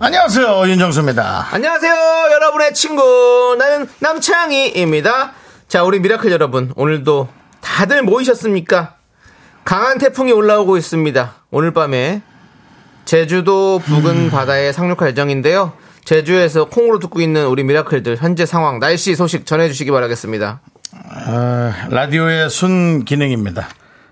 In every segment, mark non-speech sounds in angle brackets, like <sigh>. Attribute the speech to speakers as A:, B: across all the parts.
A: 안녕하세요 윤정수입니다.
B: 안녕하세요, 여러분의 친구. 나는 남창희입니다. 자, 우리 미라클 여러분, 오늘도 다들 모이셨습니까? 강한 태풍이 올라오고 있습니다. 오늘 밤에 제주도
A: 음.
B: 부근 바다에 상륙할 예정인데요. 제주에서 콩으로 듣고 있는 우리 미라클들 현재 상황, 날씨 소식 전해주시기 바라겠습니다.
A: 아, 라디오의 순 기능입니다.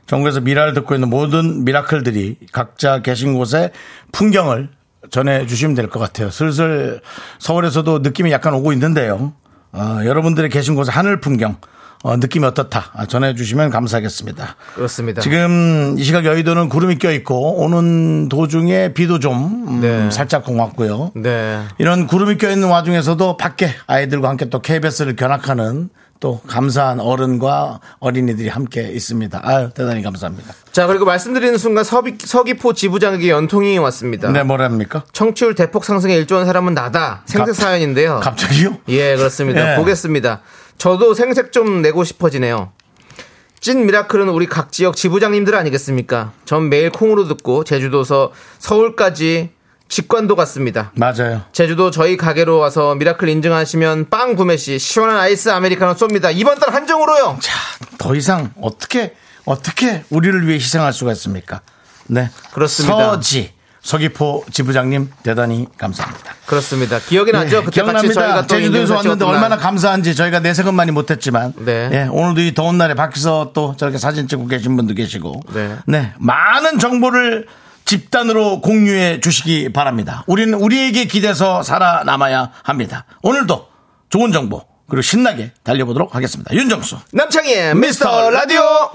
A: 전국에서 미라를 듣고 있는 모든 미라클들이 각자 계신 곳의 풍경을 전해 주시면 될 것 같아요. 슬슬 서울에서도 느낌이 약간 오고 있는데요. 아, 여러분들이 계신 곳의 하늘 풍경 어, 느낌이 어떻다 아, 전해 주시면 감사하겠습니다.
B: 그렇습니다.
A: 지금 이 시각 여의도는 구름이 껴 있고 오는 도중에 비도 좀 음,
B: 네.
A: 살짝 고맙고요.
B: 네.
A: 이런 구름이 껴있는 와중에서도 밖에 아이들과 함께 또 KBS를 견학하는 또 감사한 어른과 어린이들이 함께 있습니다. 아유, 대단히 감사합니다.
B: 자, 그리고 말씀드리는 순간 서비, 서귀포 지부장에게 연통이 왔습니다.
A: 네, 뭐랍니까?
B: 청취율 대폭 상승에 일조한 사람은 나다. 생색
A: 갑-
B: 사연인데요.
A: 갑자기요?
B: 예, 그렇습니다.
A: 예.
B: 보겠습니다. 저도 생색 좀 내고 싶어지네요. 찐 미라클은 우리 각 지역 지부장님들 아니겠습니까? 전 매일 콩으로 듣고 제주도서 서울까지 직관도 갔습니다.
A: 맞아요.
B: 제주도 저희 가게로 와서 미라클 인증하시면 빵 구매 시 시원한 아이스 아메리카노 쏩니다. 이번 달 한정으로요.
A: 자, 더 이상 어떻게, 어떻게 우리를 위해 희생할 수가 있습니까? 네.
B: 그렇습니다.
A: 서지, 서귀포 지부장님, 대단히 감사합니다.
B: 그렇습니다. 기억이 나죠? 그때 같이 저희가
A: 예, 기억납니다.
B: 또
A: 제주도에서
B: 인증샷
A: 왔는데
B: 찍었던
A: 얼마나
B: 날.
A: 감사한지 저희가 내색은 많이 못했지만
B: 네.
A: 예, 오늘도 이 더운 날에 밖에서 또 저렇게 사진 찍고 계신 분도 계시고
B: 네.
A: 많은 정보를 집단으로 공유해 주시기 바랍니다. 우리는 우리에게 기대서 살아남아야 합니다. 오늘도 좋은 정보 그리고 신나게 달려보도록 하겠습니다. 윤정수.
B: 남창희의 미스터 라디오.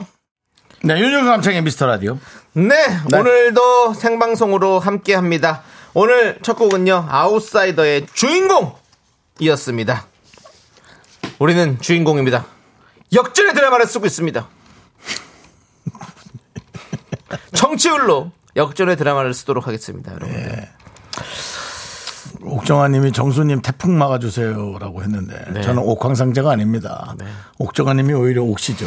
A: 네, 윤정수 감창의 미스터 라디오.
B: 네,
A: 네.
B: 오늘도 생방송으로 함께 합니다. 오늘 첫 곡은요, 아웃사이더의 주인공이었습니다. 우리는 주인공입니다. 역전의 드라마를 쓰고
A: <laughs>
B: 있습니다. 청취율로 역전의 드라마를 쓰도록 하겠습니다, 여러분.
A: 옥정아님이 정수님 태풍 막아주세요라고 했는데
B: 네.
A: 저는 옥황상제가 아닙니다. 옥정아님이 오히려
B: <laughs>
A: 옥시죠.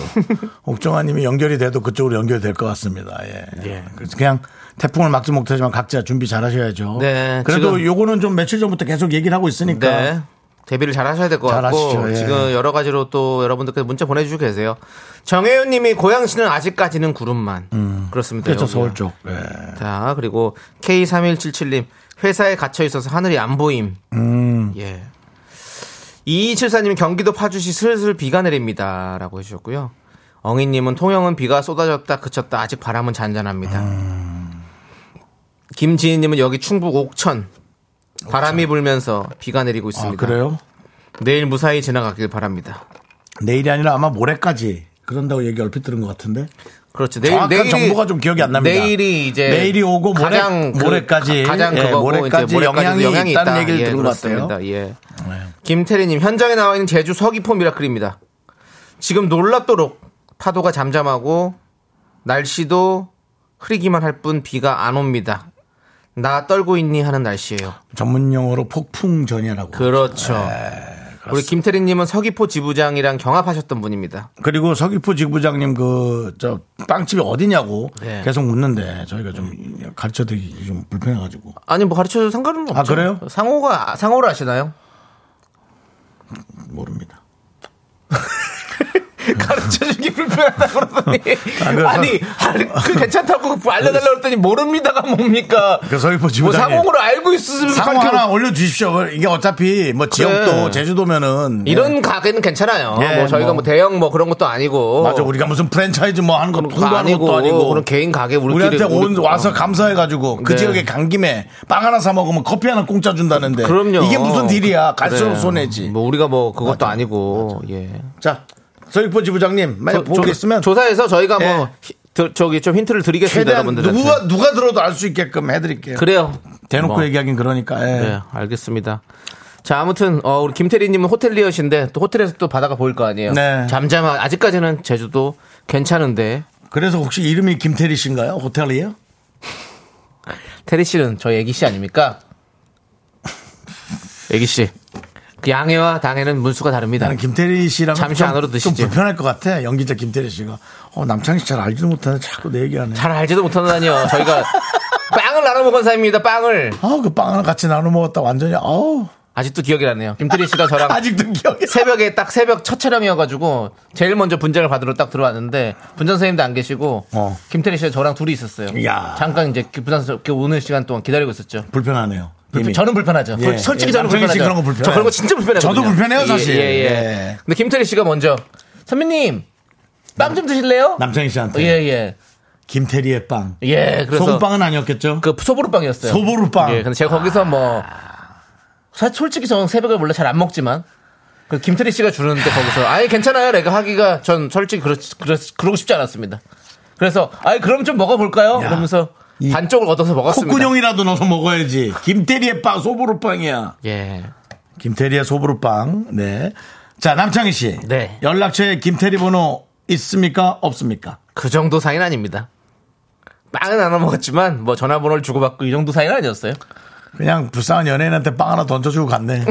A: 옥정아님이 연결이 돼도 그쪽으로 연결될 것 같습니다. 예.
B: 예.
A: 그래서 그냥 태풍을 막지 못하지만 각자 준비 잘하셔야죠.
B: 네,
A: 그래도
B: 지금-
A: 요거는 좀 며칠 전부터 계속 얘기를 하고 있으니까
B: 네. 데뷔를 잘 하셔야 될 것
A: 잘
B: 같고
A: 하시죠, 예.
B: 지금 여러 가지로 또 여러분들께서 문자 보내주고 계세요. 정혜윤님이 고양시는 아직까지는 구름만 그렇습니다.
A: 그렇죠
B: 네, 여기가.
A: 서울 쪽. 예.
B: 자, 그리고 K3177님, 회사에 갇혀 있어서 하늘이 안 보임.
A: 음.
B: 예. 2274님, 경기도 파주시 슬슬 비가 내립니다. 라고 해주셨고요. 엉이님은 통영은 비가 쏟아졌다 그쳤다 아직 바람은 잔잔합니다.
A: 음.
B: 김지희님은 여기 충북 옥천 바람이 불면서 비가 내리고
A: 아,
B: 있습니다.
A: 그래요?
B: 내일 무사히 지나가길 바랍니다.
A: 내일이 아니라 아마 모레까지 그런다고 얘기 얼핏 들은 것 같은데.
B: 그렇죠. 내일
A: 정확한
B: 내일이-
A: 정보가 좀 기억이 안 납니다.
B: 내일이 이제
A: 내일이 오고 모레-
B: 그-
A: 모레까지.
B: 가- 가장
A: 예,
B: 그거고
A: 모레까지
B: 이제 모레까지도
A: 영향이 있다는 얘기를
B: 예,
A: 들은 것 같아요.
B: 그렇습니다. 예. 김태리님 현장에 나와 있는 제주 서귀포 미라클입니다. 지금 놀랍도록 파도가 잠잠하고 날씨도 흐리기만 할 뿐 비가 안 옵니다. 나 떨고 있니 하는 날씨예요.
A: 전문 용어로 폭풍 전야라고.
B: 그렇죠. 우리 김태리님은 서귀포 지부장이랑 경합하셨던 분입니다.
A: 그리고 서귀포 지부장님 그 저 빵집이 어디냐고
B: 네.
A: 계속 묻는데 저희가 좀 가르쳐드리기 좀 불편해가지고
B: 아니 뭐 가르쳐줘도 상관은 없죠.
A: 아, 그래요?
B: 상호가 상호를 아시나요?
A: 모릅니다.
B: 가르쳐주기 불편하다 그러더니
A: 그-
B: 아니 아니, 그 괜찮다고 알려달라 그랬더니 모릅니다가 뭡니까?
A: 그 서귀포
B: 뭐
A: 지부장님
B: 음, 상공으로 알고 있으면 뭐
A: 상호
B: 가르쳐-
A: 하나 올려주십시오. 그, 이게 어차피 뭐 지역도 제주도면은 네.
B: 이런 가게는 괜찮아요.
A: 예,
B: 뭐 저희가
A: 뭐.
B: 뭐 대형 뭐 그런 것도 아니고
A: 맞아 우리가 무슨 프랜차이즈 뭐 하는 거
B: 그런 거
A: 통과하는 것도 아니고
B: 그런 개인 가게 우리끼리
A: 우리한테 온
B: 우리-
A: 와서 감사해가지고 그
B: 네.
A: 지역에 간 김에 빵 하나 사 먹으면 커피 하나 공짜 준다는데
B: 어. 그럼요.
A: 이게 무슨 딜이야 갈수록
B: 그래.
A: 손해지.
B: 뭐 우리가 뭐 그것도 아니고 예.
A: 자 서귀포 지부장님 만약
B: 조-
A: 보고 계시면
B: 조사해서 저희가
A: 예.
B: 뭐 히- 저- 저기 좀 힌트를 드리겠습니다,
A: 최대한
B: 여러분들. 네.
A: 누가 누가 들어도 알 수 있게끔 해드릴게요.
B: 그래요.
A: 대놓고
B: 뭐.
A: 얘기하긴 그러니까. 예.
B: 네, 알겠습니다. 자, 아무튼, 어, 우리 김태리님은 호텔리어신데, 또 호텔에서 또 바다가 보일 거 아니에요?
A: 네.
B: 잠잠한, 아직까지는 제주도 괜찮은데,
A: 그래서 혹시 이름이 김태리 씨인가요? 호텔이에요?
B: 테리 씨는 저희 애기 씨
A: <laughs>
B: 아닙니까? 애기 씨. 그 양해와 당해는 문수가 다릅니다.
A: 나는 김태리 씨랑
B: 잠시
A: 좀-
B: 안으로 드시죠.
A: 좀 불편할 것 같아. 연기자 김태리 씨가 어, 남창희 씨 잘 알지도 못하는데 자꾸 내 얘기하네.
B: 잘 알지도 못한다니요. 저희가 빵을 나눠 먹은 사이입니다. 빵을.
A: 아우 그 빵 하나 같이 나눠 먹었다 완전히 아우
B: 아직도 기억이 나네요. 김태리 씨가 저랑
A: 아직도 기억이 나.
B: 새벽에 딱 새벽 첫 촬영이어가지고 제일 먼저 분장을 받으러 딱 들어왔는데 분장 선생님도 안 계시고
A: 어.
B: 김태리 씨가 저랑 둘이 있었어요.
A: 야.
B: 잠깐 이제 그 분장 선생 님 오는 시간 동안 기다리고 있었죠.
A: 불편하네요. 이미.
B: 저는 불편하죠.
A: 예.
B: 솔직히
A: 예,
B: 저는
A: 남성희 씨
B: 불편하죠.
A: 그런 거 불편해요.
B: 저 그런 거 진짜 불편해요.
A: 저도 불편해요, 사실.
B: 예, 예, 예.
A: 예.
B: 근데 김태리 씨가 먼저 선배님 빵 좀 드실래요?
A: 남창희 씨한테
B: 예, 예.
A: 김태리의 빵.
B: 예, 그래서
A: 소금빵은 아니었겠죠?
B: 그 소보루빵이었어요.
A: 소보루빵. 아.
B: 예, 근데 제가 거기서 뭐 사실 솔직히 저는 새벽을 원래 잘 안 먹지만 그 김태리 씨가 주는데 거기서 아예 괜찮아요. 내가 하기가 전 솔직히 그렇, 그렇 그러고 싶지 않았습니다. 그래서 아예 그럼 좀 먹어볼까요?
A: 야,
B: 그러면서
A: 이
B: 반쪽을 얻어서 먹었습니다.
A: 콧구녕이라도 넣어서 먹어야지. 김태리의 빵 소보루빵이야.
B: 예.
A: 김태리의 소보루빵. 네. 자 남창희 씨.
B: 네.
A: 연락처에 김태리 번호 있습니까? 없습니까?
B: 그 정도 사이는 아닙니다. 빵은 나눠 먹었지만 뭐 전화번호를 주고받고 이 정도 사이는 아니었어요.
A: 그냥 불쌍한 연예인한테 빵 하나 던져주고
B: <laughs>
A: 갔네.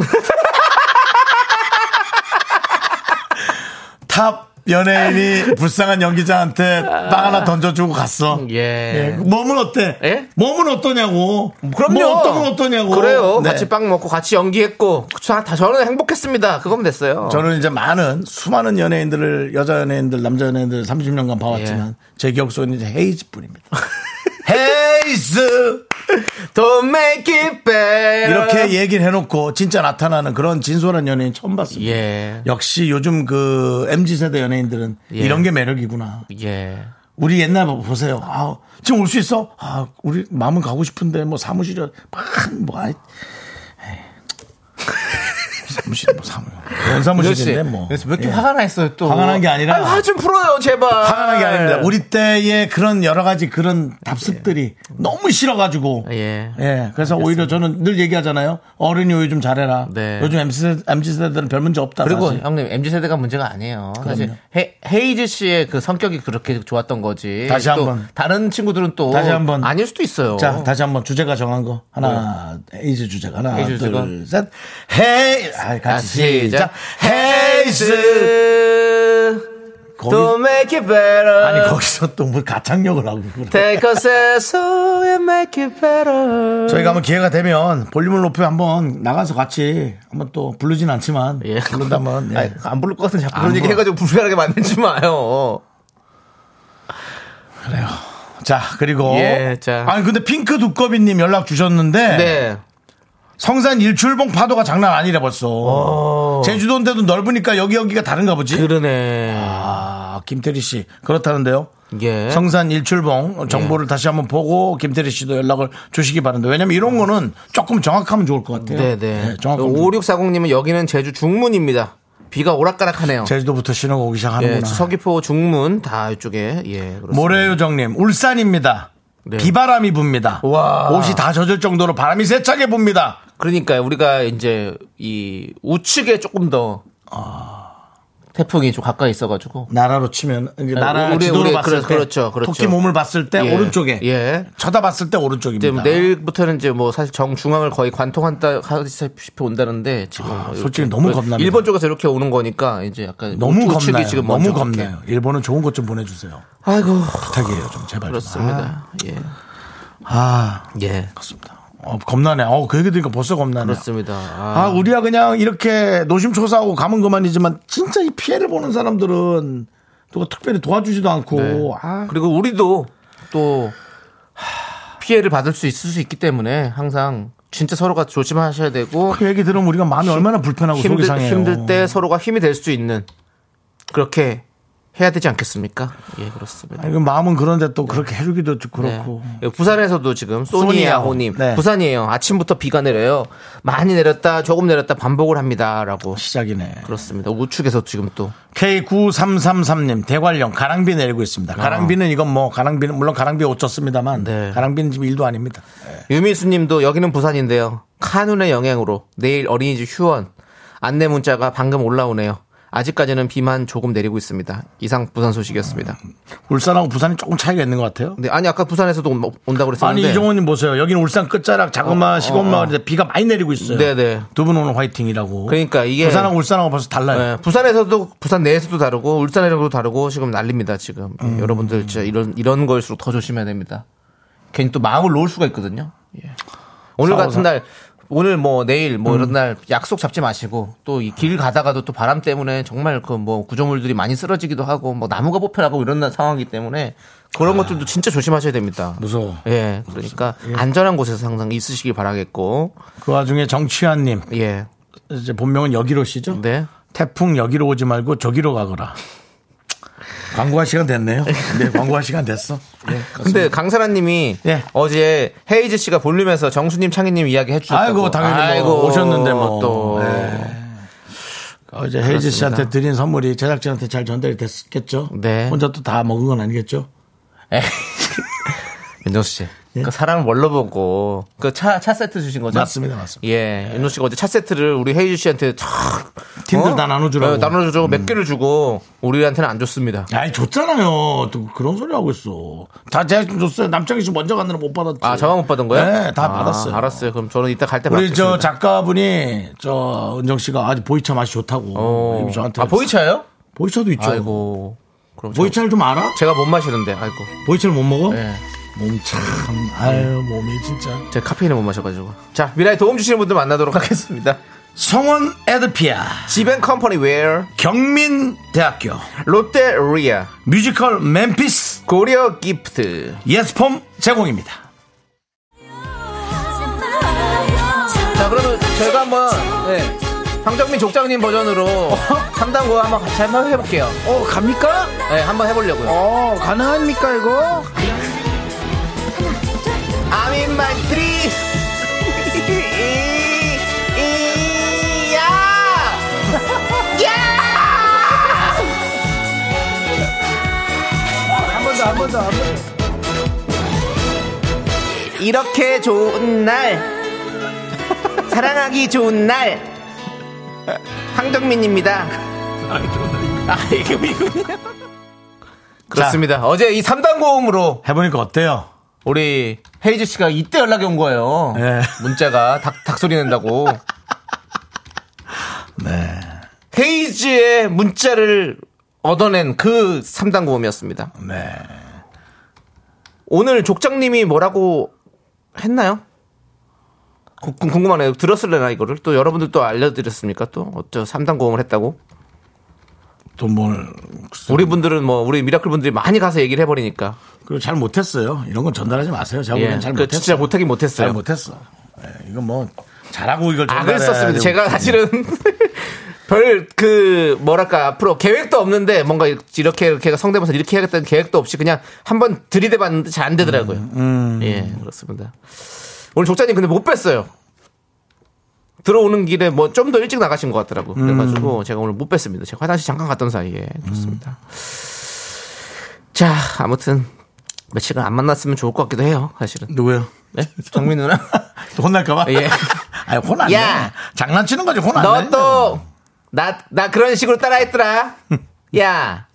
A: 탑 연예인이 불쌍한 연기자한테 빵 하나 던져주고 갔어.
B: 예.
A: 몸은 어때?
B: 예?
A: 몸은 어떠냐고. 뭐 어떤 건 어떠냐고.
B: 그래요.
A: 네.
B: 같이 빵 먹고 같이 연기했고 저- 다 저는 행복했습니다. 그건 됐어요.
A: 저는 이제 많은 수많은 연예인들을 여자 연예인들 남자 연예인들 30년간 봐왔지만 제 기억 속에는 이제 헤이즈뿐입니다. <laughs> 헤이즈
B: Don't make it better.
A: 이렇게
B: <laughs>
A: 얘기를 해놓고 진짜 나타나는 그런 진솔한 연예인 처음 봤습니다.
B: 예.
A: 역시 요즘 그 MZ 세대 연예인들은
B: 예.
A: 이런 게 매력이구나.
B: 예.
A: 우리 옛날 보세요. 아, 지금 올 수 있어? 아, 우리 마음은 가고 싶은데 뭐 사무실에 막뭐 아이 에이. <laughs> 사무실 뭐 사무 뭔 사무실인데 뭐.
B: 그래서 왜 이렇게
A: 예.
B: 화가 나 있어요 또?
A: 화가 난게 아니라-
B: 화 좀 풀어요 제발.
A: 화가 난게 아닙니다. 우리 때의 그런 여러 가지 그런 답습들이 너무 싫어가지고.
B: 예.
A: 예, 그래서 오히려 저는 늘 얘기하잖아요. 어른이 오히려 좀 잘해라.
B: 네.
A: 요즘 MZ, MZ 세대들은 별 문제 없다.
B: 그리고
A: 사실.
B: 형님 MZ 세대가 문제가 아니에요. 사실 헤, 헤이즈 씨의 그 성격이 그렇게 좋았던 거지.
A: 다시
B: 또
A: 한번.
B: 다른 친구들은 또
A: 다시 한번.
B: 아닐 수도 있어요. 네.
A: 자, 다시 한번 주제가 정한 거. 하나, 에이즈 주제가. 하나,
B: 에이즈 주제가?
A: 둘, 셋. 헤이, 아, 같이 시작. 헤이즈.
B: 헤이즈.
A: 거기-
B: Don't make it better.
A: 아니, 거기서 또 뭘 가창력을 하고 그래.
B: Take a s o and make it better.
A: 저희가 한번 기회가 되면 볼륨을 높여 한번 나가서 같이 한번 또 부르진 않지만.
B: 예.
A: 부른다면. 예.
B: 아니, 안 부를 것 같은데 자꾸
A: 안
B: 그런 얘기
A: 불러.
B: 해가지고 불편하게 만들지 마요.
A: 자, 그리고.
B: 예, 자.
A: 아니, 근데 핑크 두꺼비님 연락 주셨는데.
B: 네.
A: 성산 일출봉 파도가 장난 아니라 벌써. 제주도인데도 넓으니까 여기 여기가 다른가 보지.
B: 어. 그러네.
A: 아, 김태리 씨. 그렇다는데요.
B: 예.
A: 성산 일출봉 정보를 다시 한번 보고 김태리 씨도 연락을 주시기 바랍니다. 왜냐면 이런 거는 조금 정확하면 좋을 것 같아요.
B: 음. 네네.
A: 예, 정확하면. 좋을 것 같아요.
B: 5640님은 여기는 제주 중문입니다. 비가 오락가락하네요.
A: 제주도부터 신호가 오기
B: 예,
A: 시작하는구나.
B: 서귀포 중문 다 이쪽에 예 그렇습니다.
A: 모래요정님, 울산입니다.
B: 네.
A: 비바람이 붑니다.
B: 와.
A: 옷이 다 젖을 정도로 바람이 세차게 붑니다.
B: 그러니까 우리가 이제 이 우측에 조금 더
A: 아.
B: 태풍이 좀 가까이 있어가지고
A: 나라로 치면 이제 나라
B: 아, 우리-
A: 지도로
B: 우리
A: 봤을
B: 그렇-
A: 때
B: 그렇죠, 그렇죠.
A: 토끼 몸을 봤을 때
B: 예,
A: 네, 오른쪽에
B: 예.
A: 쳐다봤을 때 오른쪽입니다.
B: 이제 내일부터는 이제 뭐 사실 정 중앙을 거의 관통한다 하다시피 온다는데 지금 이렇게
A: 아,
B: 그
A: 솔직히 너무 겁납니다.
B: 일본 쪽에서 이렇게 오는 거니까 이제 약간
A: 너무
B: 우측이
A: 겁나요.
B: 지금
A: 너무
B: 먼저 이렇게.
A: 겁나요. 일본은 좋은 것 좀 보내주세요.
B: 아이고
A: 부탁이에요, 좀 제발. 좀.
B: 그렇습니다. 예.
A: 아,
B: 예.
A: 그렇습니다. 어, 겁나네. 어, 그 얘기 들으니까 벌써 겁나네.
B: 그렇습니다.
A: 아,
B: 아,
A: 우리야 그냥 이렇게 노심초사하고 가면 그만이지만 진짜 이 피해를 보는 사람들은 누가 특별히 도와주지도 않고 아,
B: 네. 그리고 우리도 또 피해를 받을 수 있을 수 있기 때문에 항상 진짜 서로가 조심하셔야 되고
A: 그 얘기 들으면 우리가 마음이 얼마나 불편하고 속이
B: 힘들,
A: 상해요.
B: 힘들 때 서로가 힘이 될 수 있는 그렇게 해야 되지 않겠습니까? 예, 그렇습니다.
A: 아니, 그 마음은 그런데 또 그렇게 해주기도 좀 그렇고.
B: 네. 부산에서도 지금
A: 소니야호님.
B: 소니야호님
A: 네.
B: 부산이에요. 아침부터 비가 내려요. 많이 내렸다, 조금 내렸다 반복을 합니다라고.
A: 시작이네.
B: 그렇습니다. 우측에서 지금 또
A: K9333님, 대관령, 가랑비 내리고 있습니다. 가랑비는 이건 뭐, 가랑비는, 물론 가랑비 옷 졌습니다만,
B: 아. 네.
A: 가랑비는 지금 일도 아닙니다.
B: 유미수님도 여기는 부산인데요. 카눈의 영향으로 내일 어린이집 휴원 안내 문자가 방금 올라오네요. 아직까지는 비만 조금 내리고 있습니다. 이상 부산 소식이었습니다.
A: 울산하고 부산이 조금 차이가 있는 것 같아요.
B: 근데 아니 아까 부산에서도 온- 온다고
A: 아니,
B: 그랬었는데
A: 이종호님 보세요. 여기는 울산 끝자락, 자그마 시골마을인데 비가 많이 내리고 있어요.
B: 어, 네네.
A: 두 분 오늘 화이팅이라고.
B: 그러니까 이게-
A: 부산하고 울산하고 벌써 달라요.
B: 예, 부산에서도 부산 내에서도 다르고 울산에서도 다르고 지금 난립니다 지금
A: 음.
B: 예, 여러분들 진짜 이런 이런 거일수록 더 조심해야 됩니다. 괜히 또 마음을 놓을 수가 있거든요. 예. 오늘
A: 싸워서.
B: 같은 날 오늘 뭐 내일 뭐
A: 음.
B: 이런 날 약속 잡지 마시고 또 이 길 가다가도 또 바람 때문에 정말 그 뭐 구조물들이 많이 쓰러지기도 하고 뭐 나무가 뽑혀나고 이런 나- 상황이기 때문에 그런 것들도 진짜 조심하셔야 됩니다.
A: 아. 무서워.
B: 예, 그러니까 안전한 곳에서 항상 있으시길 바라겠고
A: 그 와중에 정치환님,
B: 예,
A: 이제 본명은 여기로 씨죠?
B: 네.
A: 태풍 여기로 오지 말고 저기로 가거라. 광고할 시간 됐네요. 네, 광고할 시간 됐어. 네,
B: 근데 강사라님이
A: 예.
B: 어제 헤이즈 씨가 볼륨에서 정수님, 창희님 이야기 해주셨다고.
A: 아이고, 당연히 뭐 오셨는데 뭐.
B: 또.
A: 네. 어제 헤이즈 씨한테 드린 선물이 제작진한테 잘 전달이 됐겠죠?
B: 네.
A: 혼자 또 다 먹은 건 아니겠죠?
B: 에이. 윤정수 씨. 그 사람 원로 보고 그 차 차 세트 주신 거죠?
A: 예. 맞습니다, 맞습니다.
B: 예, 윤호 씨가 어제 차 세트를 우리 헤이즈 씨한테 탁
A: 팀들 다 나눠주라고. 음.
B: 네, 나눠주라고 몇 개를 주고 우리한테는 안 줬습니다.
A: 아이, 줬잖아요. 또 그런 소리 하고 있어. 다 제작진 줬어요. 남창희 씨 먼저 갔느라 못 받았지.
B: 아, 저만 못 받은 거예요?
A: 네, 다
B: 아,
A: 받았어요.
B: 알았어요. 그럼 저는 이따 갈 때 받겠습니다.
A: 우리 저 작가분이 저 은정 씨가 아주 보이차 맛이 좋다고
B: 오.
A: 저한테
B: 아, 보이차요?
A: 보이차도 있죠.
B: 아이고. 그럼 보이차
A: 보이차를 좀 알아?
B: 제가 못 마시는데. 아이고.
A: 보이차를 못 먹어?
B: 예.
A: 몸 참 아유 몸이 진짜.
B: 제 카페인을 못 마셔가지고. 자, 미라에 도움 주시는 분들 만나도록 하겠습니다.
A: 성원 에드피아
B: 지벤컴퍼니 웨어,
A: 경민대학교
B: 롯데리아,
A: 뮤지컬 맨피스
B: 고려 기프트.
A: 예스폼 제공입니다.
B: 자, 그러면 저희가 한번, 네. 황정민 족장님 버전으로 3단고 한번 같이 한번 해볼게요.
C: 어 갑니까?
B: 네, 한번 해보려고요.
C: 어 가능합니까 이거?
B: I'm in my tree. 이- 야!
C: 한 번 더 한 번 더 한 번 더.
B: 이렇게 좋은 날. 사랑하기 좋은 날. 황정민입니다. 아, 이게 미군이야. 그렇습니다. 어제 이 3단 고음으로
A: 해보니까 어때요?
B: 우리 헤이즈 씨가 이때 연락이 온 거예요.
A: 네.
B: 문자가 닭, 닭 소리 낸다고.
A: 네.
B: 헤이즈의 문자를 얻어낸 그 3단 고음이었습니다.
A: 네.
B: 오늘 족장님이 뭐라고 했나요? 구- 궁- 궁금하네요. 들었을래나 이거를 또 여러분들 또 알려드렸습니까? 또 어쩌 3단 고음을 했다고?
A: 또뭘
B: 우리 분들은 뭐 우리 미라클 분들이 많이 가서 얘기를 해버리니까
A: 그리고 잘 못했어요. 이런 건 전달하지 마세요. 제가
B: 예,
A: 보기엔 잘
B: 그
A: 못했어요.
B: 진짜 못하긴 못했어요.
A: 잘 못했어. 예, 이건 뭐 잘하고 이걸
B: 악을
A: 전달해야
B: 썼습니다.
A: 되고.
B: 아, 제가 사실은 <laughs> 별 그 뭐랄까 앞으로 계획도 없는데 뭔가 이렇게 이렇게 성대모사 이렇게 해야겠다는 계획도 없이 그냥 한번 들이대봤는데 잘 안 되더라고요.
A: 음,
B: 예 그렇습니다. 오늘 족자님 근데 못 뺐어요. 들어오는 길에 뭐 좀 더 일찍 나가신 것 같더라고.
A: 음.
B: 그래가지고 제가 오늘 못 뺐습니다. 제가 화장실 잠깐 갔던 사이에 그렇습니다. 자 아무튼 며칠간 안 만났으면 좋을 것 같기도 해요. 사실은.
A: <laughs> 누구요?
B: 네? 정민 누나.
A: 또 혼날까봐?
B: 예.
A: <laughs> 아니, 혼안
B: 야!
A: 내. 장난치는 거지, 혼안 뭐. 내.
B: 너 또 나 나 그런 식으로 따라했더라. 야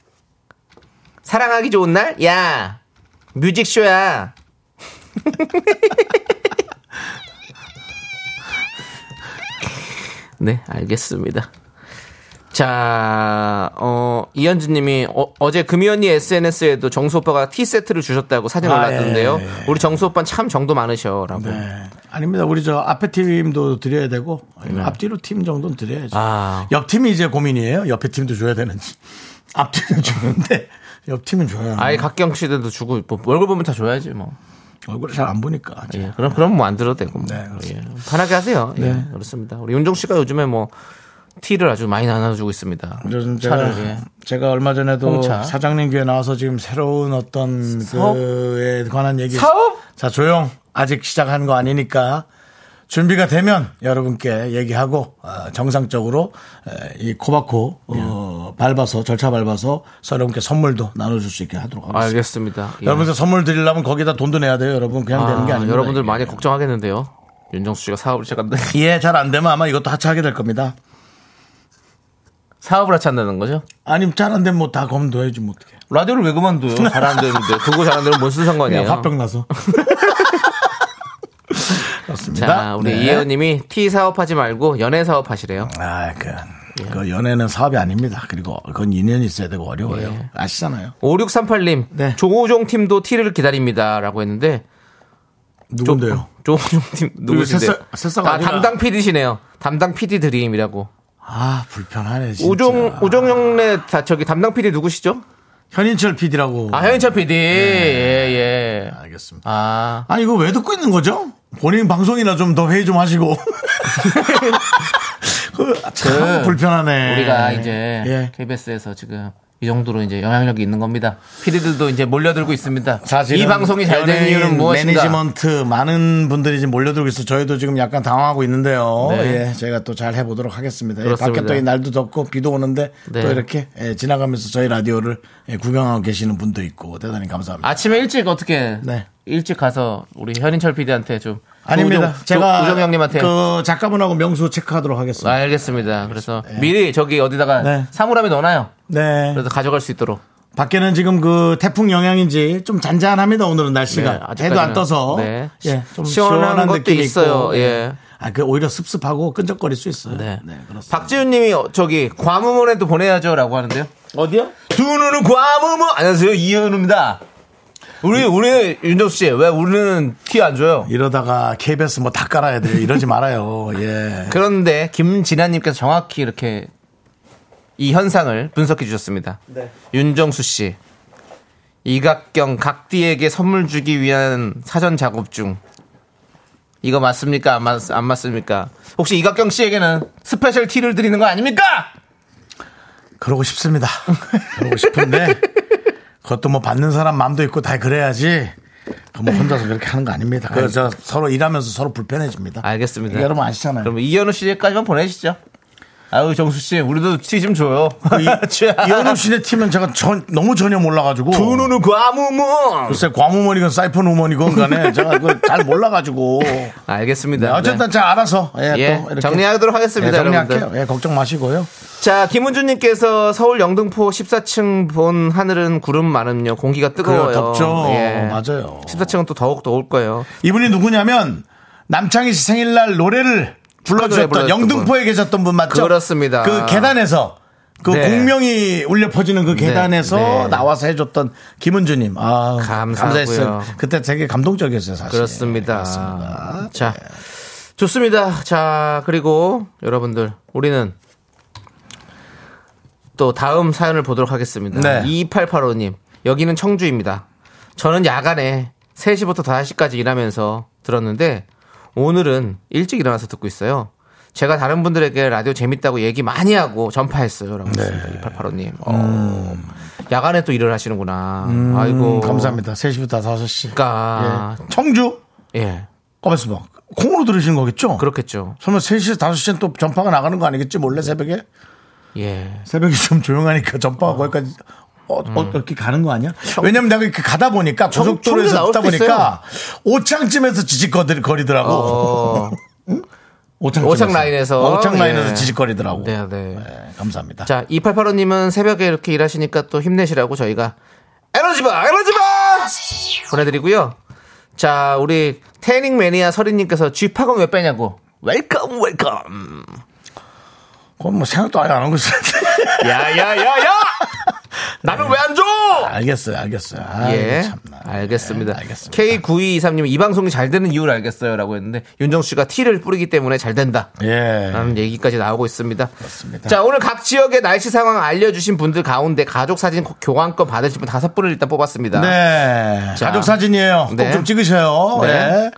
B: 사랑하기 좋은 날, 야 뮤직쇼야. <laughs> 네, 알겠습니다. 자, 어, 이현주님이 어, 제 금희 언니 SNS에도 정수 오빠가 티 세트를 주셨다고 사진
A: 아,
B: 올랐던데요.
A: 예, 예, 예.
B: 우리 정수 오빠는 참 정도 많으셔라고.
A: 네. 아닙니다. 우리 저 앞에 팀도 드려야 되고, 앞뒤로 팀 정도는 드려야죠.
B: 네. 아.
A: 옆 팀이 이제 고민이에요. 옆에 팀도 줘야 되는지. <laughs> 앞 팀은 주는데, 옆 팀은 줘야.
B: 아예 각경 시대도 주고 뭐 월급 보면 다 줘야지 뭐.
A: 얼굴을 잘 안 보니까.
B: 예, 그럼 그럼 뭐 안 들어도 되고. 뭐.
A: 네, 그렇습니다.
B: 예, 편하게 하세요. 예, 그렇습니다. 우리 윤종 씨가 요즘에 뭐 티를 아주 많이 나눠주고 있습니다.
A: 요즘 제가,
B: 차를, 예.
A: 제가 얼마 전에도
B: 홍차.
A: 사장님 귀에 나와서 지금 새로운 어떤
B: 사업?
A: 그에 관한 얘기.
B: 사업?
A: 자, 조용. 아직 시작한 거 아니니까 준비가 되면 여러분께 얘기하고 어, 정상적으로 에, 이 코바코
B: 예.
A: 어, 밟아서 절차 밟아서 여러분께 선물도 나눠줄 수 있게 하도록 하겠습니다.
B: 알겠습니다. 예.
A: 여러분들 선물 드리려면 거기다 돈도 내야 돼요. 여러분 그냥 되는 게 예.
B: 아,
A: 아니에요.
B: 여러분들 많이 걱정하겠는데요. 윤정수 씨가 사업을 시작한다니. <laughs>
A: 예, 잘 안 되면 아마 이것도 하차하게 될 겁니다.
B: 사업을 하찬다는 거죠?
A: 아니면 잘 안 되면 뭐 다 검도해지 면 어떡해.
B: 라디오를 왜 그만둬요? <laughs> 잘 안 되는데. 그거 잘 안 되면
A: 그냥
B: 뭔 순상관이에요?
A: 화병
B: <laughs>
A: 나서. 그렇습니다. 네.
B: 자, 우리 이혜원님이 티 사업하지 말고 연애 사업하시래요.
A: 아, 그,
B: 예.
A: 그 연애는 사업이 아닙니다. 그리고 그건 인연이 있어야 되고 어려워요.
B: 예.
A: 아시잖아요.
B: 5638님,
A: 네.
B: 조우종 팀도 티를 기다립니다. 라고 했는데, 조-
A: 누군데요?
B: 조우종
A: 그
B: 팀, 누구신데요?
A: 새싹- 새싹
B: 아,
A: 아니라.
B: 담당 PD시네요. 담당 PD 드림이라고.
A: 아, 불편하네. 진짜.
B: 우종, 우종영래, 다, 저기 담당 PD 누구시죠?
A: 현인철 PD라고.
B: 아, 현인철 PD.
A: 네.
B: 예, 예.
A: 알겠습니다.
B: 아.
A: 아, 이거 왜 듣고 있는 거죠? 본인 방송이나 좀 더 회의 좀
B: <laughs>
A: 하시고. 그, 참
B: 그,
A: 불편하네.
B: 우리가 이제
A: 예.
B: KBS에서 지금 이 정도로 이제 영향력이 있는 겁니다. 피디들도 이제 몰려들고 있습니다.
A: 사실은
B: 이 방송이 잘 되는
A: 연예인,
B: 이유는 무엇인가?
A: 매니지먼트 많은 분들이 지금 몰려들고 있어. 저희도 지금 약간 당황하고 있는데요.
B: 네.
A: 예, 저희가 또 잘 해보도록 하겠습니다. 예,
B: 그렇습니다.
A: 밖에 또 이 날도 덥고 비도 오는데
B: 네.
A: 또 이렇게 예, 지나가면서 저희 라디오를 예, 구경하고 계시는 분도 있고 대단히 감사합니다.
B: 아침에 일찍 어떻게
A: 네.
B: 일찍 가서 우리 현인철 피디한테 좀
A: 아, 닙니다
B: 조우정-
A: 제가
B: 조우정 형님한테 아,
A: 그 작가분하고 명수 체크하도록 하겠습니다.
B: 알겠습니다. 그래서 미리 저기 어디다가
A: 네.
B: 사물함에 넣어놔요.
A: 네.
B: 그래서 가져갈 수 있도록.
A: 밖에는 지금 그 태풍 영향인지 좀 잔잔합니다. 오늘은
B: 네,
A: 날씨가
B: 아직까지는-
A: 해도 안 떠서
B: 네.
A: 예, 좀
B: 시원한
A: 시원한,
B: 것도
A: 느낌이
B: 있어요.
A: 있고.
B: 예.
A: 아, 그 오히려 습습하고 끈적거릴 수 있어요.
B: 네.
A: 그렇습니다.
B: 박지훈님이 어, 저기 과무문에도 보내야죠라고 하는데요. 어디요? 두 눈은 과무문. 안녕하세요 이현우입니다. 우리 우리 윤정수 씨 왜 우리는 티 안 줘요?
A: 이러다가 KBS 뭐 다 깔아야 돼요. 이러지 말아요. 예.
B: 그런데 김진아님께서 정확히 이렇게 이 현상을 분석해 주셨습니다.
A: 네.
B: 윤정수 씨 이각경 각디에게 선물 주기 위한 사전 작업 중 이거 맞습니까? 안, 맞, 안 맞습니까? 혹시 이각경 씨에게는 스페셜 티를 드리는 거 아닙니까?
A: 그러고 싶습니다. 그러고 싶은데 그것도 뭐 받는 사람 마음도 있고 다 그래야지. 뭐 혼자서 그렇게 하는 거 아닙니다. 그래서 서로 일하면서 서로 불편해집니다.
B: 알겠습니다.
A: 여러분 뭐 아시잖아요.
B: 그럼 이현우 씨까지만 보내시죠. 아유 정수 씨, 우리도 티 좀 줘요. <laughs>
A: 그 이- 이현우 씨네 팀은 제가 전, 너무 전혀 몰라가지고.
B: 눈으로 과무문.
A: 글쎄 과무머니건 사이폰 우머니건 간에 제가 그걸 잘 몰라가지고
B: 알겠습니다.
A: 네, 어쨌든 잘 알아서 예,
B: 네. 예,
A: 또 이렇게
B: 정리하도록 하겠습니다.
A: 예, 정리할게요
B: 여러분들.
A: 예, 걱정 마시고요
B: 자, 김은주님께서 서울 영등포 14층 본 하늘은 구름 많음요. 공기가 뜨거워요.
A: 그래요, 덥죠. 맞아요.
B: 14층은 또 더욱 더울 거예요.
A: 이분이 누구냐면 남창희 씨 생일날 노래를
B: 불러줬던
A: 불러주셨던 영등포에 계셨던 분 맞죠?
B: 그렇습니다.
A: 그 계단에서 그
B: 네.
A: 공명이 울려 퍼지는 그 계단에서
B: 네.
A: 나와서 해줬던 김은주님 아
B: 감사하고요.
A: 감사했어요. 그때 되게 감동적이었어요 사실.
B: 그렇습니다.
A: 그렇습니다.
B: 자, 좋습니다. 자, 그리고 여러분들, 우리는 또 다음 사연을 보도록 하겠습니다.
A: 네.
B: 2885님, 여기는 청주입니다. 저는 야간에 3시부터 5시까지 일하면서 들었는데, 오늘은 일찍 일어나서 듣고 있어요. 제가 다른 분들에게 라디오 재밌다고 얘기 많이 하고 전파했어요. 라고
A: 네.
B: 했습니다. 2885님. 어, 야간에 또 일을 하시는구나. 아이고.
A: 음, 감사합니다. 3시부터 5시.
B: 그러니까.
A: 예. 청주
B: 예.
A: 가만있어 봐. 콩으로 들으신 거겠죠?
B: 그렇겠죠.
A: 설마 3시, 5시엔 또 전파가 나가는 거 아니겠지? 몰래 새벽에?
B: 예.
A: 새벽이 좀 조용하니까 전파가 거기까지 어, 어, 이렇게 가는 거 아니야? 왜냐면 내가 이렇게 가다 보니까
B: 음. 청- 청주
A: 고속도로에서
B: 나올
A: 듣다
B: 수도
A: 보니까 오창쯤에서 지직거리더라고.
B: 어,
A: 오창쯤에서. 어,
B: 오창 라인에서.
A: 오창 라인에서
B: 예.
A: 지직거리더라고.
B: 네, 네.
A: 네, 감사합니다.
B: 자, 2885님은 새벽에 이렇게 일하시니까 또 힘내시라고 저희가 에너지바! 에너지바! 보내드리고요. 자, 우리 태닝 매니아 서린님께서 쥐팍은 왜 빼냐고. 웰컴, 웰컴.
A: 그건 뭐 생각도 아예 안 하고 있어요.
B: <laughs> 야, 야, 야, 야! 나는 왜 안 줘!
A: <laughs> 알겠어요, 알겠어요. 아,
B: 네. 예.
A: 참나.
B: 네, 알겠습니다.
A: 예, 알겠습니다.
B: K9223님, 이 방송이 잘 되는 이유를 알겠어요. 라고 했는데, 윤정수 씨가 티를 뿌리기 때문에 잘 된다.
A: 예.
B: 라는 얘기까지 나오고 있습니다.
A: 그렇습니다.
B: 자, 오늘 각 지역의 날씨 상황 알려주신 분들 가운데 가족 사진 교환권 받으신 분 다섯 분을 일단 뽑았습니다.
A: 네.
B: 자.
A: 가족 사진이에요.
B: 네.
A: 꼭 좀 찍으셔요.
B: 네.
A: 예.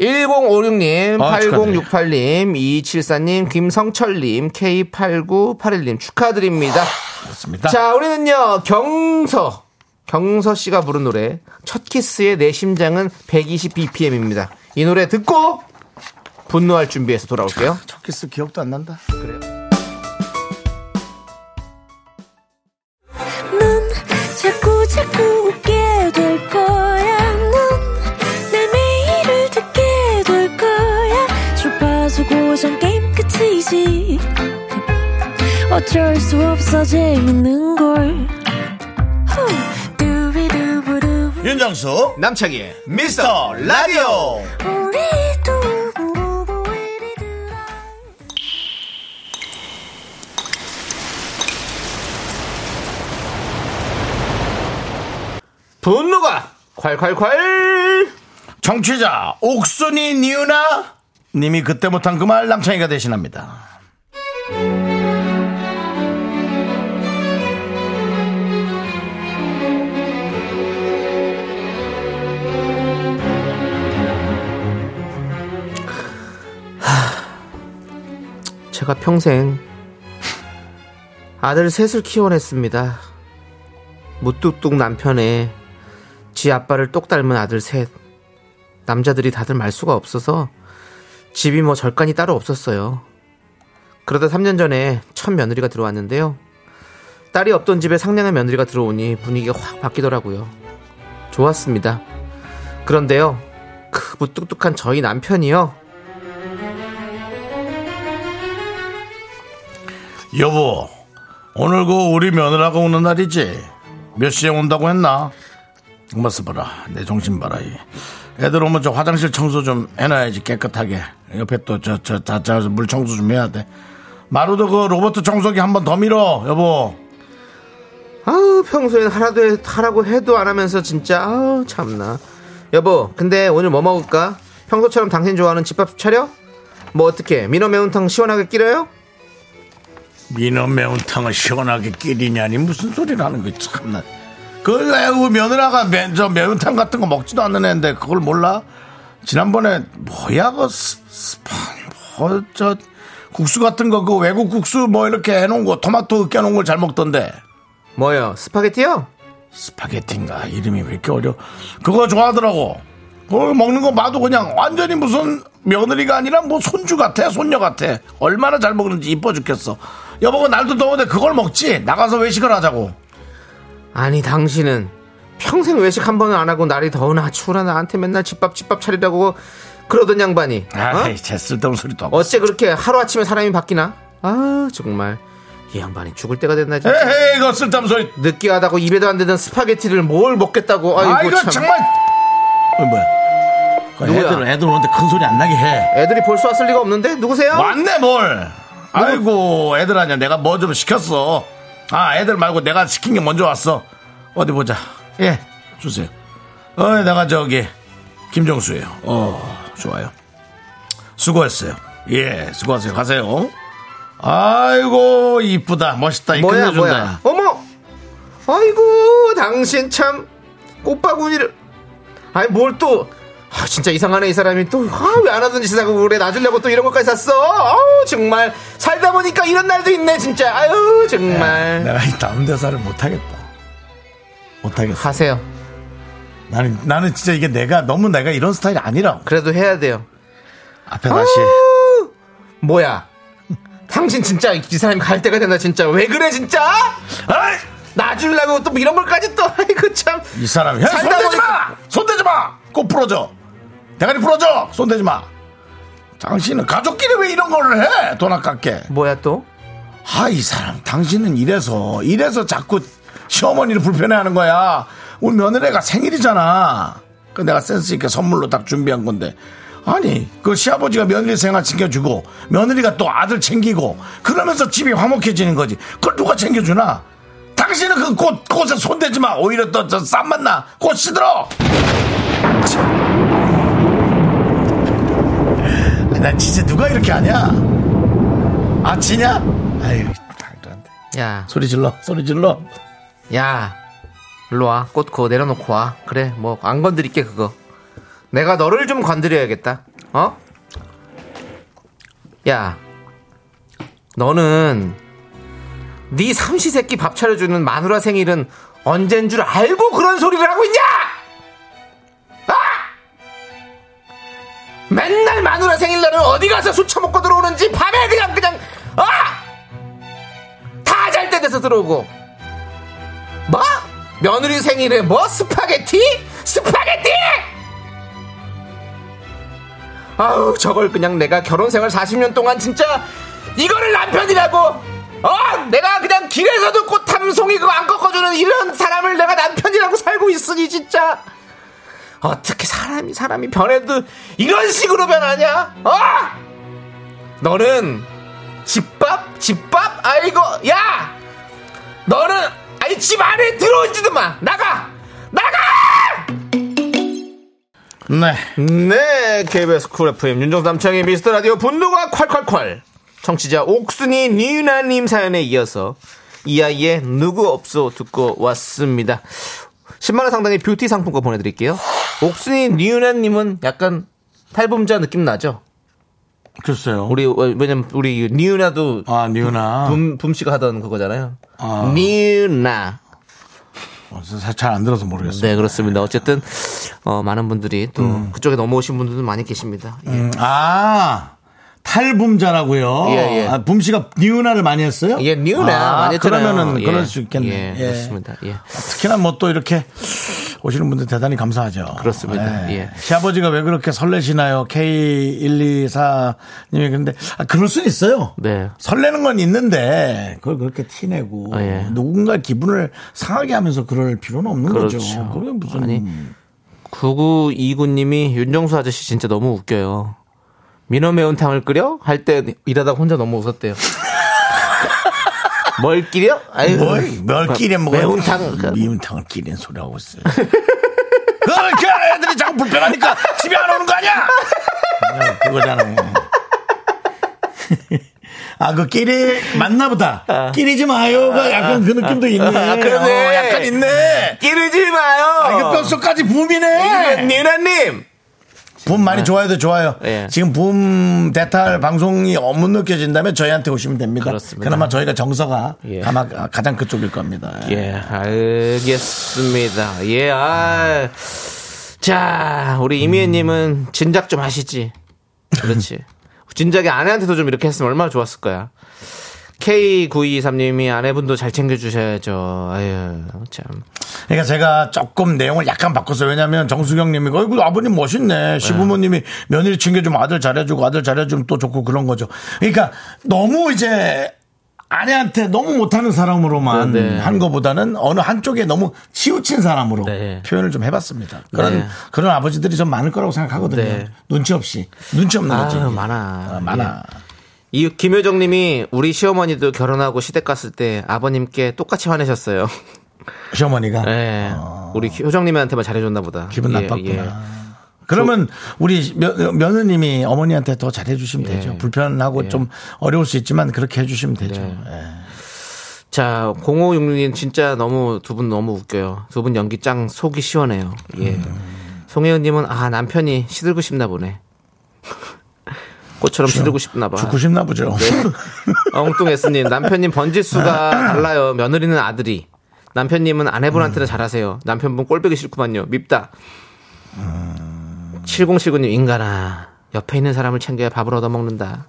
B: 1056님,
A: 아,
B: 8068님, 2274님, 김성철님, K8981님 축하드립니다.
A: 그렇습니다.
B: 자, 우리는요, 경서. 경서 씨가 부른 노래, 첫 키스의 내 심장은 120bpm입니다. 이 노래 듣고, 분노할 준비해서 돌아올게요.
A: 첫 키스 기억도 안 난다.
D: 넌 자꾸 자꾸 웃게 될 거야. 넌내 매일을 듣게 될 거야. 주파수 고정 게임 끝이지. 어쩔 수 없어 재밌는 걸. 후. 두비두부두.
A: 윤정수
B: 남창희의 미스터 라디오!
D: 우리 두부부부 우리 두부부.
B: 분노가 콸콸콸!
A: 정취자 옥순이 니우나 님이 그때 못한 그 말 남창이가 대신합니다.
B: 제가 평생 아들 셋을 키워냈습니다. 무뚝뚝 남편에 지 아빠를 똑 닮은 아들 셋. 남자들이 다들 말 수가 없어서 집이 뭐 절간이 따로 없었어요. 그러다 3년 전에 첫 며느리가 들어왔는데요. 딸이 없던 집에 상냥한 며느리가 들어오니 분위기가 확 바뀌더라고요. 좋았습니다. 그런데요, 그 무뚝뚝한 저희 남편이요.
A: 여보, 오늘 그 우리 며느라가 오는 날이지? 몇 시에 온다고 했나? 머스 봐라, 내 정신 봐라. 이. 애들 오면 저 화장실 청소 좀 해놔야지 깨끗하게. 옆에 또 저 저 자자서 물 청소 좀 해야 돼. 마루도 그 로버트 청소기 한 번 더 밀어, 여보.
B: 아우 평소엔 하라도 해- 하라고 해도 안 하면서 진짜 아우 참나 여보 근데 오늘 뭐 먹을까 평소처럼 당신 좋아하는 집밥 차려 뭐 어떻게 민어 매운탕 시원하게 끓여요
A: 민어 매운탕을 시원하게 끼리냐니 무슨 소리를 하는 거야 참나 그 애우 며느라가 매, 저 매운탕 같은 거 먹지도 않는 애인데 그걸 몰라 지난번에 뭐야 그 스- 스파 뭐저 국수 같은 거 그 외국 국수 뭐 이렇게 해놓은 거 토마토 으깨놓은 걸 잘 먹던데
B: 뭐요 스파게티요
A: 스파게티인가 이름이 왜 이렇게 어려 그거 좋아하더라고 그걸 먹는 거 봐도 그냥 완전히 무슨 며느리가 아니라 뭐 손주 같아 손녀 같아 얼마나 잘 먹는지 이뻐 죽겠어 여보가 날도 더운데 그걸 먹지 나가서 외식을 하자고
B: 아니 당신은 평생 외식 한 번은 안 하고 날이 더우나 추우나 나한테 맨날 집밥 집밥 차리라고 그러던 양반이 어?
A: 아이 쟤 쓸데없는 소리도 하고
B: 어째 그렇게 하루아침에 사람이 바뀌나 아 정말 이 양반이 죽을 때가 됐나 진짜
A: 에헤이 이거 쓸데없는 소리
B: 느끼하다고 입에도 안 되던 스파게티를 뭘 먹겠다고 아이고
A: 아 이거
B: 참
A: 정말 어, 뭐야 그
B: 누구야?
A: 애들 애들 오는데 큰 소리 안 나게 해
B: 애들이 벌써 왔을 리가 없는데 누구세요?
A: 왔네 뭘
B: 뭐?
A: 아이고 애들 아니야 내가 뭐 좀 시켰어 아 애들 말고 내가 시킨 게 먼저 왔어 어디 보자 예 주세요 어 내가 저기 김정수예요 어 좋아요 수고했어요 예 수고하세요 가세요 아이고 이쁘다 멋있다 이
B: 뭐야
A: 끝내준다
B: 뭐야 어머 아이고 당신 참 꽃바구니를 아니 뭘 또 아, 진짜 이상하네 이 사람이 또 아, 왜 안 하던 짓을 하고 그래 놔주려고 또 이런 것까지 샀어 아우 정말 살다 보니까 이런 날도 있네 진짜 아유 정말
A: 내가 이 다음 대사를 못하겠다 못하겠어
B: 하세요
A: 나는 나는 진짜 이게 내가 너무 내가 이런 스타일이 아니라고
B: 그래도 해야 돼요
A: 앞에 다시
B: 아우, 뭐야 당신 진짜 이 사람이 갈 때가 된다 진짜 왜 그래 진짜
A: 아이!
B: 놔주려고 또 이런 걸까지 또 <laughs> 아이고 참
A: 이 사람이 야,
B: 살다
A: 손대지
B: 보니까-
A: 마! 손대지 마! 꼭 부러져 대가리 부러져! 손대지 마 당신은 가족끼리 왜 이런 걸 해? 돈 아깝게
B: 뭐야 또
A: 아 이 사람 당신은 이래서 이래서 자꾸 시어머니를 불편해하는 거야 우리 며느리가 생일이잖아 그 내가 센스 있게 선물로 딱 준비한 건데 아니 그 시아버지가 며느리 생활 챙겨주고 며느리가 또 아들 챙기고 그러면서 집이 화목해지는 거지 그걸 누가 챙겨주나 당신은 그 꽃, 꽃에 손대지 마 오히려 또싼 맛나 꽃 시들어 참. 난 진짜 누가 이렇게 하냐 아 지냐 아유 말도 안돼
B: 야
A: 소리 질러 소리 질러
B: 야, 일로 와. 꽃 그거 내려놓고 와. 그래, 뭐, 안 건드릴게, 그거. 내가 너를 좀 건드려야겠다. 어? 야, 너는 네 삼시세끼 밥 차려주는 마누라 생일은 언젠 줄 알고 그런 소리를 하고 있냐? 아! 맨날 마누라 생일날은 어디 가서 술 처먹고 들어오는지 밤에 그냥 그냥 아! 다 잘 때 돼서 들어오고 뭐? 며느리 생일에 뭐 스파게티? 스파게티! 아우 저걸 그냥 내가 결혼생활 40년 동안 진짜 이거를 남편이라고 어 내가 그냥 길에서도 꽃 탐송이 그거 안 꺾어주는 이런 사람을 내가 남편이라고 살고 있으니 진짜 어떻게 사람이 사람이 변해도 이런 식으로 변하냐 어 너는 집밥 집밥 아이고 야 너는 아니 집 안에 들어오지도 마 나가 나가
A: 네.
B: 네, KBS 쿨 FM 윤정수 남창의 미스터 라디오 분노가 콸콸콸. 청취자 옥순이 니유나님 사연에 이어서 이 아이의 누구 없소 듣고 왔습니다. 10만원 상당의 뷰티 상품권 보내드릴게요. 옥순이 니유나님은 약간 탈범자 느낌 나죠?
A: 글쎄요.
B: 우리, 어, 왜냐면 우리 니유나도
A: 아, 니은아.
B: 붐, 붐씨가 하던 그거잖아요.
A: 아.
B: 니유나.
A: 잘안 들어서 모르겠어요.
B: 네, 그렇습니다. 어쨌든, 어, 많은 분들이 또 그쪽에 넘어오신 분들도 많이 계십니다. 예.
A: 음, 아, 탈붐자라고요.
B: 예, 예.
A: 아, 붐씨가 니은아를 많이 했어요?
B: 예, 뉴나
A: 아,
B: 많이 했잖아요.
A: 그러면은
B: 예.
A: 그럴 수 있겠네. 예.
B: 예, 그렇습니다. 예.
A: 특히나 뭐 또 이렇게 오시는 분들 대단히 감사하죠.
B: 그렇습니다. 예.
A: 시아버지가 왜 그렇게 설레시나요? K124님이 근데 아, 그럴 수는 있어요.
B: 네.
A: 설레는 건 있는데 그걸 그렇게 티내고
B: 아, 예.
A: 누군가 기분을 상하게 하면서 그럴 필요는 없는
B: 그렇죠.
A: 거죠. 그게 무슨 음.
B: 아니, 9929님이 윤정수 아저씨 진짜 너무 웃겨요. 민어 매운탕을 끓여? 할 때 일하다 가 혼자 너무 웃었대요. 뭘 끓여? 아유.
A: 뭘, 뭘 끼려 먹어
B: 매운탕을. 끓여.
A: 매운탕을 끼는 소리 하고 있어요. 그렇게 애들이 자꾸 불편하니까 집에 안 오는 거 아니야? 그냥 그거잖아. <laughs> 아, 그 끼리 맞나 보다. 끼리지 마요가 약간 그 느낌도 있네.
B: 아, 그러네. 어.
A: 어, 약간 있네.
B: 끼르지 마요. 예.
A: 아, 이거 뼛속까지 붐이네.
B: 니나님.
A: 붐 많이 좋아요, 도 좋아요.
B: 네. 예.
A: 지금 붐 대탈 방송이 못 느껴진다면 저희한테 오시면 됩니다.
B: 그렇습니다.
A: 그나마 저희가 정서가
B: 예.
A: 아마 가장 그쪽일 겁니다.
B: 예, 알겠습니다. 예, 아. 자, 우리 이미애님은 진작 좀 하시지. 그렇지. <laughs> 진작에 아내한테도 좀 이렇게 했으면 얼마나 좋았을 거야. K9223님이 아내분도 잘 챙겨주셔야죠. 아유, 참.
A: 그러니까 제가 조금 내용을 약간 바꿨어요. 왜냐하면 정수경님이 아이고 아버님 멋있네. 시부모님이 며느리 챙겨주면 아들 잘해주고 아들 잘해주면 또 좋고 그런 거죠. 그러니까 너무 이제 아내한테 너무 못하는 사람으로만
B: 네, 네.
A: 한 거보다는 어느 한쪽에 너무 치우친 사람으로
B: 네.
A: 표현을 좀 해봤습니다. 그런
B: 네.
A: 그런 아버지들이 좀 많을 거라고 생각하거든요.
B: 네.
A: 눈치 없이 눈치 없는 거지.
B: 아유, 예. 많아.
A: 아, 많아.
B: 이 김효정님이 우리 시어머니도 결혼하고 시댁 갔을 때 아버님께 똑같이 화내셨어요. <laughs>
A: 시어머니가
B: 예. 우리 효정님한테만 잘해줬나 보다.
A: 어. 기분
B: 예,
A: 나빴구나.
B: 예.
A: 그러면 우리 며, 며느님이 어머니한테 더 잘해주시면
B: 예.
A: 되죠. 불편하고 좀 어려울 수 있지만 그렇게 해주시면 되죠.
B: 네.
A: 예.
B: 자, 0566님 진짜 너무 두 분 너무 웃겨요. 두 분 연기 짱 속이 시원해요. 예. 송혜은님은 아 남편이 시들고 싶나 보네. <laughs> 꽃처럼 시들고 싶나 봐.
A: 죽고 싶나 보죠.
B: 네. 엉뚱했으님 남편님 번지수가 달라요. 며느리는 아들이. 남편님은 아내분한테는 잘하세요. 남편분 꼴보기 싫구만요. 밉다. 7079님 인간아 옆에 있는 사람을 챙겨야 밥을 얻어먹는다.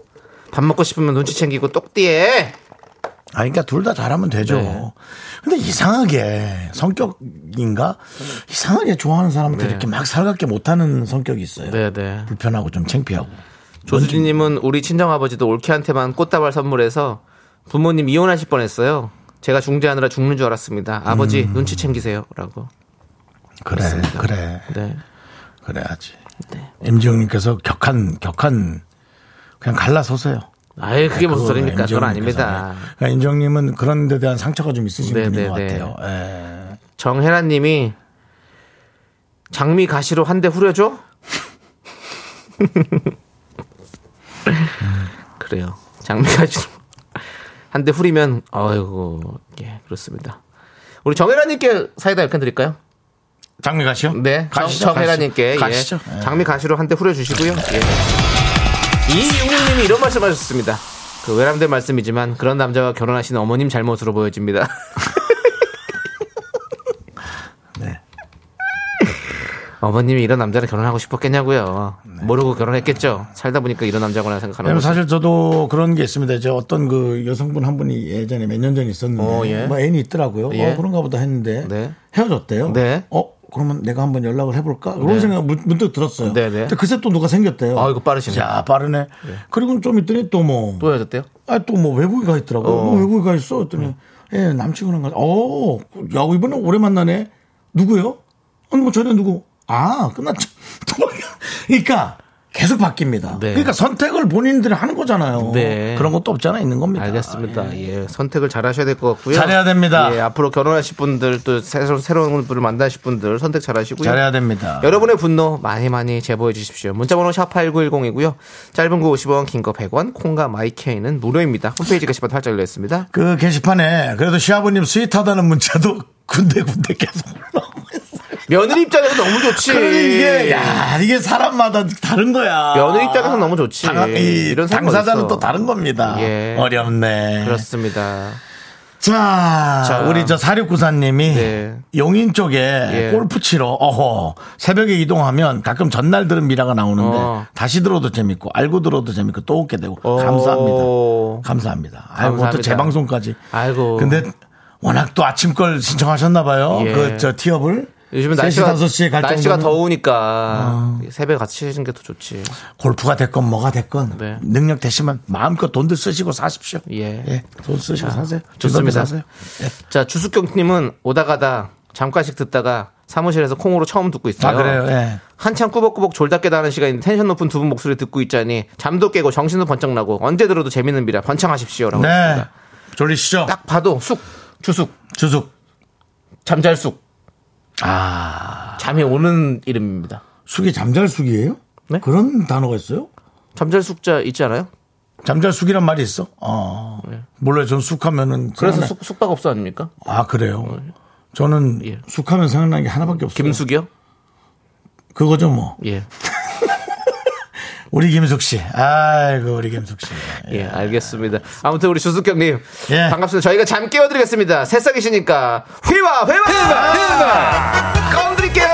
B: 밥 먹고 싶으면 눈치 챙기고 똑띠에
A: <laughs> 아, 그러니까 둘 다 잘하면 되죠.
B: 네.
A: 근데 이상하게 성격인가 이상하게 좋아하는 사람한테 이렇게 막 살갑게 못하는 성격이 있어요.
B: 네. 네네.
A: 불편하고 좀 창피하고.
B: 조수진님은 우리 친정아버지도 올케한테만 꽃다발 선물해서 부모님 이혼하실 뻔했어요. 제가 중재하느라 죽는 줄 알았습니다. 아버지 눈치 챙기세요라고.
A: 그래, 그래,
B: 네.
A: 그래야지.
B: 네.
A: 임지영님께서 격한, 격한 그냥 갈라서세요.
B: 아예 그게 무슨
A: 그거는
B: 소리입니까? 그건
A: 임정님께서.
B: 아닙니다.
A: 네. 그러니까 임정님은 그런 데 대한 상처가 좀 있으신
B: 네,
A: 분인
B: 네,
A: 것
B: 네.
A: 같아요. 예.
B: 정혜란님이 장미 가시로 한 대 후려줘? 그래요. 장미 가시로 한 대 후리면 아이고 예 그렇습니다. 우리 정혜란님께 사이다 이렇게 드릴까요?
A: 장미 가시요?
B: 네,
A: 가시죠,
B: 정혜라님께
A: 가시죠.
B: 예.
A: 예.
B: 장미 가시로 한 대 후려주시고요. 예. 이육님이 이런 말씀하셨습니다. 그 외람된 말씀이지만 그런 남자와 결혼하신 어머님 잘못으로 보여집니다. <laughs> 네. 어머님이 이런 남자를 결혼하고 싶었겠냐고요. 모르고 결혼했겠죠. 살다 보니까 이런 남자구나 생각하는
A: 왜냐면
B: 거죠.
A: 사실 저도 그런 게 있습니다. 저 어떤 그 여성분 한 분이 예전에 몇 년 전에 있었는데
B: 어, 예.
A: 뭐 애인이 있더라고요.
B: 예.
A: 어, 그런가 보다 했는데
B: 네.
A: 헤어졌대요.
B: 네.
A: 어, 그러면 내가 한번 연락을 해볼까? 그런
B: 네.
A: 생각 문- 문득 들었어요.
B: 네, 네.
A: 근데 그새 또 누가 생겼대요.
B: 아, 이거 빠르시네.
A: 자, 빠르네. 그리고 좀 있더니 또 뭐,
B: 또 헤어졌대요?
A: 아, 또 뭐 외국에 가 있더라고.
B: 어.
A: 뭐 외국에 가 있어. 했더니 예, 남친이랑 가. 어, 야, 이번에 오래 만나네. 누구요? 아니 뭐 전에 누구? 아, 끝났죠. <laughs> 그러니까 계속 바뀝니다.
B: 네.
A: 그러니까 선택을 본인들이 하는 거잖아요.
B: 네.
A: 그런 것도 없잖아 있는 겁니다.
B: 알겠습니다. 예. 선택을 잘 하셔야 될 것 같고요.
A: 잘해야 됩니다.
B: 예, 앞으로 결혼하실 분들 또 새로운, 새로운 분을 만나실 분들 선택 잘 하시고요.
A: 잘해야 됩니다.
B: 아. 여러분의 분노 많이 많이 제보해 주십시오. 문자번호 샵 8910이고요. 짧은 거 50원, 긴 거 100원, 콩과 마이케이는 무료입니다. 홈페이지 게시판 활짝 열렸습니다.
A: 그 게시판에 그래도 시아버님 스윗하다는 문자도 군데군데 계속 올라오고 있어요.
B: 며느리 입장에서 너무 좋지.
A: 그러니 이게 야 이게 사람마다 다른 거야.
B: 며느리 입장에서는 너무 좋지.
A: 당, 이,
B: 이런 사람이
A: 당사자는
B: 어딨어.
A: 또 다른 겁니다.
B: 예.
A: 어렵네.
B: 그렇습니다.
A: 자,
B: 자.
A: 우리 저 사육구사님이
B: 네.
A: 용인 쪽에
B: 예.
A: 골프 치러 어허 새벽에 이동하면 가끔 전날 들은 미라가 나오는데
B: 어.
A: 다시 들어도 재밌고 알고 들어도 재밌고 또 웃게 되고
B: 오.
A: 감사합니다. 감사합니다. 아이고 또
B: 감사합니다.
A: 재방송까지.
B: 아이고.
A: 근데 워낙 또 아침 걸 신청하셨나 봐요.
B: 예.
A: 그 저 티업을
B: 요즘은
A: 3시,
B: 날씨가,
A: 5시에 갈
B: 날씨가
A: 정도면 아.
B: 더우니까 새벽에 같이 해주는 게 더 좋지.
A: 골프가 됐건 뭐가 됐건
B: 네.
A: 능력 되시면 마음껏 돈들 쓰시고 사십시오.
B: 예.
A: 돈 쓰시고 사세요.
B: 좋습니다.
A: 사세요.
B: 자, 주숙경님은 오다가다 잠깐씩 듣다가 사무실에서 콩으로 처음 듣고 있어요.
A: 아 그래요. 예.
B: 한참 꾸벅꾸벅 졸다 깨다 하는 시간인 텐션 높은 두 분 목소리 듣고 있자니 잠도 깨고 정신도 번쩍 나고 언제 들어도 재밌는 미라 번창하십시오라고
A: 네.
B: 했습니다.
A: 졸리시죠?
B: 딱 봐도 숙 주숙
A: 주숙.
B: 잠잘숙 아 잠이 오는 이름입니다.
A: 숙이 잠잘숙이에요?
B: 네?
A: 그런 단어가 있어요?
B: 잠잘숙자 있지 않아요?
A: 잠잘숙이란 말이 있어? 어. 몰라요. 전 숙하면은.
B: 네. 그래서 네.
A: 생각나-
B: 숙, 숙박업소 아닙니까?
A: 아, 그래요? 저는
B: 예.
A: 숙하면 생각나는 게 하나밖에 없어요.
B: 김숙이요?
A: 그거죠, 뭐.
B: 예.
A: 우리 김숙 씨. 아이고, 우리 김숙 씨.
B: 예, 알겠습니다. 아무튼 우리 주숙 형님
A: 예.
B: 반갑습니다. 저희가 잠 깨워드리겠습니다. 새싹이시니까 휘바 휘바 휘바 휘바 까드릴게요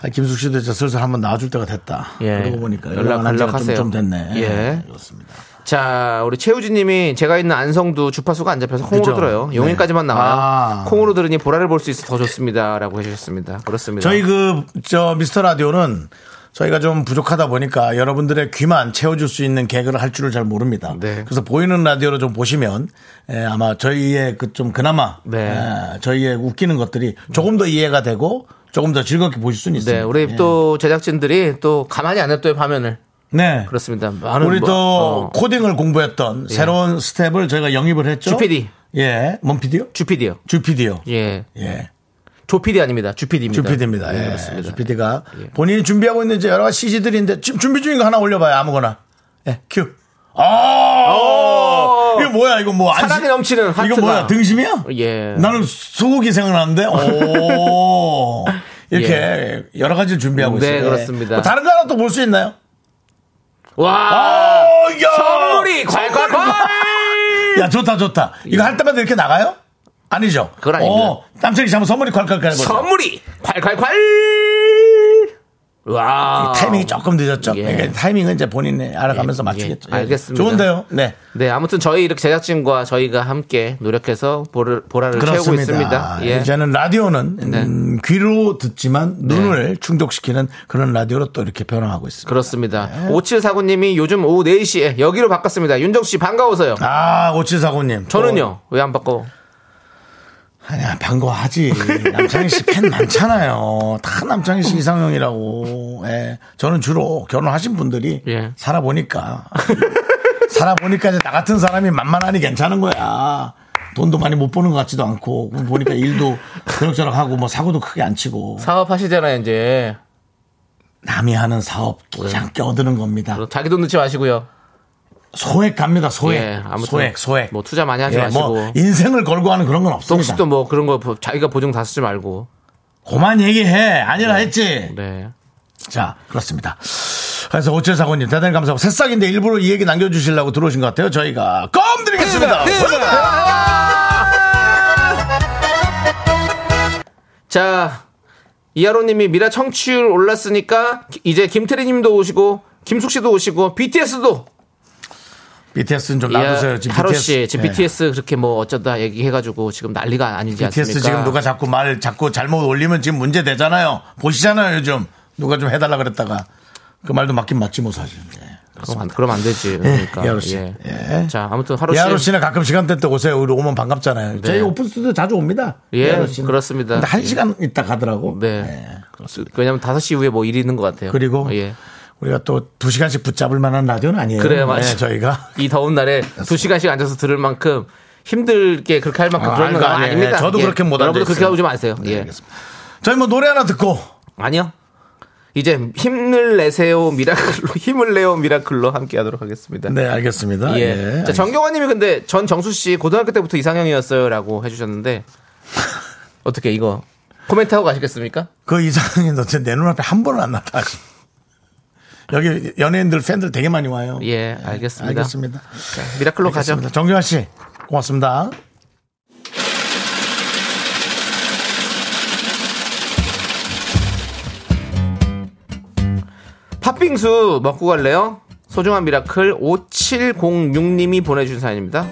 A: 아, 김숙 씨도 이제 슬슬 한번 나와줄 때가 됐다.
B: 예.
A: 그러고 보니까
B: 연락,
A: 연락 안 지가 좀,
B: 연락하세요.
A: 좀 됐네.
B: 예.
A: 그렇습니다.
B: 자, 우리 최우진님이 제가 있는 안성도 주파수가 안 잡혀서 콩으로
A: 그죠?
B: 들어요.
A: 네.
B: 용인까지만 나와요.
A: 아.
B: 콩으로 들으니 보라를 볼 수 있어 더 좋습니다라고 해주셨습니다. 그렇습니다.
A: 저희 그, 저, 미스터 라디오는 저희가 좀 부족하다 보니까 여러분들의 귀만 채워줄 수 있는 개그를 할 줄을 잘 모릅니다.
B: 네.
A: 그래서 보이는 라디오로 좀 보시면 예, 아마 저희의 그 좀 그나마
B: 네.
A: 예, 저희의 웃기는 것들이 조금 더 이해가 되고 조금 더 즐겁게 보실 수는 있습니다.
B: 네, 우리
A: 예.
B: 또 제작진들이 또 가만히 안 냅둬요 화면을.
A: 네.
B: 그렇습니다. 많은
A: 우리
B: 뭐-
A: 또
B: 어, 예.
A: 코딩을 공부했던 새로운 스텝을 저희가 영입을 했죠.
B: 주PD.
A: 예. 뭔 PD요?
B: 주피디요.
A: 주PD요.
B: 예,
A: 예.
B: 조피디 아닙니다. 주피디입니다.
A: 주PD입니다.
B: 예,
A: 예,
B: 그렇습니다.
A: 주PD가 본인이 준비하고 있는 이제 여러 가지 CG들인데 지금 준비 중인 거 하나 올려봐요. 아무거나. 예, 큐. 아, 이거 뭐야? 이거 뭐 안심-
B: 사랑이 어, 넘치는 하트가.
A: 이거 뭐야? 등심이야?
B: 예.
A: 나는 소고기 생각나는데.
B: <laughs>
A: 오. 이렇게 여러 가지를 준비하고
B: 예. 네,
A: 있어요. 예.
B: 그렇습니다.
A: 뭐 다른 거 하나 또 볼 수 있나요?
B: 와,
A: 어, 야.
B: 선물이 콸콸콸!
A: 야, 좋다, 좋다. 이거 할 때마다 이렇게 나가요? 아니죠.
B: 예. 그건 아닙니다.
A: 어, 땀색이 잠깐 선물이 콸콸콸 해보자.
B: 선물이 콸콸콸! 와.
A: 타이밍이 조금 늦었죠.
B: 아, 예.
A: 그러니까 타이밍은 이제 본인이 알아가면서
B: 예,
A: 맞추겠죠.
B: 예. 알겠습니다.
A: 좋은데요? 네.
B: 네, 아무튼 저희 이렇게 제작진과 저희가 함께 노력해서 보를, 보라를 채우고
A: 그렇습니다. 아,
B: 있습니다. 예. 네.
A: 이제는 라디오는 음, 귀로 듣지만 눈을 충족시키는 그런 라디오로 또 이렇게 변화하고 있습니다.
B: 그렇습니다.
A: 네.
B: 5749님이 요즘 오후 4시에 여기로 바꿨습니다. 윤정 씨 반가워서요.
A: 아, 어. 오칠사고님.
B: 저는요, 왜 안 바꿔?
A: 아니야, 반가워하지. 남창희 씨 팬 많잖아요. 다 남창희 씨 이상형이라고. 예. 저는 주로 결혼하신 분들이
B: 예.
A: 살아보니까. 살아보니까 이제 나 같은 사람이 만만하니 괜찮은 거야. 돈도 많이 못 버는 것 같지도 않고. 보니까 일도 그럭저럭 하고 뭐 사고도 크게 안 치고.
B: 사업하시잖아요, 이제.
A: 남이 하는 사업 그냥 껴드는 겁니다.
B: 자기 돈 넣지 마시고요.
A: 소액 갑니다. 소액.
B: 예, 아무튼
A: 소액, 소액.
B: 뭐 투자 많이 하지
A: 예,
B: 마시고.
A: 뭐 인생을 걸고 하는 그런 건 없습니다.
B: 혹시도 뭐 그런 거 보- 자기가 보증 다 쓰지 말고.
A: 고만 얘기해. 아니라 했지.
B: 네.
A: 자, 그렇습니다. 그래서 오철 사고님 대단히 감사하고 새싹인데 일부러 이 얘기 남겨주시려고 들어오신 것 같아요. 저희가 껌 드리겠습니다.
B: 자, 이하로님이 미라 청취율 올랐으니까 기- 이제 김태리님도 오시고 김숙 씨도 오시고 BTS도
A: BTS는 좀 놔두세요. 지금
B: 예, 하로
A: BTS.
B: 씨 지금
A: 예.
B: BTS 그렇게 뭐 어쩌다 얘기해가지고 지금 난리가 아니지
A: BTS
B: 않습니까?
A: 지금 누가 자꾸 말 자꾸 잘못 올리면 지금 문제 되잖아요. 보시잖아요 요즘 누가 좀 해달라 그랬다가 그 말도 맞긴 맞지 뭐 사실. 예.
B: 그럼 안, 그럼 안 되지. 그러니까.
A: 이하로 씨.
B: 예.
A: 예.
B: 자, 아무튼 하루 씨. 네.
A: 예하로 씨는 가끔 시간대 때 오세요. 우리 오면 반갑잖아요. 저희 오픈 스튜디오 자주 옵니다.
B: 예,
A: 예하로 씨는.
B: 그렇습니다.
A: 근데 한
B: 예.
A: 시간 있다 가더라고.
B: 네.
A: 예.
B: 왜냐면 5시 이후에 뭐 일이 있는 것 같아요.
A: 그리고
B: 예.
A: 우리가 또 두 시간씩 붙잡을 만한 라디오는 아니에요.
B: 그래요, 맞아요.
A: 예, 저희가.
B: 이 더운 날에 두 시간씩 앉아서 들을 만큼 힘들게 그렇게 할 만큼
A: 아,
B: 그런
A: 알거
B: 건
A: 아니에요.
B: 아닙니다. 예.
A: 저도 그렇게 못
B: 여러분도 그렇게
A: 앉아있어요.
B: 하고 좀 아세요.
A: 네,
B: 예.
A: 알겠습니다. 저희 뭐 노래 하나 듣고
B: 아니요. 이제 힘을 내세요 미라클로 힘을 내요 미라클로 함께 하도록 하겠습니다.
A: 네 알겠습니다.
B: 예.
A: 예.
B: 자, 정경화 님이 근데 전 정수 씨 고등학교 때부터 이상형이었어요라고 해
A: <laughs>
B: 주셨는데 어떻게 이거 코멘트 하고 가시겠습니까?
A: 그 이상이 도대체 내 눈앞에 한 번은 안 나타나. 여기 연예인들 팬들 되게 많이 와요.
B: 예, 알겠습니다.
A: 알겠습니다.
B: 자, 미라클로 가죠.
A: 알겠습니다. 정경환 씨 고맙습니다.
B: 팥빙수 먹고 갈래요? 소중한 미라클 5706님이 보내준 사연입니다.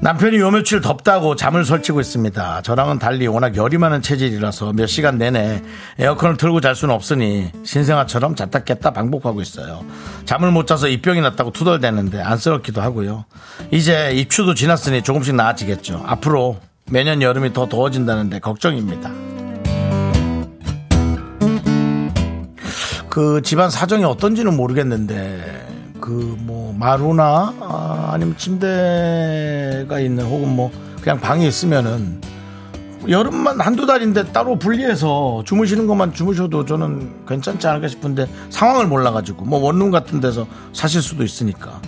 A: 남편이 요 며칠 덥다고 잠을 설치고 있습니다. 저랑은 달리 워낙 열이 많은 체질이라서 몇 시간 내내 에어컨을 틀고 잘 수는 없으니 신생아처럼 잤다 깼다 반복하고 있어요. 잠을 못 자서 입병이 났다고 투덜대는데 안쓰럽기도 하고요. 이제 입추도 지났으니 조금씩 나아지겠죠. 앞으로 매년 여름이 더 더워진다는데 걱정입니다. 그 집안 사정이 어떤지는 모르겠는데 그 뭐 마루나 아, 아니면 침대가 있는 혹은 뭐 그냥 방이 있으면은 여름만 한두 달인데 따로 분리해서 주무시는 것만 주무셔도 저는 괜찮지 않을까 싶은데 상황을 몰라가지고 뭐 원룸 같은 데서 사실 수도 있으니까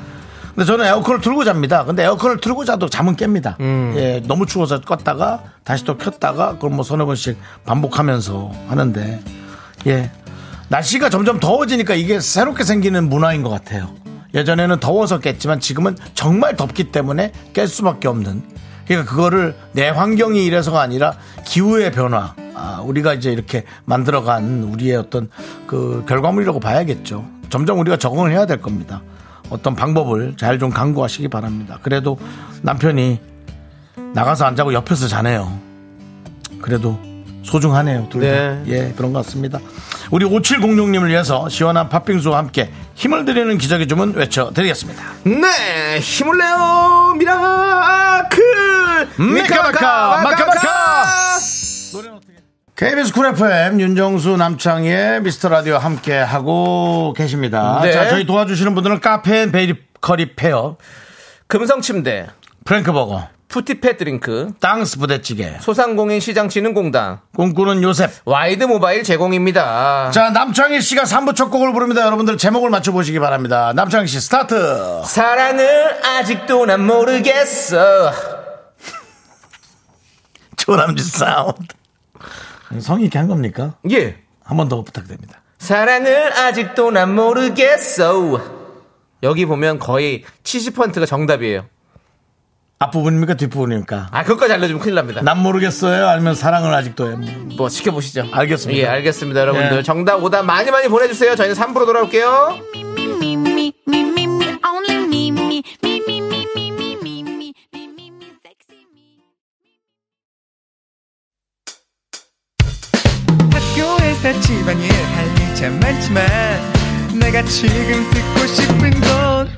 A: 근데 저는 에어컨을 틀고 잡니다 근데 에어컨을 틀고 자도 잠은 깹니다 예, 너무 추워서 껐다가 다시 또 켰다가 그걸 뭐 서너 번씩 반복하면서 하는데 예. 날씨가 점점 더워지니까 이게 새롭게 생기는 문화인 것 같아요. 예전에는 더워서 깼지만 지금은 정말 덥기 때문에 깰 수밖에 없는. 그러니까 그거를 내 환경이 이래서가 아니라 기후의 변화. 아, 우리가 이제 이렇게 만들어간 우리의 어떤 그 결과물이라고 봐야겠죠. 점점 우리가 적응을 해야 될 겁니다. 어떤 방법을 잘 좀 강구하시기 바랍니다. 그래도 남편이 나가서 안 자고 옆에서 자네요. 그래도 소중하네요. 둘 다.
B: 네.
A: 예, 그런 것 같습니다. 우리 5706님을 위해서 시원한 팥빙수와 함께 힘을 드리는 기적의 주문 외쳐드리겠습니다.
B: 네, 힘을 내요 미라클
A: 미카마카, 마카마카! KBS 쿨 FM 윤정수 남창희의 미스터 라디오 함께 하고 계십니다.
B: 네.
A: 자, 저희 도와주시는 분들은 카페인 베이커리 페어,
B: 금성침대
A: 프랭크버거,
B: 푸티페 드링크
A: 땅스 부대찌개,
B: 소상공인 시장진흥공단
A: 꿈꾸는 요셉.
B: 와이드 모바일 제공입니다.
A: 자, 남창희 씨가 3부 첫 곡을 부릅니다. 여러분들 제목을 맞춰보시기 바랍니다. 남창희 씨 스타트!
B: 사랑을 아직도 난 모르겠어.
A: 조남지 사운드. 성의 있게 한 겁니까?
B: 예.
A: 한 번 더 부탁드립니다.
B: 사랑을 아직도 난 모르겠어. 여기 보면 거의 70%가 정답이에요.
A: 앞부분입니까? 뒷부분입니까?
B: 아, 그것까지 알려주면 큰일 납니다.
A: 난 모르겠어요? 아니면 사랑을 아직도 해?
B: 뭐 지켜보시죠.
A: 알겠습니다.
B: 예, 알겠습니다. 여러분들
A: 예.
B: 정답 오답 많이 많이 보내주세요. 저희는 3부로 돌아올게요.
D: me, me, me, me, me, only me, me, me, me, me, me, me, me, me, me, me, me, sexy me.
E: 학교에서 집안일 할 일 참 많지만 내가 지금 듣고 싶은 건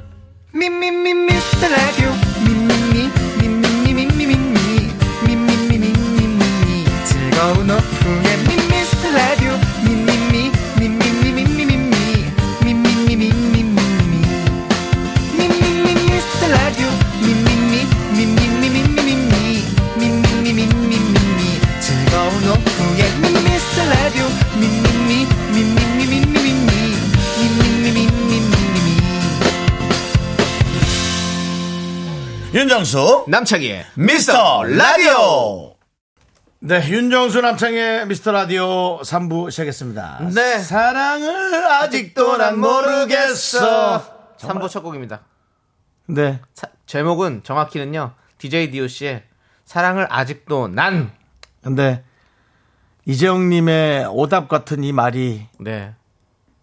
E: 미미미 미스터 라디오 미미미 미미미 미미미 미미미 미미미 즐거운 오후에 미스터 라디오 미미미 미미미 미미미 미미미 미미미
A: 윤정수
B: 남창희의
A: 미스터 라디오. 네, 윤정수 남창의 미스터 라디오 3부 시작했습니다.
B: 네.
A: 사랑을 아직도 난 모르겠어.
B: 3부 첫 곡입니다.
A: 네.
B: 사- 제목은 정확히는요. DJ DOC의 사랑을 아직도 난
A: 근데 이재영님의 오답 같은 이 말이
B: 네.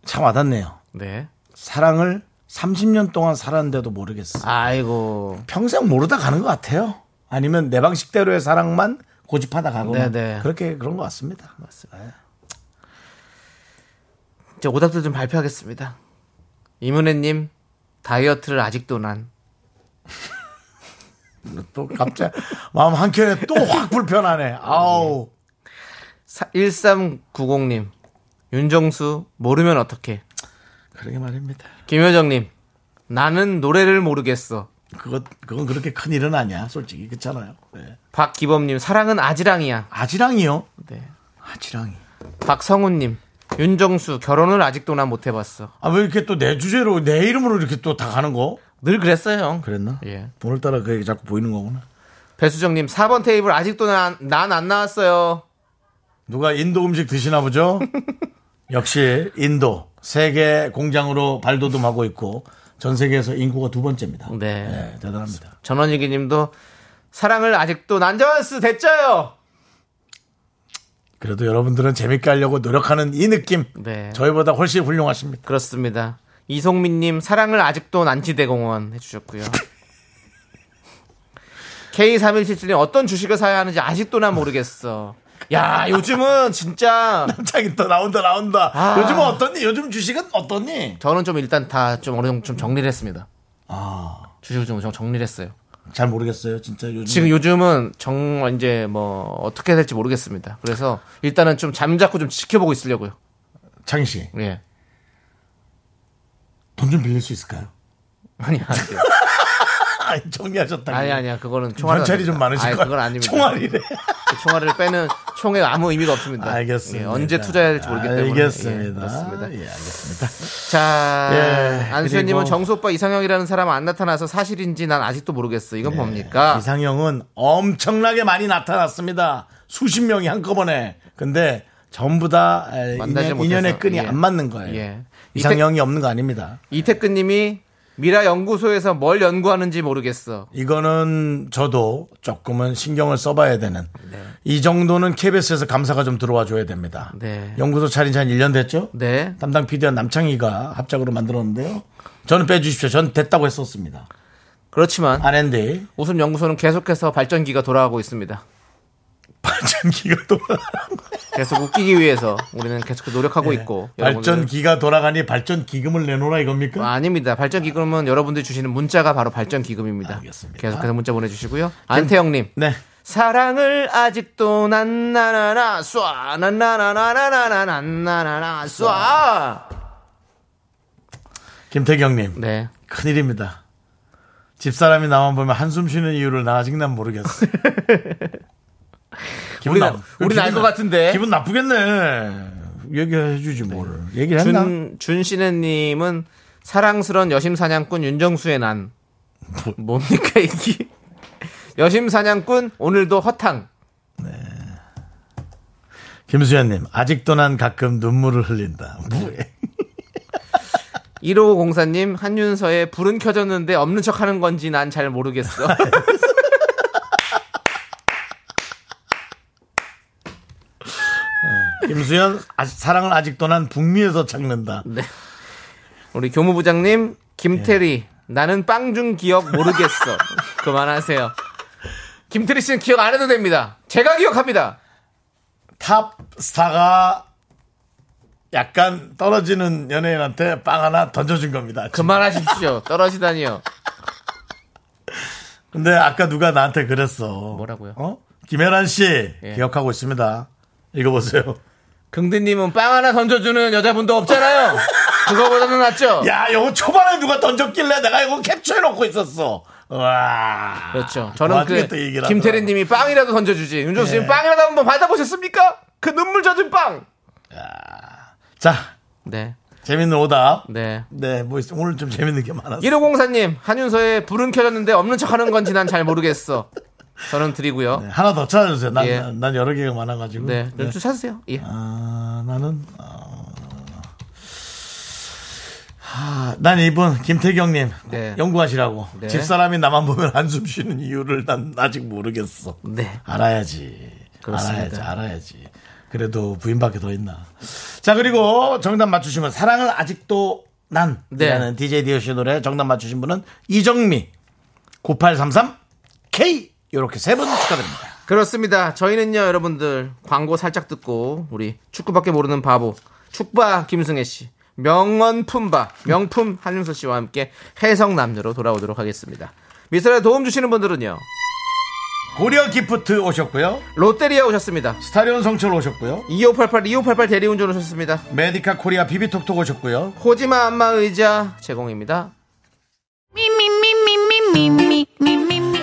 A: 참 와닿네요.
B: 네.
A: 사랑을 30년 동안 살았는데도 모르겠어.
B: 아이고.
A: 평생 모르다 가는 것 같아요. 아니면 내 방식대로의 사랑만 고집하다 가거나
B: 네네.
A: 그렇게 그런 것 같습니다.
B: 이제 오답도 좀 발표하겠습니다. 이문혜님 다이어트를 아직도 난.
A: 또 갑자기 마음 한켠에 또 확 불편하네. 아우.
B: 사- 1390님 윤정수 모르면
A: 네.
B: 어떡해.
A: 그러게 말입니다.
B: 김효정님 나는 노래를 모르겠어.
A: 그것 그건 그렇게 큰 일은 아니야. 솔직히 그렇잖아요. 네.
B: 박기범님 사랑은 아지랑이야.
A: 아지랑이요.
B: 네.
A: 아지랑이.
B: 박성훈님 윤정수 결혼을 아직도 난 못 해봤어.
A: 아 왜 이렇게 또 내 주제로 내 이름으로 이렇게 또 다 가는 거?
B: 늘 그랬어요.
A: 그랬나?
B: 예.
A: 오늘따라 그게 자꾸 보이는 거구나.
B: 배수정님 4번 테이블 아직도 난 안 나왔어요.
A: 누가 인도 음식 드시나
B: <laughs>
A: 보죠? 역시 인도 세계 공장으로 발돋움하고 있고 전 세계에서 인구가 두 번째입니다.
B: 네.
A: 대단합니다.
B: 전원일기님도 사랑을 아직도 난저스 됐죠요.
A: 그래도 여러분들은 재밌게 하려고 노력하는 이 느낌
B: 네.
A: 저희보다 훨씬 훌륭하십니다. <laughs>
B: 그렇습니다. 이송민님 사랑을 아직도
A: <laughs>
B: 난치대공원 해주셨고요. K3177님 어떤 주식을 사야 하는지 아직도 난 모르겠어. 야 요즘은 진짜
A: 자기 또 나온다 나온다.
B: 아.
A: 요즘은 어떻니? 요즘 주식은 어떻니?
B: 저는 좀 일단 다 좀 어느 정도 좀 정리를 했습니다.
A: 아,
B: 주식을 좀 정리를 했어요.
A: 잘 모르겠어요. 진짜 요즘
B: 지금 요즘은 정 이제 뭐 어떻게 될지 모르겠습니다. 그래서 일단은 좀 잠자코 좀 지켜보고 있으려고요.
A: 창희 씨,
B: 예.
A: 돈 좀 빌릴 수 있을까요? <laughs>
B: 아니 아니요.
A: 아, 정리하셨다.
B: 아니 아니야. 그거는 총알
A: 현찰이 좀 많으실
B: 아니,
A: 거예요.
B: 그건
A: <laughs>
B: 아닙니다.
A: 총알이래.
B: 그 총알을 빼는 총에 아무 의미가 없습니다.
A: 네, 알겠습니다.
B: 예, 언제 투자해야 될지 모르기 때문에.
A: 알겠습니다.
B: 예, 그렇습니다.
A: 예, 알겠습니다.
B: 자,
A: 예,
B: 안수현님은
A: 그리고-
B: 정수 오빠 이상형이라는 사람 안 나타나서 사실인지 난 아직도 모르겠어. 이건 뭡니까?
A: 예, 이상형은 엄청나게 많이 나타났습니다. 수십 명이 한꺼번에. 근데 전부 다 에,
B: 만나질
A: 인연, 인연의
B: 못해서.
A: 끈이
B: 예.
A: 안 맞는 거예요.
B: 예.
A: 이상형이 없는 거 아닙니다.
B: 이태근님이 미라 연구소에서 뭘 연구하는지 모르겠어.
A: 이거는 저도 조금은 신경을 써봐야 되는. 이 정도는 KBS에서 감사가 좀 들어와 줘야 됩니다.
B: 네.
A: 연구소 차린 지 한 1년 됐죠?
B: 네.
A: 담당 PD와 남창희가 합작으로 만들었는데요. 저는 빼주십시오. 전 됐다고 했었습니다.
B: 그렇지만
A: 안 했는데.
B: 웃음 연구소는 계속해서 발전기가 돌아가고 있습니다.
A: 발전기가 또
B: 계속 웃기기 위해서 우리는 계속 노력하고 있고 여러분들-
A: 예, 발전기가 돌아가니 발전 기금을 내놓으라 이겁니까?
B: 아, 아닙니다. 발전 기금은 여러분들이 주시는 문자가 바로 발전 기금입니다.
A: 알겠습니다. 그-
B: 계속해서 문자 보내주시고요. 안태영님.
A: 네.
B: 사랑을 아직도 난나나나 쏴 난나나나나나나나나나 쏴.
A: 김태경님
B: 네.
A: 큰일입니다. 집사람이 나만 보면 한숨 쉬는 이유를 나 아직 난
B: <laughs>
A: 모르겠어요. 기분
B: 우리는-
A: 나,
B: 우리는
A: 기분
B: 알것
A: 나-
B: 같은데.
A: 기분 나쁘겠네. 얘기해 주지 뭘. 얘기를 했나?
B: 네. 준 준신혜님은 사랑스런 여심 사냥꾼 윤정수의 난 뭡니까 이게 여심 사냥꾼 오늘도 허탕
A: 김수현님 아직도 난 가끔 눈물을 흘린다.
B: 네.
A: 뭐해?
B: 1504님 한윤서의 불은 켜졌는데 없는 척하는 건지 난 잘 모르겠어.
A: 김수현 아, 사랑을 아직도 난 북미에서 찾는다.
B: 네. 우리 교무부장님 김태리
A: 예.
B: 나는 빵중
A: <laughs>
B: 기억 모르겠어. 그만하세요. 김태리 씨는 기억 안 해도 됩니다. 제가 기억합니다.
A: 탑 스타가 약간 떨어지는 연예인한테 빵 하나 던져준 겁니다.
B: 그만하십시오. 떨어지다니요.
A: 근데 아까 누가 나한테 그랬어.
B: 뭐라고요?
A: 어? 김혜란 씨
B: 예.
A: 기억하고 있습니다. 읽어보세요.
B: 긍디님은 빵 하나 던져주는 여자분도 없잖아요. 그거보다는 낫죠.
A: 야, 이거 초반에 누가 던졌길래 내가 이거 캡처해놓고 있었어. 와.
B: 그렇죠. 저는
A: 와중에
B: 그
A: 또 얘기를 하더라고. 예.
B: 김태리님이 빵이라도 던져주지. 윤정수 씨는 빵이라도 한번 받아보셨습니까? 그 눈물 젖은 빵.
A: 자,
B: 네.
A: 재밌는 오답.
B: 네.
A: 네, 뭐 있- 오늘 좀 재밌는 게 많았어요.
B: 예. 1504님, 한윤서의 불은 켜졌는데 없는 척 하는 건지 난 잘 모르겠어. 저는 드리고요.
A: 네, 음. 하나 더 찾아주세요. 난,
B: 예.
A: 난 여러 개가 많아가지고.
B: 네. 네. 좀 찾으세요. 예.
A: 아, 나는 어... 하, 아, 난 이분 김태경님
B: 네.
A: 연구하시라고
B: 네.
A: 집사람이 나만 보면 한숨 쉬는 이유를 난 아직 모르겠어.
B: 네.
A: 알아야지. 알아야지.
B: 그렇습니다.
A: 알아야지. 그래도 부인밖에 더 있나. 자 그리고 정답 맞추시면 사랑을 아직도 난
B: 네.
A: 이라는 DJ 디오씨 노래 정답 맞추신 분은 이정미 9833 K 이렇게 세 분 축하드립니다.
B: 그렇습니다. 저희는요, 여러분들, 광고 살짝 듣고, 우리 축구밖에 모르는 바보, 축바 김승혜 씨, 명언 품바, 명품 한윤서 씨와 함께 해성남녀로 돌아오도록 하겠습니다. 미스터에 도움 주시는 분들은요,
A: 고려 기프트 오셨고요.
B: 롯데리아 오셨습니다.
A: 스타리온 성철 오셨고요.
B: 2588, 2588 대리운전 오셨습니다.
A: 메디카 코리아 비비톡톡 오셨고요.
B: 코지마 안마 의자 제공입니다.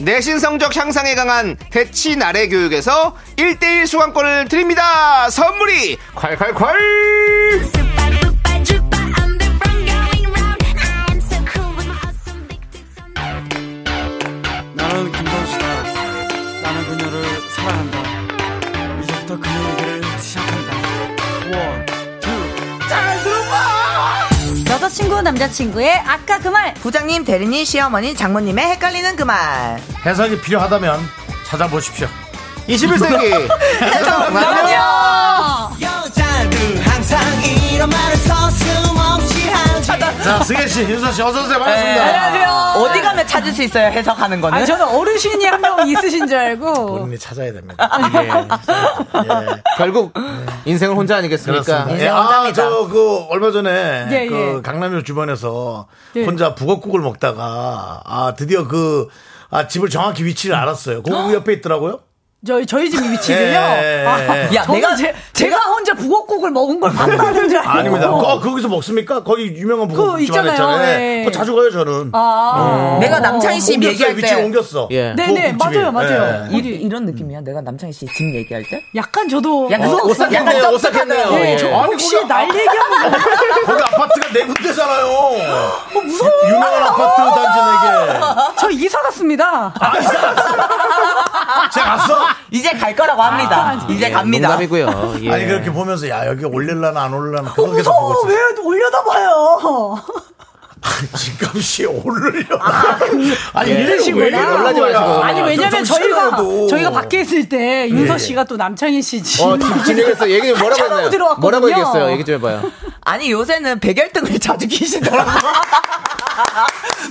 B: 내신 성적 향상에 강한 대치 나래 교육에서 1대1 수강권을 드립니다 선물이 콸콸콸
D: 나는 김선수다. 나는 그녀를 사랑한다. 이제부터 그 얘기를 시작한다. 원, 투.
F: 여자친구 남자친구의 아까 그 말
E: 부장님, 대리님, 시어머니, 장모님의 헷갈리는 그 말.
A: 해석이 필요하다면 찾아보십시오
B: 21세기
D: 여자들 항상 이런 말을 서슴없이 하지.
A: <laughs> 자 승혜씨 윤서씨 어서오세요 반갑습니다
E: 어디 가면 찾을 수 있어요, 해석하는 거는?
F: 아니 저는 어르신이 한 명 있으신 줄 알고
A: 본인이 찾아야 됩니다 예. 예.
B: <laughs> 결국 인생을 혼자 아니겠습니까
A: 그렇습니다. 예, 아, 저, 그, 얼마 전에,
F: 그러니까 예,
A: 그,
F: 예.
A: 강남역 주변에서
F: 예.
A: 혼자 북어국을 먹다가, 아, 드디어 그, 아, 집을 정확히 위치를 알았어요. 그 옆에 있더라고요.
F: 저희 저희 집
A: 예,
F: 위치를요.
A: 예,
F: 아,
A: 예.
E: 야,
F: 저는
E: 내가-
F: 제, 제가 혼자 북엇국을 먹은 걸 봤다는 줄 알고.
A: 아닙니다. 거, 거기서 먹습니까? 거기 유명한 북어국 집안
F: 그 있잖아요.
A: 있잖아요.
F: 예.
A: 그거 자주 가요, 저는. 그
F: 아.
E: 내가 남창희 씨
A: 옮겼어요.
E: 얘기할
A: 위치를
E: 때.
A: 옮겼어.
B: 예.
F: 네네
A: 부엌집이.
F: 맞아요 맞아요.
A: 예.
E: 이,
F: 어디-
E: 이런 느낌이야, 내가 남창희 씨 집 얘기할 때?
F: 약간 저도
E: 약간
F: 어,
E: 섭- 약간
B: 오싹했네요,
E: 섭섭하다.
B: 오싹했네요.
E: 예.
B: 예.
F: 저 혹시 날 얘기하면
A: 거기 아파트가 네 군데잖아요. 무서워. 그 유명한 아파트 단지
F: 저 이사 갔습니다.
A: 네개 제가 갔어?
E: 이제 갈 거라고 합니다. 이제 갑니다.
B: 농담이고요
F: <laughs>
B: 예.
A: 아니, 그렇게 보면서, 야, 여기 올릴라나 안 올릴라나
F: 어,
A: 그거 계속 보고 있어.
F: 올려다봐요?
A: 집값이 오르려나. 아니, 이래서 왜
F: 이러시구나.
A: 이러는
B: 놀라지 마시고.
A: 거야.
F: 아니 왜냐면
A: 좀
F: 저희가
A: 싫어도. 예,
F: 저희가 밖에 있을 때 윤서 씨가 또 남창희 씨 집.
B: 어, 집 진행했어. 얘기 좀 뭐라고
F: 한참 하고
B: 했나요?
F: 들어왔거든요.
B: 뭐라고 얘기했어요? 얘기 좀 해봐요.
E: 아니, 요새는 백열등을 자주
A: <laughs>
E: 끼시더라고.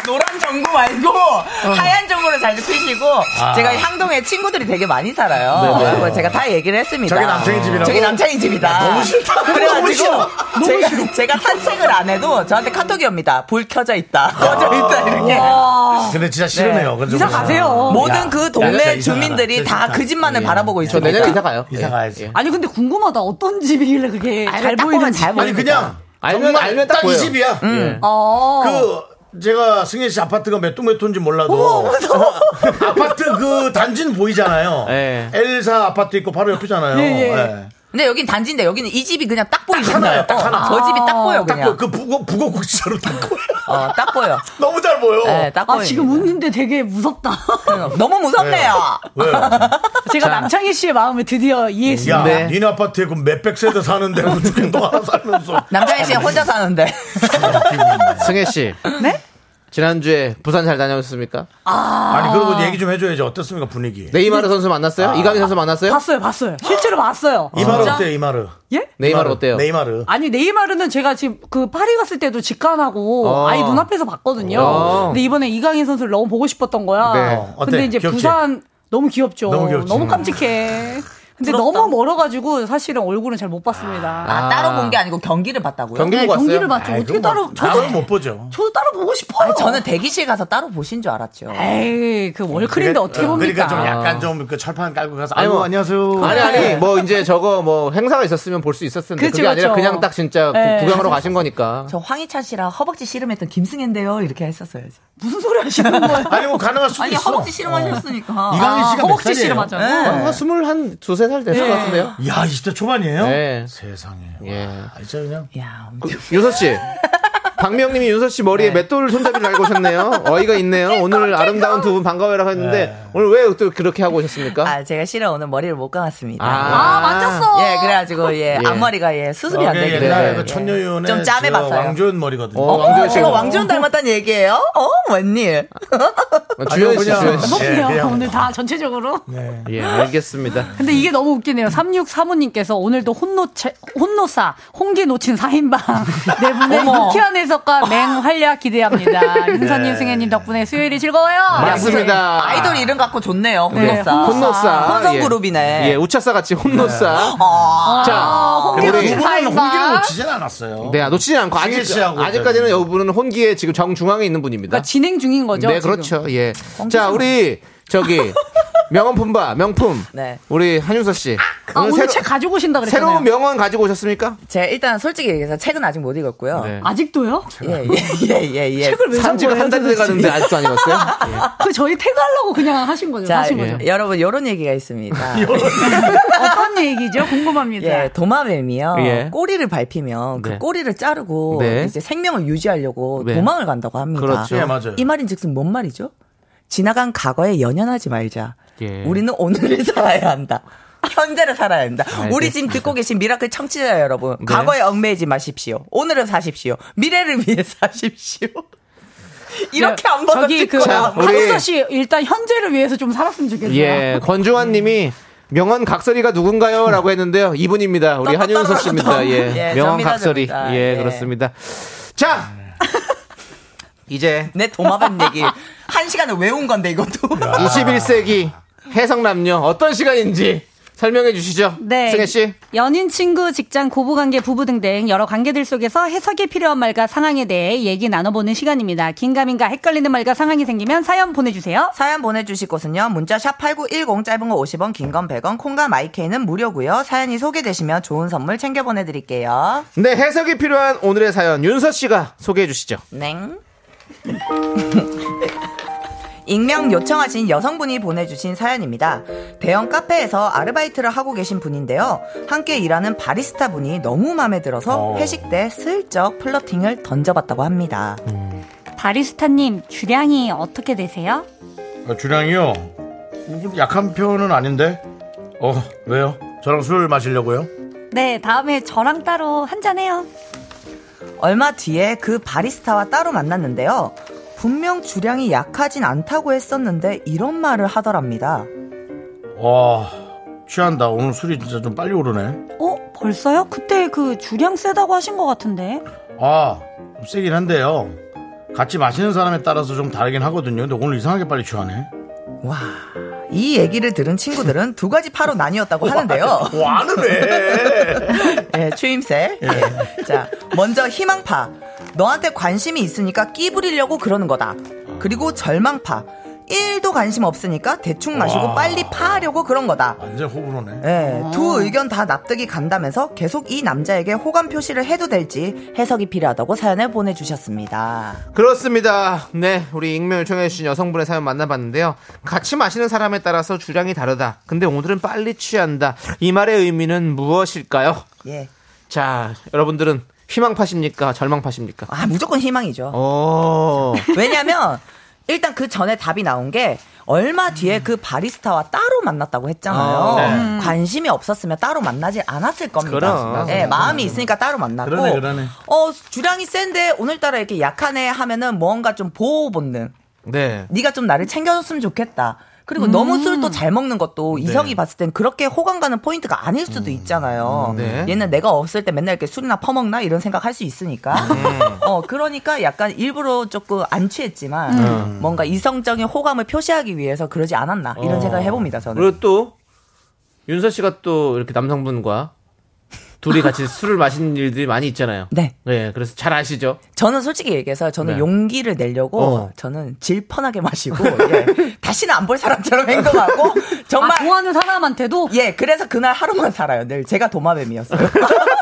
E: 노란 전구 말고 어. 하얀 전구를 자주 끼시고
A: 아.
E: 제가 향동에 친구들이 되게 많이 살아요. 그래서 제가 다 얘기를 했습니다.
A: 네, 저기 남창희 집이라고?
E: 저기 남창희 집이다.
A: 너무 싫다. 너무
E: <laughs> 그래가지고
A: 싫어.
E: 제가, 제가 산책을 안 해도 저한테 카톡이 옵니다. 불 켜져 있다. <laughs> 켜져 있다 이렇게.
A: 아, 근데 진짜 싫으네요. 그래서
F: 이사
A: 보면.
F: 가세요.
E: 모든
A: 야,
E: 그
A: 진짜
E: 동네
A: 이상하다.
E: 주민들이
A: 진짜
E: 다 그
A: 예.
E: 집만을 바라보고
B: 저
E: 있습니다.
B: 내년에 이사 가요.
A: 이사
B: 예.
A: 가야지.
F: 아니 근데 궁금하다. 어떤 집이길래 그게 잘 보이는 지
A: 아니, 그냥.
B: 알면-
A: 정말
B: 알면 딱
A: 딱
B: 보여요.
A: 20이야.
E: 음.
F: 어.
A: 그 제가 승혜 씨 아파트가 몇 동 몇 호인지 몰라도 아파트 그 단지는 보이잖아요.
B: 예.
A: 엘사 아파트 있고 바로 옆이잖아요.
F: 예, 예.
A: 예.
G: 네,
E: 근데 여긴 단지인데 여기는 이 집이 그냥 딱 보이잖아요.
A: 하나예요, 딱
E: 어,
A: 하나.
E: 저 집이 딱 보여
A: 딱
E: 그냥.
A: 그, 그 북어 북어 국지처럼 딱 보여.
E: 어, 딱 보여.
A: 너무 잘 보여.
E: 네, 딱 보여.
F: 아 지금 웃는데 되게 무섭다.
E: 너무 무섭네요.
A: 왜요?
F: 제가 남창희 씨의 마음을 드디어
A: 야,
F: 이해했습니다.
B: 네.
A: 니네 아파트에 그 몇백 세대 사는데 어떻게 너 하나 살면서
E: 남자애 씨 혼자 사는데.
B: 예. 승혜 씨.
F: <laughs> 네?
B: 지난주에 부산 잘 다녀오셨습니까?
A: 아니 그러고 얘기 좀 해줘야지 어떻습니까 분위기?
B: 네이마르 선수 만났어요? 이강인 선수 만났어요?
F: 봤어요, 봤어요. 실제로 봤어요.
A: 이마르
F: 진짜?
A: 어때요 이마르?
F: 예?
B: 네이마르 어때요?
A: 네이마르.
F: 아니 네이마르는 제가 지금 그 파리 갔을 때도 직관하고
B: 어.
F: 아이 눈앞에서 봤거든요.
B: 어.
F: 근데 이번에 이강인 선수를 너무 보고 싶었던 거야.
B: 네.
A: 어때?
F: 근데 이제
A: 귀엽지?
F: 부산 너무 귀엽죠.
A: 너무 귀엽지.
F: 깜찍해. 근데 너무 멀어가지고 사실은 얼굴은 잘 못 봤습니다. 네,
G: 아, 따로 본 게 아니고 경기를 봤다고요?
B: 경기 보고 왔어요?
F: 경기를 봤죠. 어떻게 따로 저도
A: 뭐 나는 못 보죠.
F: 저도 따로 보고 싶어요.
G: 아니, 저는 대기실 가서 따로 보신 줄 알았죠.
F: 에이 그 월클인데 어떻게
A: 어, 그러니까
F: 봅니까?
A: 좀 약간 좀 그 철판 깔고 가서
B: 아니,
A: 아유
B: 뭐-
A: 안녕하세요.
B: 아니 아니 뭐 이제 저거 뭐 행사가 있었으면 볼 수 있었을 텐데
F: 네. 그쵸,
B: 그게 아니라
F: 그쵸.
B: 그냥딱 진짜 구-
F: 네.
B: 구경하러 가신 거니까.
G: 저 황희찬 씨랑 허벅지 씨름했던 김승현데요 이렇게 했었어야지.
F: 무슨 소리 하시는 거예요?
A: 아니 뭐 가능할 수도
G: 아니
A: 있어.
G: 허벅지
E: 아,
G: 씨름하셨으니까.
A: 이강인 씨가 몇
F: 허벅지
A: 살이에요?
F: 씨를 맞아.
G: 네.
B: 한 스물 한 두세 살
F: 네.
B: 됐을 것 같은데요.
A: 야 20대 초반이에요?
B: 네.
A: 세상에.
B: 예.
A: 와, 아, 진짜 그냥
G: 야,
B: 윤서 씨. 박미영님이 윤서 씨 머리에 맷돌 손잡이를 달고 오셨네요. 어이가 있네요. 오늘 아름다운 두 분 반가워요라고 했는데
A: 네.
B: 오늘 왜 또 그렇게 하고 오셨습니까?
G: 아 제가 실은 오늘 머리를 못 감았습니다.
F: 아 만졌어.
G: 예, 그래가지고 예, 앞머리가 예 수습이 안
A: 그게
G: 되길래
A: 옛날에
B: 네.
E: 예.
A: 그 천여윤의
G: 좀 짬해봤어요.
A: 저 왕조연 머리거든요.
B: 어,
G: 어,
B: 왕조연 씨.
G: 제가 왕준 닮았다는 얘기예요? 어, 웬일?
B: 아, 주현 씨,
A: 그냥-
B: 주현 씨.
A: 예,
F: 높네요
A: 그냥-
F: 오늘 다 전체적으로.
A: 네.
B: 예, 알겠습니다.
F: 근데 이게 너무 웃기네요. 3635님께서 오늘도 혼노체, 혼노사, 홍기 놓친 4인방. 네 분의
G: 어머.
F: 유쾌한 해석과 맹활약 기대합니다. 윤선님,
A: 네.
F: 승현님 덕분에 수요일이 즐거워요.
B: 아, 맞습니다.
G: 아이돌 이름 갖고 좋네요. 혼노사. 아.
B: 혼노사.
G: 혼성
B: 예.
G: 그룹이네. 어.
B: 예, 우차사 같이 혼노사.
G: 아,
B: 자,
F: 네. 아,
A: 근데 우리
F: 홍기
B: 우리
F: 놓친
A: 두 분은
F: 4인방.
A: 홍기를 놓치진 않았어요.
B: 네, 놓치지 않고
A: 승혜
B: 아직
A: 씨하고
B: 아직까지는
A: 저기.
B: 여부분은 혼기에 지금 정중앙에 있는 분입니다.
F: 그러니까 진행 중인 거죠?
B: 네,
F: 지금?
B: 그렇죠. 예. 자, 우리
F: <laughs>
B: 저기 명언 품바 명품.
G: 네.
B: 우리 한윤서 씨.
F: 아, 오늘 책 가지고 오신다 그랬잖아요.
B: 새로운 명언 가지고 오셨습니까?
G: 제가 일단 솔직히 얘기해서 책은 아직 못 읽었고요.
B: 네.
F: 아직도요?
G: 예, 예, 예, 예, 예.
F: 책을 왜 사고
B: 산지가 한 달 돼 가는데 아직도 안 읽었어요? 예.
F: 그 저희 태그하려고 그냥 하신 거죠?
G: 자,
F: 하신
G: 예.
F: 거죠?
G: 여러분, 요런 얘기가 있습니다.
B: <laughs>
F: 어떤 얘기죠? 궁금합니다.
G: 예, 도마뱀이요.
B: 예.
G: 꼬리를 밟히면 그
B: 네.
G: 꼬리를 자르고
B: 네.
G: 이제 생명을 유지하려고
B: 네.
G: 도망을 간다고 합니다.
B: 그렇죠.
A: 예, 맞아요.
G: 이 말인 즉슨 뭔 말이죠? 지나간 과거에 연연하지 말자.
B: 예.
G: 우리는 오늘을 <laughs> 살아야 한다. 현재를 살아야 한다. 우리
B: 알겠습니다.
G: 지금 듣고 계신 미라클 청취자 여러분,
B: 네.
G: 과거에 얽매이지 마십시오. 오늘은 사십시오. 미래를 위해 <laughs> 사십시오. 이렇게 안
F: 저기 그
G: 벗어질 거야.
B: 자, 우리-
F: 한우서 씨 일단 현재를 위해서 좀 살았으면 좋겠어요.
G: <laughs> 네.
B: 예. 권주환 님이 명언 각설이가 누군가요? 라고 했는데요. 이분입니다. 우리
G: 또, 또,
B: 한윤서
G: 또, 또,
B: 씨입니다.
G: 또.
B: 예.
G: 예,
B: 명언
G: 접니다,
B: 각설이.
G: 접니다.
B: 예,
G: 예.
B: 그렇습니다. 자! 이제
G: 내 도마뱀
B: <laughs>
G: 얘기 한 시간을 외운 건데 이것도.
B: 21세기 해성남녀 어떤 시간인지 설명해 주시죠.
F: 네.
B: 승혜 씨.
F: 연인, 친구, 직장, 고부관계, 부부 등등 여러 관계들 속에서 해석이 필요한 말과 상황에 대해 얘기 나눠보는 시간입니다. 긴가민가 헷갈리는 말과 상황이 생기면 사연 보내주세요.
G: 사연 보내주실 곳은요. 문자 샵 8910 짧은 거 50원 긴 건 100원 콩과 마이케이는 무료고요. 사연이 소개되시면 좋은 선물 챙겨 보내드릴게요.
B: 네, 해석이 필요한 오늘의 사연 윤서 씨가 소개해 주시죠.
G: 냉. <laughs> 익명 요청하신 여성분이 보내주신 사연입니다. 대형 카페에서 아르바이트를 하고 계신 분인데요. 함께 일하는 바리스타 분이 너무 마음에 들어서 회식 때 슬쩍 플러팅을 던져봤다고 합니다.
F: 바리스타님, 주량이 어떻게 되세요?
A: 아, 주량이요. 좀 약한 편은 아닌데. 어 왜요? 저랑 술 마시려고요?
F: 네, 다음에 저랑 따로 한잔해요.
G: 얼마 뒤에 그 바리스타와 따로 만났는데요. 분명 주량이 약하진 않다고 했었는데 이런 말을 하더랍니다.
A: 와 취한다. 오늘 술이 진짜 좀 빨리 오르네.
F: 어? 벌써요? 그때 그 주량 세다고 하신 것 같은데.
A: 아좀 세긴 한데요. 같이 마시는 사람에 따라서 좀 다르긴 하거든요. 근데 오늘 이상하게 빨리 취하네.
G: 와, 이 얘기를 들은 친구들은 두 가지 파로 나뉘었다고 하는데요.
A: 와는 왜?
G: <laughs> 예, 추임새. 예. 자, 먼저 희망파. 너한테 관심이 있으니까 끼 부리려고 그러는 거다. 그리고 절망파. 1도 관심 없으니까 대충 마시고
A: 와.
G: 빨리 파하려고 그런 거다.
A: 완전 호불호네.
G: 예, 두 의견 다 납득이 간다면서 계속 이 남자에게 호감 표시를 해도 될지 해석이 필요하다고 사연을 보내주셨습니다.
B: 그렇습니다. 네, 우리 익명 요청해 주신 여성분의 사연 만나봤는데요. 같이 마시는 사람에 따라서 주량이 다르다. 근데 오늘은 빨리 취한다. 이 말의 의미는 무엇일까요?
G: 예.
B: 자, 여러분들은 희망파십니까? 절망파십니까?
G: 아, 무조건 희망이죠.
B: 오.
G: 왜냐면, 일단 그 전에 답이 나온 게, 얼마 뒤에 그 바리스타와 따로 만났다고 했잖아요. 음.
B: 아, 네.
A: 음.
G: 관심이 없었으면 따로 만나지 않았을 겁니다.
B: 그럼.
G: 예, 마음이 있으니까 따로 만났고.
A: 그러네, 그러네.
G: 어, 주량이 센데 오늘따라 이렇게 약하네 하면은 뭔가 좀 보호 본능.
B: <laughs> 네.
G: 네가 좀 나를 챙겨줬으면 좋겠다. 그리고
B: 음.
G: 너무 술 또 잘 먹는 것도 이성이 봤을 땐 그렇게 호감 가는 포인트가 아닐 수도 있잖아요.
B: 네. 음, 네.
G: 얘는 내가 없을 때 맨날 이렇게 술이나 퍼먹나 이런 생각 할 수 있으니까.
B: 네.
G: <laughs> 어, 그러니까 약간 일부러 조금 안 취했지만
B: 음.
G: 뭔가 이성적인 호감을 표시하기 위해서 그러지 않았나 이런
B: 어.
G: 생각을 해봅니다, 저는.
B: 그리고 또 윤서 씨가 또 이렇게 남성분과 둘이 같이 <laughs> 술을 마시는 일들이 많이 있잖아요.
G: 네.
B: 네, 그래서 잘 아시죠?
G: 저는 솔직히 얘기해서 저는
B: 네.
G: 용기를 내려고
B: 어.
G: 저는 질펀하게 마시고 <laughs> 예. 다시는 안 볼
B: <laughs>
G: 사람처럼 행동하고 정말
F: 아, 좋아하는 사람한테도
G: 예, 그래서 그날 하루만 살아요. 늘 제가 도마뱀이었어요. <laughs>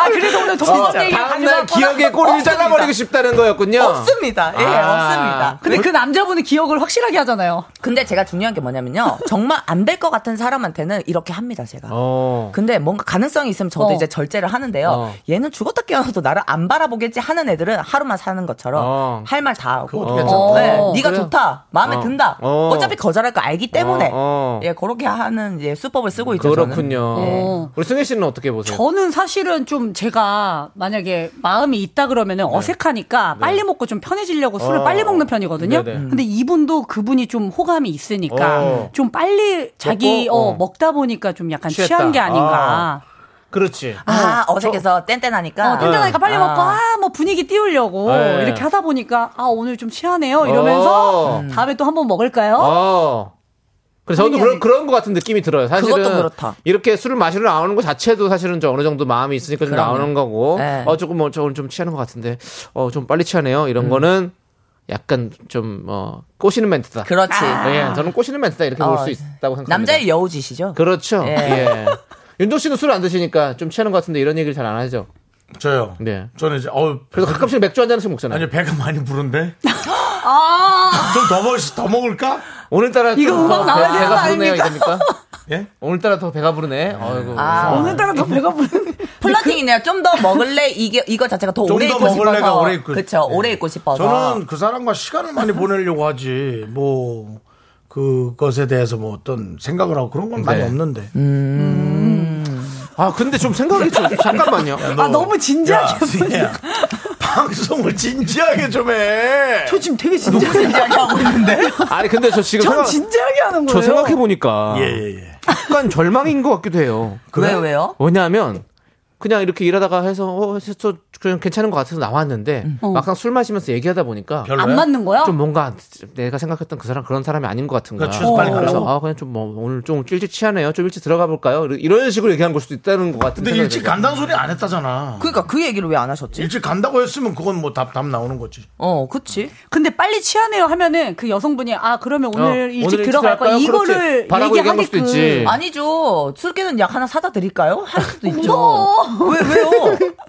F: 아 그래서 오늘 동업 얘기
B: 어, 다음날
F: 가져왔구나.
B: 기억의 꼬리를
G: 없습니다.
B: 잘라버리고 싶다는 거였군요.
G: 없습니다. 예,
B: 아.
G: 없습니다.
F: 근데 그 남자분은 기억을 확실하게 하잖아요.
G: 근데 제가 중요한 게 뭐냐면요. 정말 안 될 것 같은 사람한테는 이렇게 합니다, 제가.
B: 어.
G: 근데 뭔가 가능성이 있으면 저도
F: 어.
G: 이제 절제를 하는데요.
B: 어.
G: 얘는 죽었다 깨어나도 나를 안 바라보겠지 하는 애들은 하루만 사는 것처럼
B: 어.
G: 할 말 다 하고.
A: 그것도
B: 괜찮다.
G: 네,
F: 어.
G: 네가
B: 그래요.
G: 좋다. 마음에
B: 어.
G: 든다.
B: 어.
G: 어. 차피 거절할 거 알기 때문에.
B: 어, 어.
G: 예, 그렇게 하는 예, 수법을 쓰고 있죠. 저는. 예. 네.
B: 그렇군요.
F: 어.
B: 우리 승혜 씨는 어떻게 보세요?
F: 저는 사실은 좀 제가 만약에 마음이 있다 그러면은 어색하니까 빨리 먹고 좀 편해지려고 술을
B: 네. 어.
F: 빨리 먹는 편이거든요.
B: 네네. 음.
F: 근데 이분도 그분이 좀 호감이 있으니까
B: 어.
F: 좀 빨리 자기
B: 먹고, 어.
F: 어, 먹다 보니까 좀 약간
B: 취했다.
F: 취한 게 아닌가.
B: 그렇지.
G: 아, 어색해서 뗀뗀하니까.
F: 어, 든든하니까 빨리
G: 아.
F: 먹고, 아, 뭐 분위기 띄우려고
B: 네.
F: 이렇게 하다 보니까, 아, 오늘 좀 취하네요. 이러면서
B: 어.
F: 다음에 또 한번 먹을까요?
B: 어. 그래서 저도 그런, 그런 것 같은 느낌이 들어요. 사실은
G: 그것도 그렇다.
B: 이렇게 술을 마시러 나오는 것 자체도 사실은 좀 어느 정도 마음이 있으니까 좀
G: 그럼요.
B: 나오는 거고,
G: 네.
B: 어 조금 뭐 조금 좀 취하는 것 같은데, 어 좀 빨리 취하네요. 이런
G: 음.
B: 거는 약간 좀어 꼬시는 멘트다.
G: 그렇지.
F: 아.
B: 예, 저는 꼬시는 멘트다 이렇게 볼
G: 어,
B: 수 있다고 생각합니다.
G: 남자의 여우짓이죠.
B: 그렇죠.
G: 예.
B: 예. 윤종 씨는 술 안 드시니까 좀 취하는 것 같은데 이런 얘기를 잘 안 하죠.
A: 저요.
B: 네.
A: 저는 이제 어우
B: 그래서 가끔씩 맥주 한 잔씩 먹잖아요.
A: 아니 배가 많이
B: <laughs>
A: 부른데.
B: 아!
A: 좀 더 먹, 더 먹을까?
B: 오늘따라
F: 이거
B: 좀
F: 음악
B: 더
F: 나와야
B: 배- 배가
F: 되는 거
B: 부르네요,
F: 아닙니까?
B: 이겁니까? 예.
A: 예?
B: 오늘따라 더 배가 부르네. 어이구.
G: 아.
F: 오늘따라 더 배가 부르네.
G: 플러팅이네요. 좀 더 먹을래 이게 이거 자체가 더
A: 그 좀
G: 오래
A: 더
G: 있고
A: 먹을래가
G: 싶어서.
A: 오래 있고
G: 그쵸.
A: 네.
G: 오래 있고
B: 아,
G: 싶어서.
A: 저는 그 사람과 시간을 많이 보내려고 하지 뭐 그것에 대해서 뭐 어떤 생각을 하고 그런 건 많이
B: 네.
A: 없는데.
B: 아, 근데 좀 생각이 좀 잠깐만요.
A: 너,
F: 아, 너무 진지하게.
A: 야, 승희야. <laughs> 방송을 진지하게 좀 해.
F: 저 지금 되게 진지하게 하고 있는데?
B: 아니 근데 저 지금
F: 전
B: 생각,
F: 진지하게 하는
B: 저
F: 거예요.
B: 생각해 보니까
A: 예, 예, 예.
B: 약간 절망인 것 같기도 해요.
G: 왜 왜요?
B: 왜냐하면 그냥 이렇게 일하다가 해서 어, 저 그냥 괜찮은 것 같아서 나왔는데
F: 음.
B: 어. 막상 술 마시면서 얘기하다 보니까
A: 별로야?
F: 안 맞는 거야?
B: 좀 뭔가 안- 내가 생각했던 그 사람 그런 사람이 아닌 것 같은 거야.
A: 그러니까 취해서 빨리 가라고?
B: 그래서 아 그냥 좀 뭐 오늘 좀 일찍 취하네요. 좀 일찍 들어가 볼까요? 이런 식으로 얘기한 걸 수도 있다는 것 같은데.
A: 근데 일찍 간다는 소리 안 했다잖아.
G: 그러니까 그 얘기를 왜 안 하셨지?
A: 일찍 간다고 했으면 그건 뭐 답 답 나오는 거지.
G: 어, 그치.
F: 근데 빨리 취하네요 하면은 그 여성분이 아 그러면 오늘
B: 어,
F: 일찍
B: 오늘 일찍
F: 들어갈 거야
B: 들어갈까요?
F: 이거를
B: 그렇지. 바라고 얘기한 걸 수도
F: 얘기하게끔
B: 있지.
G: 아니죠. 술기는 약 하나 사다 드릴까요? 할 수도 있죠. 왜 왜요?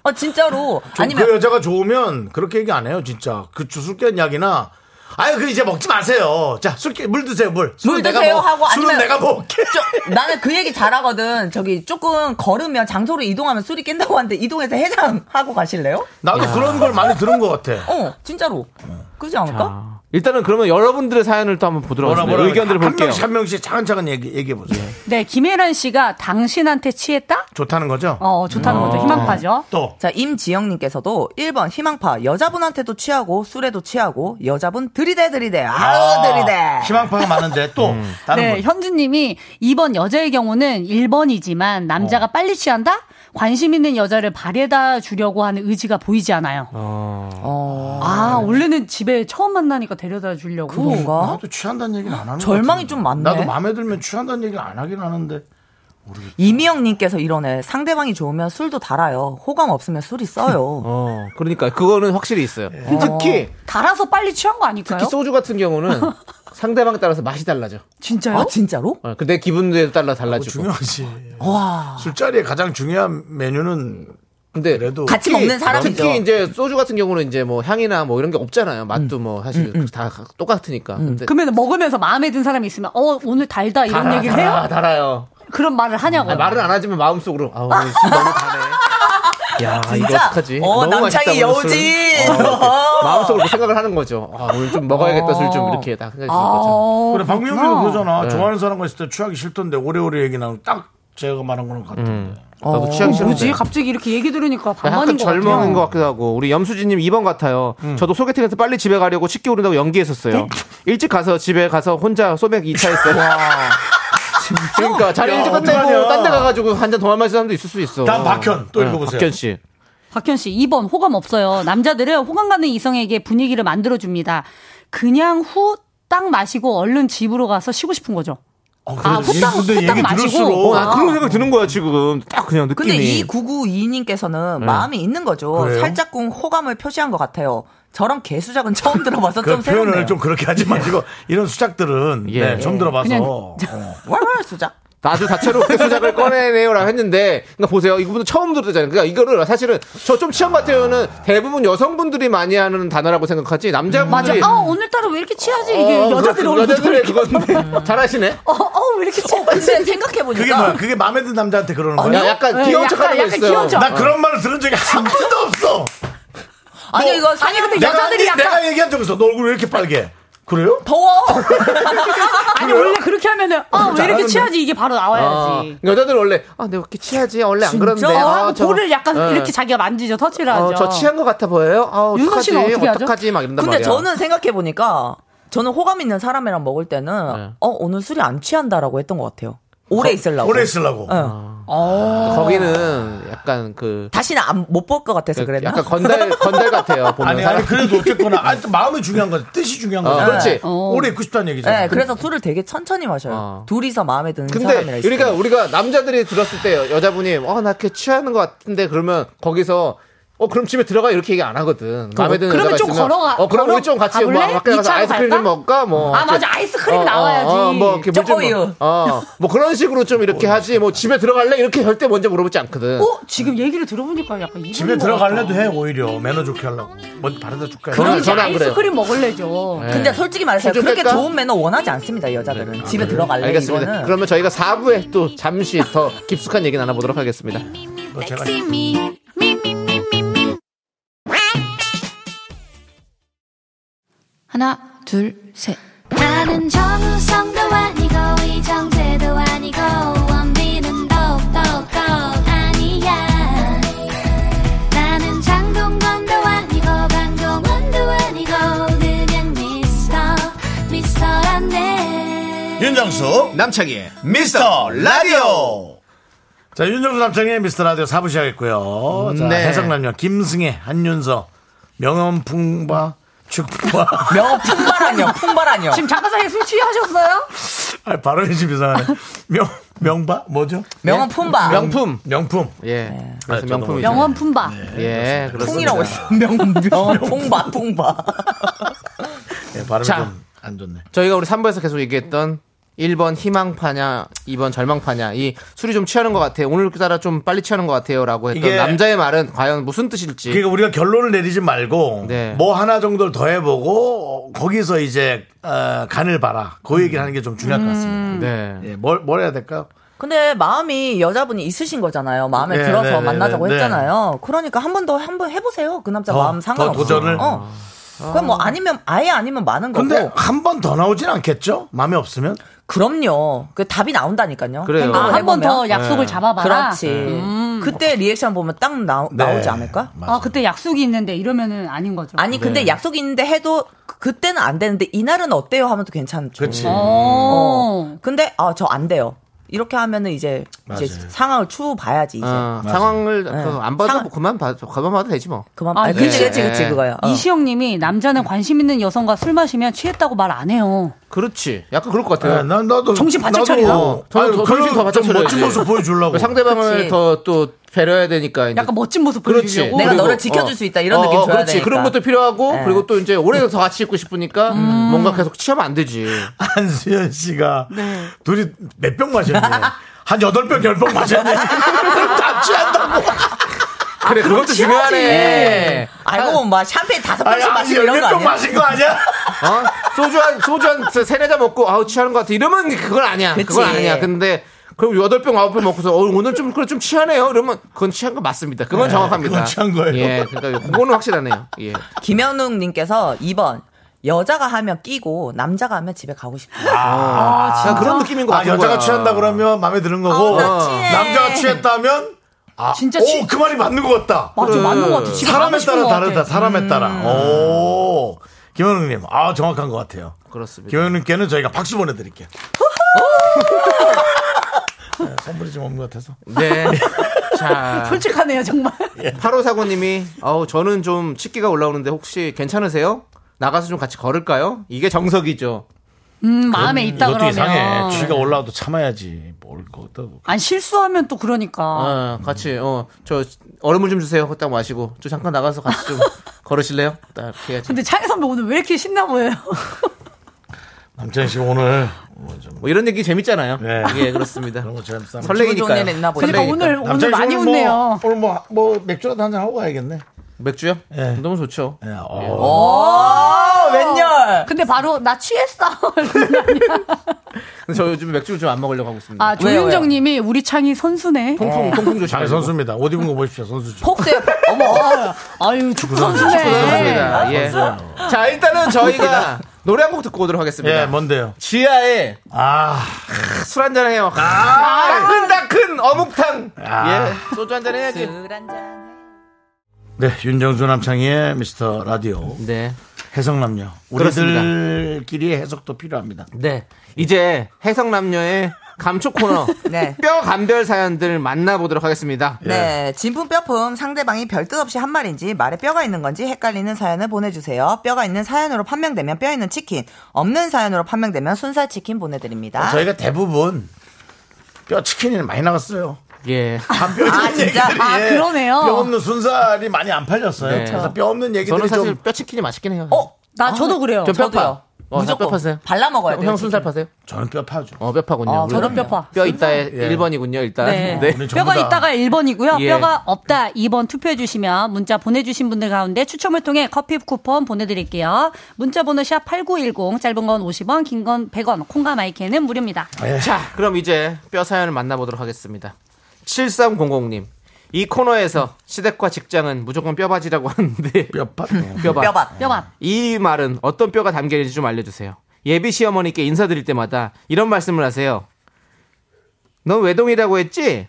G: 아 진짜로. 아니면
A: 그 여자가 좋으면 그렇게 얘기 안 해요, 진짜. 그 주술깬 약이나 아유 그 이제 먹지 마세요. 자, 술깨 물 드세요, 물. 술은
G: 물
A: 내가
G: 드세요
A: 먹-
G: 하고
A: 술은
G: 아니면-
A: 내가 먹게.
G: 저- 나는 그 얘기 잘하거든. 저기 조금 걸으면 장소로 이동하면 술이 깬다고 하는데 이동해서 해장하고 가실래요?
A: 나도
B: 아.
A: 그런 걸 많이 들은 것 같아.
G: 어, 진짜로. 그러지 않을까?
B: 아, 일단은 그러면 여러분들의 사연을 또 한번 보도록
A: 뭐라
B: 하겠습니다.
A: 뭐라
B: 의견들을
A: 한
B: 볼게요.
A: 명씩 한 명씩 차근차근 얘기 얘기해 보세요.
F: 네 김혜란 씨가 당신한테 취했다?
A: 좋다는 거죠?
F: 어 좋다는 거죠 희망파죠.
A: 또
G: 자, 임지영님께서도 1번 희망파. 여자분한테도 취하고 술에도 취하고 여자분 들이대 들이대. 아우 들이대.
A: 희망파가 많은데 또
B: 음.
A: 다른
F: 네
A: 분.
F: 현주님이 2번 여자의 경우는 1번이지만 남자가 빨리 취한다? 관심 있는 여자를 발에다 주려고 하는 의지가 보이지 않아요. 아 원래는 집에 처음 만나니까 데려다 주려고.
G: 그런가?
A: 나도 취한다는 얘기는 안 하는
G: 절망이
A: 것 같은데.
G: 좀 많네.
A: 나도 마음에 들면 취한다는 얘기를 안 하긴 하는데
G: 이미영님께서 이러네. 상대방이 좋으면 술도 달아요. 호감 없으면 술이 써요.
B: 어, 그러니까 그거는 확실히
A: 예.
B: 있어요. 특히
F: 달아서 빨리 취한 거 아닐까요?
B: 특히 소주 같은 경우는 상대방에 따라서 맛이 달라져.
F: 진짜요?
G: 아 진짜로?
B: 어, 근데 기분도 따라 달라지고.
A: 어, 중요하지.
G: 와.
A: 술자리에 가장 중요한 메뉴는
B: 근데
A: 그래도
G: 같이 먹는 사람이죠.
B: 특히 이제 소주 같은 경우는 이제 뭐 향이나 뭐 이런 게 없잖아요. 맛도 뭐 사실 다 똑같으니까. 근데
F: 그러면 먹으면서 마음에 든 사람이 있으면 어 오늘 달다 이런
B: 달아,
F: 얘기를
B: 달아,
F: 해요?
B: 달아요.
F: 그런 말을 하냐고.
B: 아니, 말은 안 하지만 마음속으로 아, 오늘 술 너무 달네. 야, 이거
G: 진짜?
B: 어떡하지?
G: 어,
B: 너무
G: 남창이
B: 맛있다, 오늘 술.
G: 여우진.
B: 어, 마음속으로 그 생각을 하는 거죠. 아, 오늘 좀 먹어야겠다, 술 좀 이렇게 딱 생각이 드는 거죠.
F: 어.
A: 그래 박명수도 그러잖아.
B: 네.
A: 좋아하는 사람과 있을 때 취하기 싫던데 오래오래 얘기 나면 딱 제가 말한 거랑 같은데.
B: 음. 나도 취향이
F: 어, 뭐지?
B: 싫은데.
F: 갑자기 이렇게 얘기 들으니까
B: 그 약간
F: 반반인 것 같아요.
B: 절망인 것 같기도 하고 우리 염수진님 2번 같아요.
A: 음.
B: 저도 소개팅에서 빨리 집에 가려고 식기 오른다고
A: 네.
B: 연기했었어요. 일찍 가서 집에 가서 혼자 소맥 2차 했어요. <laughs> 그러니까 자리 일찍 끝내고
A: 어떡하냐.
B: 딴 데 가가지고 한 잔 더 마시는 사람도 있을 수 있어.
A: 다음 박현 또
B: 네,
A: 읽어보세요.
B: 박현 씨.
F: 박현 씨, 2번 호감 없어요. 남자들은 호감 가는 이성에게 분위기를 만들어 줍니다. 그냥 후 딱 마시고 얼른 집으로 가서 쉬고 싶은 거죠.
A: 어,
F: 아,
A: 그래도
F: 후딱,
A: 근데
F: 후딱
A: 얘기
F: 마시고. 아,
A: 들을수록
B: 어, 나 그런 생각 드는 거야 지금. 딱 그냥 느낌이.
G: 근데 이 9922님께서는 마음이 있는 거죠.
A: 그래요?
G: 살짝쿵 호감을 표시한 것 같아요. 저런 개수작은 처음 들어봐서
A: 그
G: 좀 새롭네요.
A: 표현을 좀 그렇게 하지
G: <laughs>
A: 마시고 이런 수작들은
B: 예.
A: 네, 좀 들어봐서
F: 그냥-
A: 어.
G: 왈왈 수작.
B: 아주 다채롭게 수작을 꺼내네요라고 했는데, 그러니까 보세요. 이분은 처음 들었잖아요. 그러니까 이거를 사실은 저 좀 취한 것 같아요는 대부분 여성분들이 많이 하는 단어라고 생각하지
F: 맞아.
B: 남자분들이. 그렇죠.
F: 아, 오늘따라 왜 이렇게 취하지? 이게 여자들이 오늘
B: 어, 여자들의 그건데 잘하시네.
F: 어, 어, 왜 이렇게 취하지?
G: 근데
A: 그게 뭐야?
G: 생각해보니까
A: 그게 마음에 든 남자한테 그러는
G: 어,
B: 야,
A: 거야?
B: 약간
F: 네,
B: 귀여운
F: 약간-
B: 척하는 거
F: 약간
B: 있어요.
F: 귀여운 척.
A: 나 그런 말을 들은 적이 한 번도 없어.
G: 아니 이거 아니 근데
A: 내가 내가 얘기한 적 있어. 너 얼굴 왜 이렇게 빨개? 그래요?
G: 더워.
F: 아니, 원래 그렇게 하면은, 아, 왜 이렇게
A: 잘하는데.
F: 취하지? 이게 바로
B: 아,
F: 나와야지.
B: 여자들은 원래 아 내가 이렇게 취하지 원래 안 그런데
F: 저
B: 아,
F: 하고
B: 저-
F: 볼을 약간
B: 네.
F: 이렇게 자기가 만지죠. 터치를 하죠.
B: 어, 저 취한 것 같아 보여요. 아
F: 윤서
B: 어떡하지
F: 씨는 어떻게 하죠?
B: 어떡하지 막 이런단
G: 근데
B: 말이야.
G: 저는 생각해보니까 저는 호감 있는 사람이랑 먹을 때는
B: 네.
G: 어 오늘 술이 안 취한다라고 했던 것 같아요. 오래
B: 어,
G: 있으려고. 어.
A: 오래 있으려고.
G: 응.
B: 아.
F: 어.
B: 거기는 약간 그
G: 다시는 못 볼 것 같아서 그랬나?
B: 약간 건달 건달 같아요 보면.
A: 아니 아니 그래도 어쨌거나 아, 또 마음이 중요한 거지 뜻이 중요한
B: 어,
A: 거지.
B: 그렇지.
A: 오래 있고 싶다는 얘기잖아.
G: 네, 그래서 술을 되게 천천히 마셔요.
B: 어.
G: 둘이서 마음에 드는 사람이라
B: 근데
G: 있어요.
B: 우리가 우리가 남자들이 들었을 때 여자분이 어나 이렇게 취하는 것 같은데 그러면 거기서 어 그럼 집에 들어가 이렇게 얘기 안 하거든. 마음에 드는
F: 그러면
B: 여자가
F: 좀
B: 있으면,
F: 걸어가-
B: 어 그럼
F: 걸어-
B: 우리 좀 같이 뭐
F: 가볼래?
B: 밖에
F: 이
B: 가서
F: 차로
B: 아이스크림 좀
F: 갈까?
B: 먹을까 뭐.
F: 아, 맞아.
B: 이렇게-
F: 아이스크림 나와야지.
B: 뭐 이렇게 물좀
G: 쪼꼬유.
B: 먹- 어, 뭐 그런 식으로 좀 이렇게 하지. 뭐 집에 들어갈래 이렇게 절대 먼저 물어보지 않거든.
F: 어? 지금 얘기를 들어보니까 약간 이런
A: 네. 집에
F: 것
A: 들어갈래도
F: 같다.
A: 해 오히려 매너 좋게 하려고. 뭐 바르다 줄까?
B: 그럼-
F: 그럼 이제
B: 저는 안 그래요. 네. 예.
F: 아이스크림 먹을래죠.
G: 근데 솔직히 말해서
B: 소주
G: 그렇게
B: 뺄까? 네.
G: 좋은 매너 원하지 않습니다 이 여자들은 집에 들어갈래
B: 알겠습니다.
G: 이거는
B: 그러면 저희가 4부에 또 잠시 더 깊숙한 얘기 나눠보도록 하겠습니다.
D: Sexy me, me, me, me, me, me.
F: 하나, 둘, 셋.
D: 나는 정우성도 아니고 이정재도 아니고 원빈은 더욱더 아니야 나는 장동건도 아니고 강동원도 아니고 그냥 미스터 미스터란데
A: 윤정수
B: 남창희의
A: 어, 미스터 라디오. 자 윤정수 남창의 미스터 라디오 사부 시작했고요. 자
B: 네.
A: 해성남녀 김승혜 한윤서 명언풍바 축풍바.
G: 명어 풍바라뇨
B: <laughs>
G: 풍바라뇨
B: 네.
F: 지금 작가상에 술 취하셨어요?
A: <laughs> 아 발음이 좀 이상하네. 명 명바 뭐죠?
G: 명어 풍바
B: 명품.
A: 명품.
B: 예.
A: 아, 저도 네,
B: 그래서 명품이죠.
F: 네. 명언 품바.
B: 예. 그렇습니다.
G: 풍이라고 했어 명 명어 풍바 풍바
A: 예, 발음이
B: 자.
A: 좀 안 좋네.
B: 저희가 우리 3부에서 계속 얘기했던 1번 희망파냐, 2번 절망파냐, 이 술이 좀 취하는 것 같아요. 오늘따라 좀 빨리 취하는 것 같아요. 라고 했던
A: 이게-
B: 남자의 말은 과연 무슨 뜻일지.
A: 그러니까 우리가 결론을 내리지 말고
B: 네.
A: 뭐 하나 정도를 더 해보고 거기서 이제 어, 간을 봐라. 그 얘기를 하는 게 좀 중요할 것 같습니다.
B: 네.
A: 예, 뭘, 뭘 해야 될까요?
G: 근데 마음이 여자분이 있으신 거잖아요 마음에
A: 네,
G: 들어서
A: 네, 네,
G: 만나자고
A: 네,
G: 했잖아요 그러니까 한 번 더 한 번 해보세요 그 남자
A: 더,
G: 마음
A: 더
G: 상관없어
A: 도전을?
G: 어. 그럼 뭐 아니면 아예 아니면 많은 거고
A: 근데 어, 한 번 더 나오진 않겠죠? 마음에 없으면?
G: 그럼요 그 답이 나온다니까요
B: 그래요.
G: 행동을
F: 아, 한 번
G: 해보면.
F: 더
A: 네.
F: 약속을 잡아봐라.
G: 그렇지 음. 그때 리액션 보면 딱 나, 나오지
A: 네.
G: 않을까
A: 맞아요.
F: 아, 그때 약속이 있는데 이러면은 아닌 거죠.
G: 아니
A: 네.
G: 근데 약속이 있는데 해도 그- 그때는 안 되는데 이날은 어때요 하면 또 괜찮죠.
A: 그치.
F: 어.
G: 근데 아 저 안 돼요. 이렇게 하면은 이제 이제
A: 맞아요. 아.
G: 상황을 추후 봐야지 이제
B: 어, 상황을 그거 안 봐도
G: 네. 상황-
B: 뭐 그만 봐, 그만 봐도 되지 뭐.
G: 그만.
F: 아,
G: 아, 그치
F: 네.
G: 그치 그치
B: 네.
G: 그거야. 어.
F: 이시영 님이 남자는 관심 있는 여성과 술 마시면 취했다고 말 안 해요.
B: 그렇지. 약간 그럴 것
A: 예,
B: 같아요.
A: 난 나도
F: 정신 바짝
A: 나도-
F: 차리라.
A: 어,
B: 저는
A: 아니,
B: 더-
A: 그런
B: 정신 더
A: 좀
B: 바짝
A: 멋진
B: 차려야지.
A: 모습 보여주려고.
B: 상대방을
G: 그치. 뭐
B: 더 또 배려해야 되니까. 이제
F: 약간 멋진 모습
B: 그렇지.
F: 보여주려고.
G: 내가
B: 그리고, 어,
G: 너를 지켜줄 수 있다, 이런 느낌 줘야
B: 그렇지.
G: 되니까.
B: 그런 것도 필요하고
G: 네. 음.
B: 그리고 또 이제 오래 더 같이 있고 싶으니까 뭔가 계속 취하면 안 되지.
A: 한수연 씨가
F: 네.
A: 둘이 몇 병 마셨네. 한 여덟 병 열 병 <laughs> 마셨네. 다 취한다고.
G: 아,
B: 그래 그것도 중요하네.
G: 알고 보면 막 아, 뭐 샴페인 다섯
A: 아니,
G: 병씩
A: 아니,
G: 마시는 이런 거
A: 열몇병
G: 아니야?
A: 마신 거 아니야?
B: 어? 소주 한 소주 한 세네 잔 먹고 아우 취하는 것 같아. 이러면 그건 아니야.
G: 그치.
B: 그건 아니야. 근데 그럼 여덟 병 아홉 병 먹고서 어, 오늘 좀 그래 좀 취하네요. 이러면 그건 취한 거 맞습니다.
G: 네.
B: 그건 정확합니다.
A: 그건 취한 거예요.
B: 예, 그러니까 그거는 확실하네요. 예.
G: 김현웅님께서 2번 여자가 하면 끼고 남자가 하면 집에 가고 싶다.
B: 아, 그런 느낌인 것
A: 아,
B: 같은
A: 여자가
B: 거야.
A: 취한다 그러면 마음에 드는 거고
G: 어, 나 취해.
A: 남자가 취했다면 아,
F: 진짜 취-
A: 오그 말이 맞는 것 같다.
F: 맞아 맞는 것 같아. 집에 가고
A: 사람에
F: 싶은
A: 따라
F: 것 같아. 음.
A: 다르다. 사람에 따라. 오 김현웅님 아 정확한 것 같아요.
B: 그렇습니다.
A: 김현웅께는 저희가 박수 보내드릴게요. 네, 선물이 좀 없는 것 같아서.
B: <laughs> 네. 자,
F: 솔직하네요 정말.
B: 8549님이, 아우, 저는 좀 치기가 올라오는데 혹시 괜찮으세요? 나가서 좀 같이 걸을까요? 이게 정석이죠.
F: 음 마음에 있다
A: 이것도
F: 그러면.
A: 이상해. 쥐가 올라와도 참아야지. 뭘 그것도.
F: 안 실수하면 또 그러니까.
B: 어, 같이, 어, 저, 얼음물 좀 주세요. 그거 딱 마시고. 저 잠깐 나가서 같이 <laughs> 좀 걸으실래요? 딱 이렇게 해야지.
F: 근데 차이 선배 오늘 왜 이렇게 신나 보여요?
A: 뭐 남찬 씨 오늘 뭐 좀.
B: 뭐 이런 얘기 재밌잖아요.
A: 네.
B: 예, 그렇습니다.
A: 그런 것처럼 싸
G: 기분 좋은 일
B: 설레니까요.
G: 있나 보다.
F: 그러니까 오늘 오늘
A: 남창희 씨
F: 많이
A: 오늘 뭐-
F: 웃네요.
A: 오늘 뭐, 뭐 맥주라도 한잔 하고 가야겠네.
B: 맥주요?
A: 예.
B: 너무 좋죠.
A: 예, 어.
G: 어,
A: 네.
G: 웬열?
F: 근데 바로
A: <laughs>
F: 나 취했어.
B: 근데 저 요즘 맥주를 좀 안 먹으려고 하고 있습니다.
F: 아 조윤정님이 우리 창이 선수네.
B: 통풍, 통풍
A: 장애
B: 조심하세요.
A: 선수입니다. 옷 입은 거 보십시오, 선수죠.
G: 폭세.
B: <laughs>
F: 어머. 아유 축구 선수네.
B: 그렇습니다. 예. 자, 일단은 저희가 노래 한 곡 듣고 오도록 하겠습니다.
A: 예, 뭔데요?
B: 지하에
A: 아,
B: 술 한잔 해요. 따끈따끈 어묵탕. 예, 소주 한잔 해야지.
A: 네, 윤정수 남창희의 미스터 라디오
B: 네.
A: 해성남녀. 우리들끼리의 해석도 필요합니다.
B: 네. 이제 해성남녀의 감초 코너
G: <laughs> 네.
B: 뼈 감별 사연들 만나보도록 하겠습니다.
G: 네, 진품 뼈품 상대방이 별뜻 없이 한 말인지 말에 뼈가 있는 건지 헷갈리는 사연을 보내주세요. 뼈가 있는 사연으로 판명되면 뼈 있는 치킨, 없는 사연으로 판명되면 순살 치킨
B: 어,
G: 보내드립니다.
A: 저희가 대부분 뼈 치킨이 많이 나갔어요.
B: 예.
G: 아 진짜.
F: 아
A: 예,
F: 그러네요.
A: 뼈 없는 순살이 많이 안 팔렸어요.
B: 네.
A: 그래서 뼈 없는
B: 저는
A: 얘기들이
B: 사실
A: 좀
B: 뼈 치킨이 맛있긴 해요.
G: 어,
F: 나 저도 그래요.
B: 저 뼈
G: 저도요.
B: 파. 어, 뼈
G: 무조건
B: 파세요.
G: 발라 먹어야 돼요.
B: 형 순살 파세요?
A: 저는 뼈 파죠.
B: 어, 뼈 파군요.
G: 아,
B: 우리는.
F: 저는 뼈 파.
B: 뼈 있다에
G: 예.
B: 1번이군요, 일단.
F: 네.
B: 네.
A: 오늘 전부
F: 뼈가
A: 다.
F: 있다가 1번이고요.
B: 예.
F: 뼈가 없다 2번 투표해 주시면 문자 보내주신 분들 가운데 추첨을 통해 커피 쿠폰 보내드릴게요. 문자 번호 샵 8910 짧은 건 50원 긴 건 100원 콩과 마이크는 무료입니다.
B: 자, 그럼 이제 뼈 사연을 만나보도록 하겠습니다. 7300님. 이 코너에서 시댁과 직장은 무조건 뼈바지라고 하는데
A: 뼈 파.
B: <laughs> 뼈바.
G: 뼈밥.
F: 뼈맛.
B: 이 말은 어떤 뼈가 담겨 있는지 좀 알려주세요. 예비 시어머니께 인사드릴 때마다 이런 말씀을 하세요. 넌 외동이라고 했지?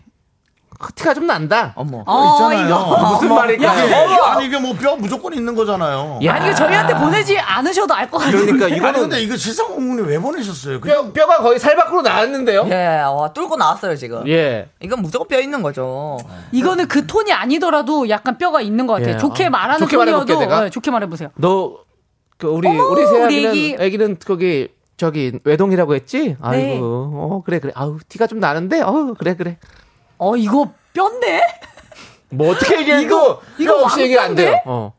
B: 흐트가 좀 난다.
G: 어머.
F: 어,
A: 있잖아요.
B: 무슨 말일까요?
A: 아니 이게 뭐 뼈 무조건 있는 거잖아요.
B: 야,
F: 아니 이거 저희한테 보내지 않으셔도 알 것 같아요.
B: 그러니까
A: 아니
B: 이거는
A: 근데 이거 실상 공문이 왜 보내셨어요? 그냥
B: 뼈, 뼈가 거의 살 밖으로 나왔는데요.
G: 예, 와 뚫고 나왔어요 지금.
B: 예.
G: 이건 무조건 뼈 있는 거죠.
F: <laughs> 이거는 그 톤이 아니더라도 약간 뼈가 있는 것 같아요.
B: 예.
F: 좋게
B: 아,
F: 말하는
B: 좋게 말해볼게,
F: 톤이어도
B: 내가.
F: 네, 좋게 말해보세요.
B: 너, 그 우리,
F: 어머,
B: 우리
F: 우리 애기.
B: 세아기는, 애기는 거기, 저기, 외동이라고 했지?
G: 네.
B: 아이고, 어, 그래, 그래. 아우, 티가 좀 나는데? 어우, 그래, 그래.
F: 어 이거 뼈인데?
B: 뭐 어떻게 얘기해도,
F: 이거
B: 이거 없이 얘기 안 돼요.
F: 왕따인데?
B: 어.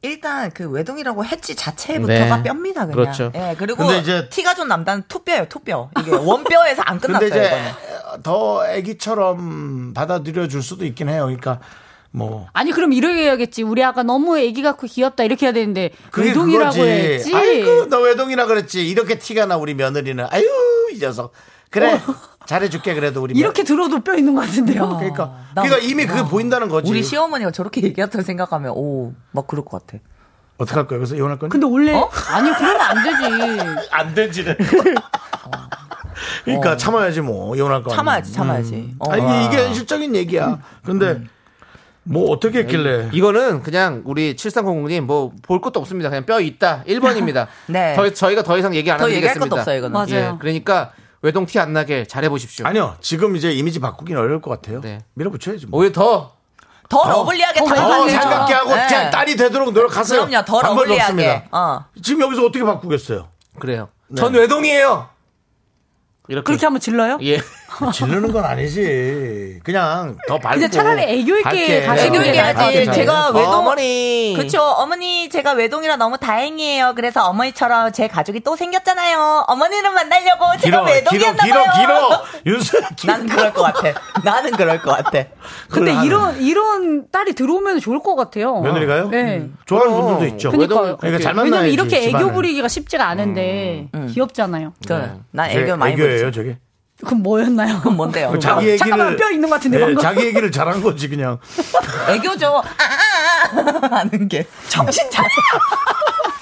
G: 일단 그 외동이라고 했지 자체부터가
B: 네.
G: 뼈입니다 그냥.
B: 그렇죠.
G: 예, 그리고
A: 근데 이제-
G: 티가 좀 남다는 토뼈예요 토뼈. 이게 원뼈에서 안
A: 근데
G: 끝났어요.
A: 이제
G: 이거는.
A: 더 애기처럼 받아들여 줄 수도 있긴 해요. 그러니까 뭐
F: 아니 그럼 이렇게 해야겠지. 우리 아까 너무 애기 같고 귀엽다 이렇게 해야 되는데
A: 그게
F: 외동이라고
A: 그거지.
F: 했지.
A: 아이고 너 외동이라 그랬지. 이렇게 티가 나 우리 며느리는. 아유 이 녀석. 그래 잘해줄게 그래도 우리.
F: 이렇게 들어도 뼈 있는 것 같은데요.
A: 며- 그러니까
G: 나-
A: 그러니까 이미 그게 보인다는 거지.
G: 우리 시어머니가 저렇게 얘기했던 생각하면 오 막 그럴 것 같아.
A: 어떻게 할 거야? 그래서 이혼할 거니?
F: 근데 원래 네. 아니 그러면 안 되지.
A: 안 되지.
G: <laughs>
A: 그러니까 참아야지 뭐 이혼할 거.
G: 어. 참아야지 참아야지. 음. 어.
A: 음. 아니 이게 현실적인 얘기야. 근데 뭐 어떻게 했길래?
B: 이거는 그냥 우리 7300님 뭐 볼 것도 없습니다. 그냥 뼈 있다. 1번입니다.
G: <laughs> 네.
B: 저희가 더 이상 얘기 안
G: 더 얘기할
B: 해드리겠습니다.
G: 것도 없어요 이거는.
F: 맞아요.
B: 예, 그러니까 외동 티 안 나게 잘해보십시오.
A: 아니요 지금 이제 이미지 바꾸긴 어려울 것 같아요.
B: 네.
A: 밀어붙여야지 뭐.
B: 오히려 더
G: 더 러블리하게
F: 더
G: 다가가죠.
A: 더
F: 맞아요.
A: 잘갑게 하고
G: 예. 네.
A: 그냥 딸이 되도록 노력하세요.
G: 그럼요, 더
A: 방법이
G: 러블리하게.
A: 없습니다.
G: 어.
A: 지금 여기서 어떻게
G: <laughs>
A: 바꾸겠어요?
B: 그래요. 전 외동이에요. 이렇게.
F: 그렇게 한번 질러요?
B: 예.
A: 질르는 건 아니지. 그냥 더 밝고.
F: 이제 차라리 애교
A: 네.
F: 있게
A: 밝게.
F: 가시는
G: 애교
F: 게
G: 있게
F: 나을 것
G: 하지.
F: 같아요.
G: 제가 외동-
B: 어머니.
G: 그쵸. 어머니, 제가 외동이라 너무 다행이에요. 그래서 어머니처럼 제 가족이 또 생겼잖아요. 어머니는 만나려고
A: 길어,
G: 제가
A: 길어,
G: 외동이었나봐요.
A: 길어, 길어. 윤수
G: 난 그럴 것 같아. 나는 그럴 것 같아.
F: 네. 근데
A: 하는.
F: 이런 이런 딸이 들어오면 좋을 것 같아요.
A: 며느리가요? 음.
F: 네.
A: 좋아하는 분들도 있죠.
F: 그니까요.
B: 외동은
A: 그러니까
B: 그렇게-
A: 잘 만나야지.
F: 왜냐면 이렇게 애교
A: 집안에. 음.
F: 부리기가 쉽지가 않은데 귀엽잖아요.
G: 그난
A: 저게
G: 네. 애교 많이
A: 애교예요,
G: 부리지.
A: 저게.
F: 그럼 뭐였나요?
G: 그건 뭔데요?
F: 어,
A: 자기 얘기를
F: 잠깐만 뼈 있는 것 같은데
A: 네,
F: 방금.
A: 자기 얘기를 잘한 거지 그냥.
G: 애교죠. 아, 하는 게. 정신 차려.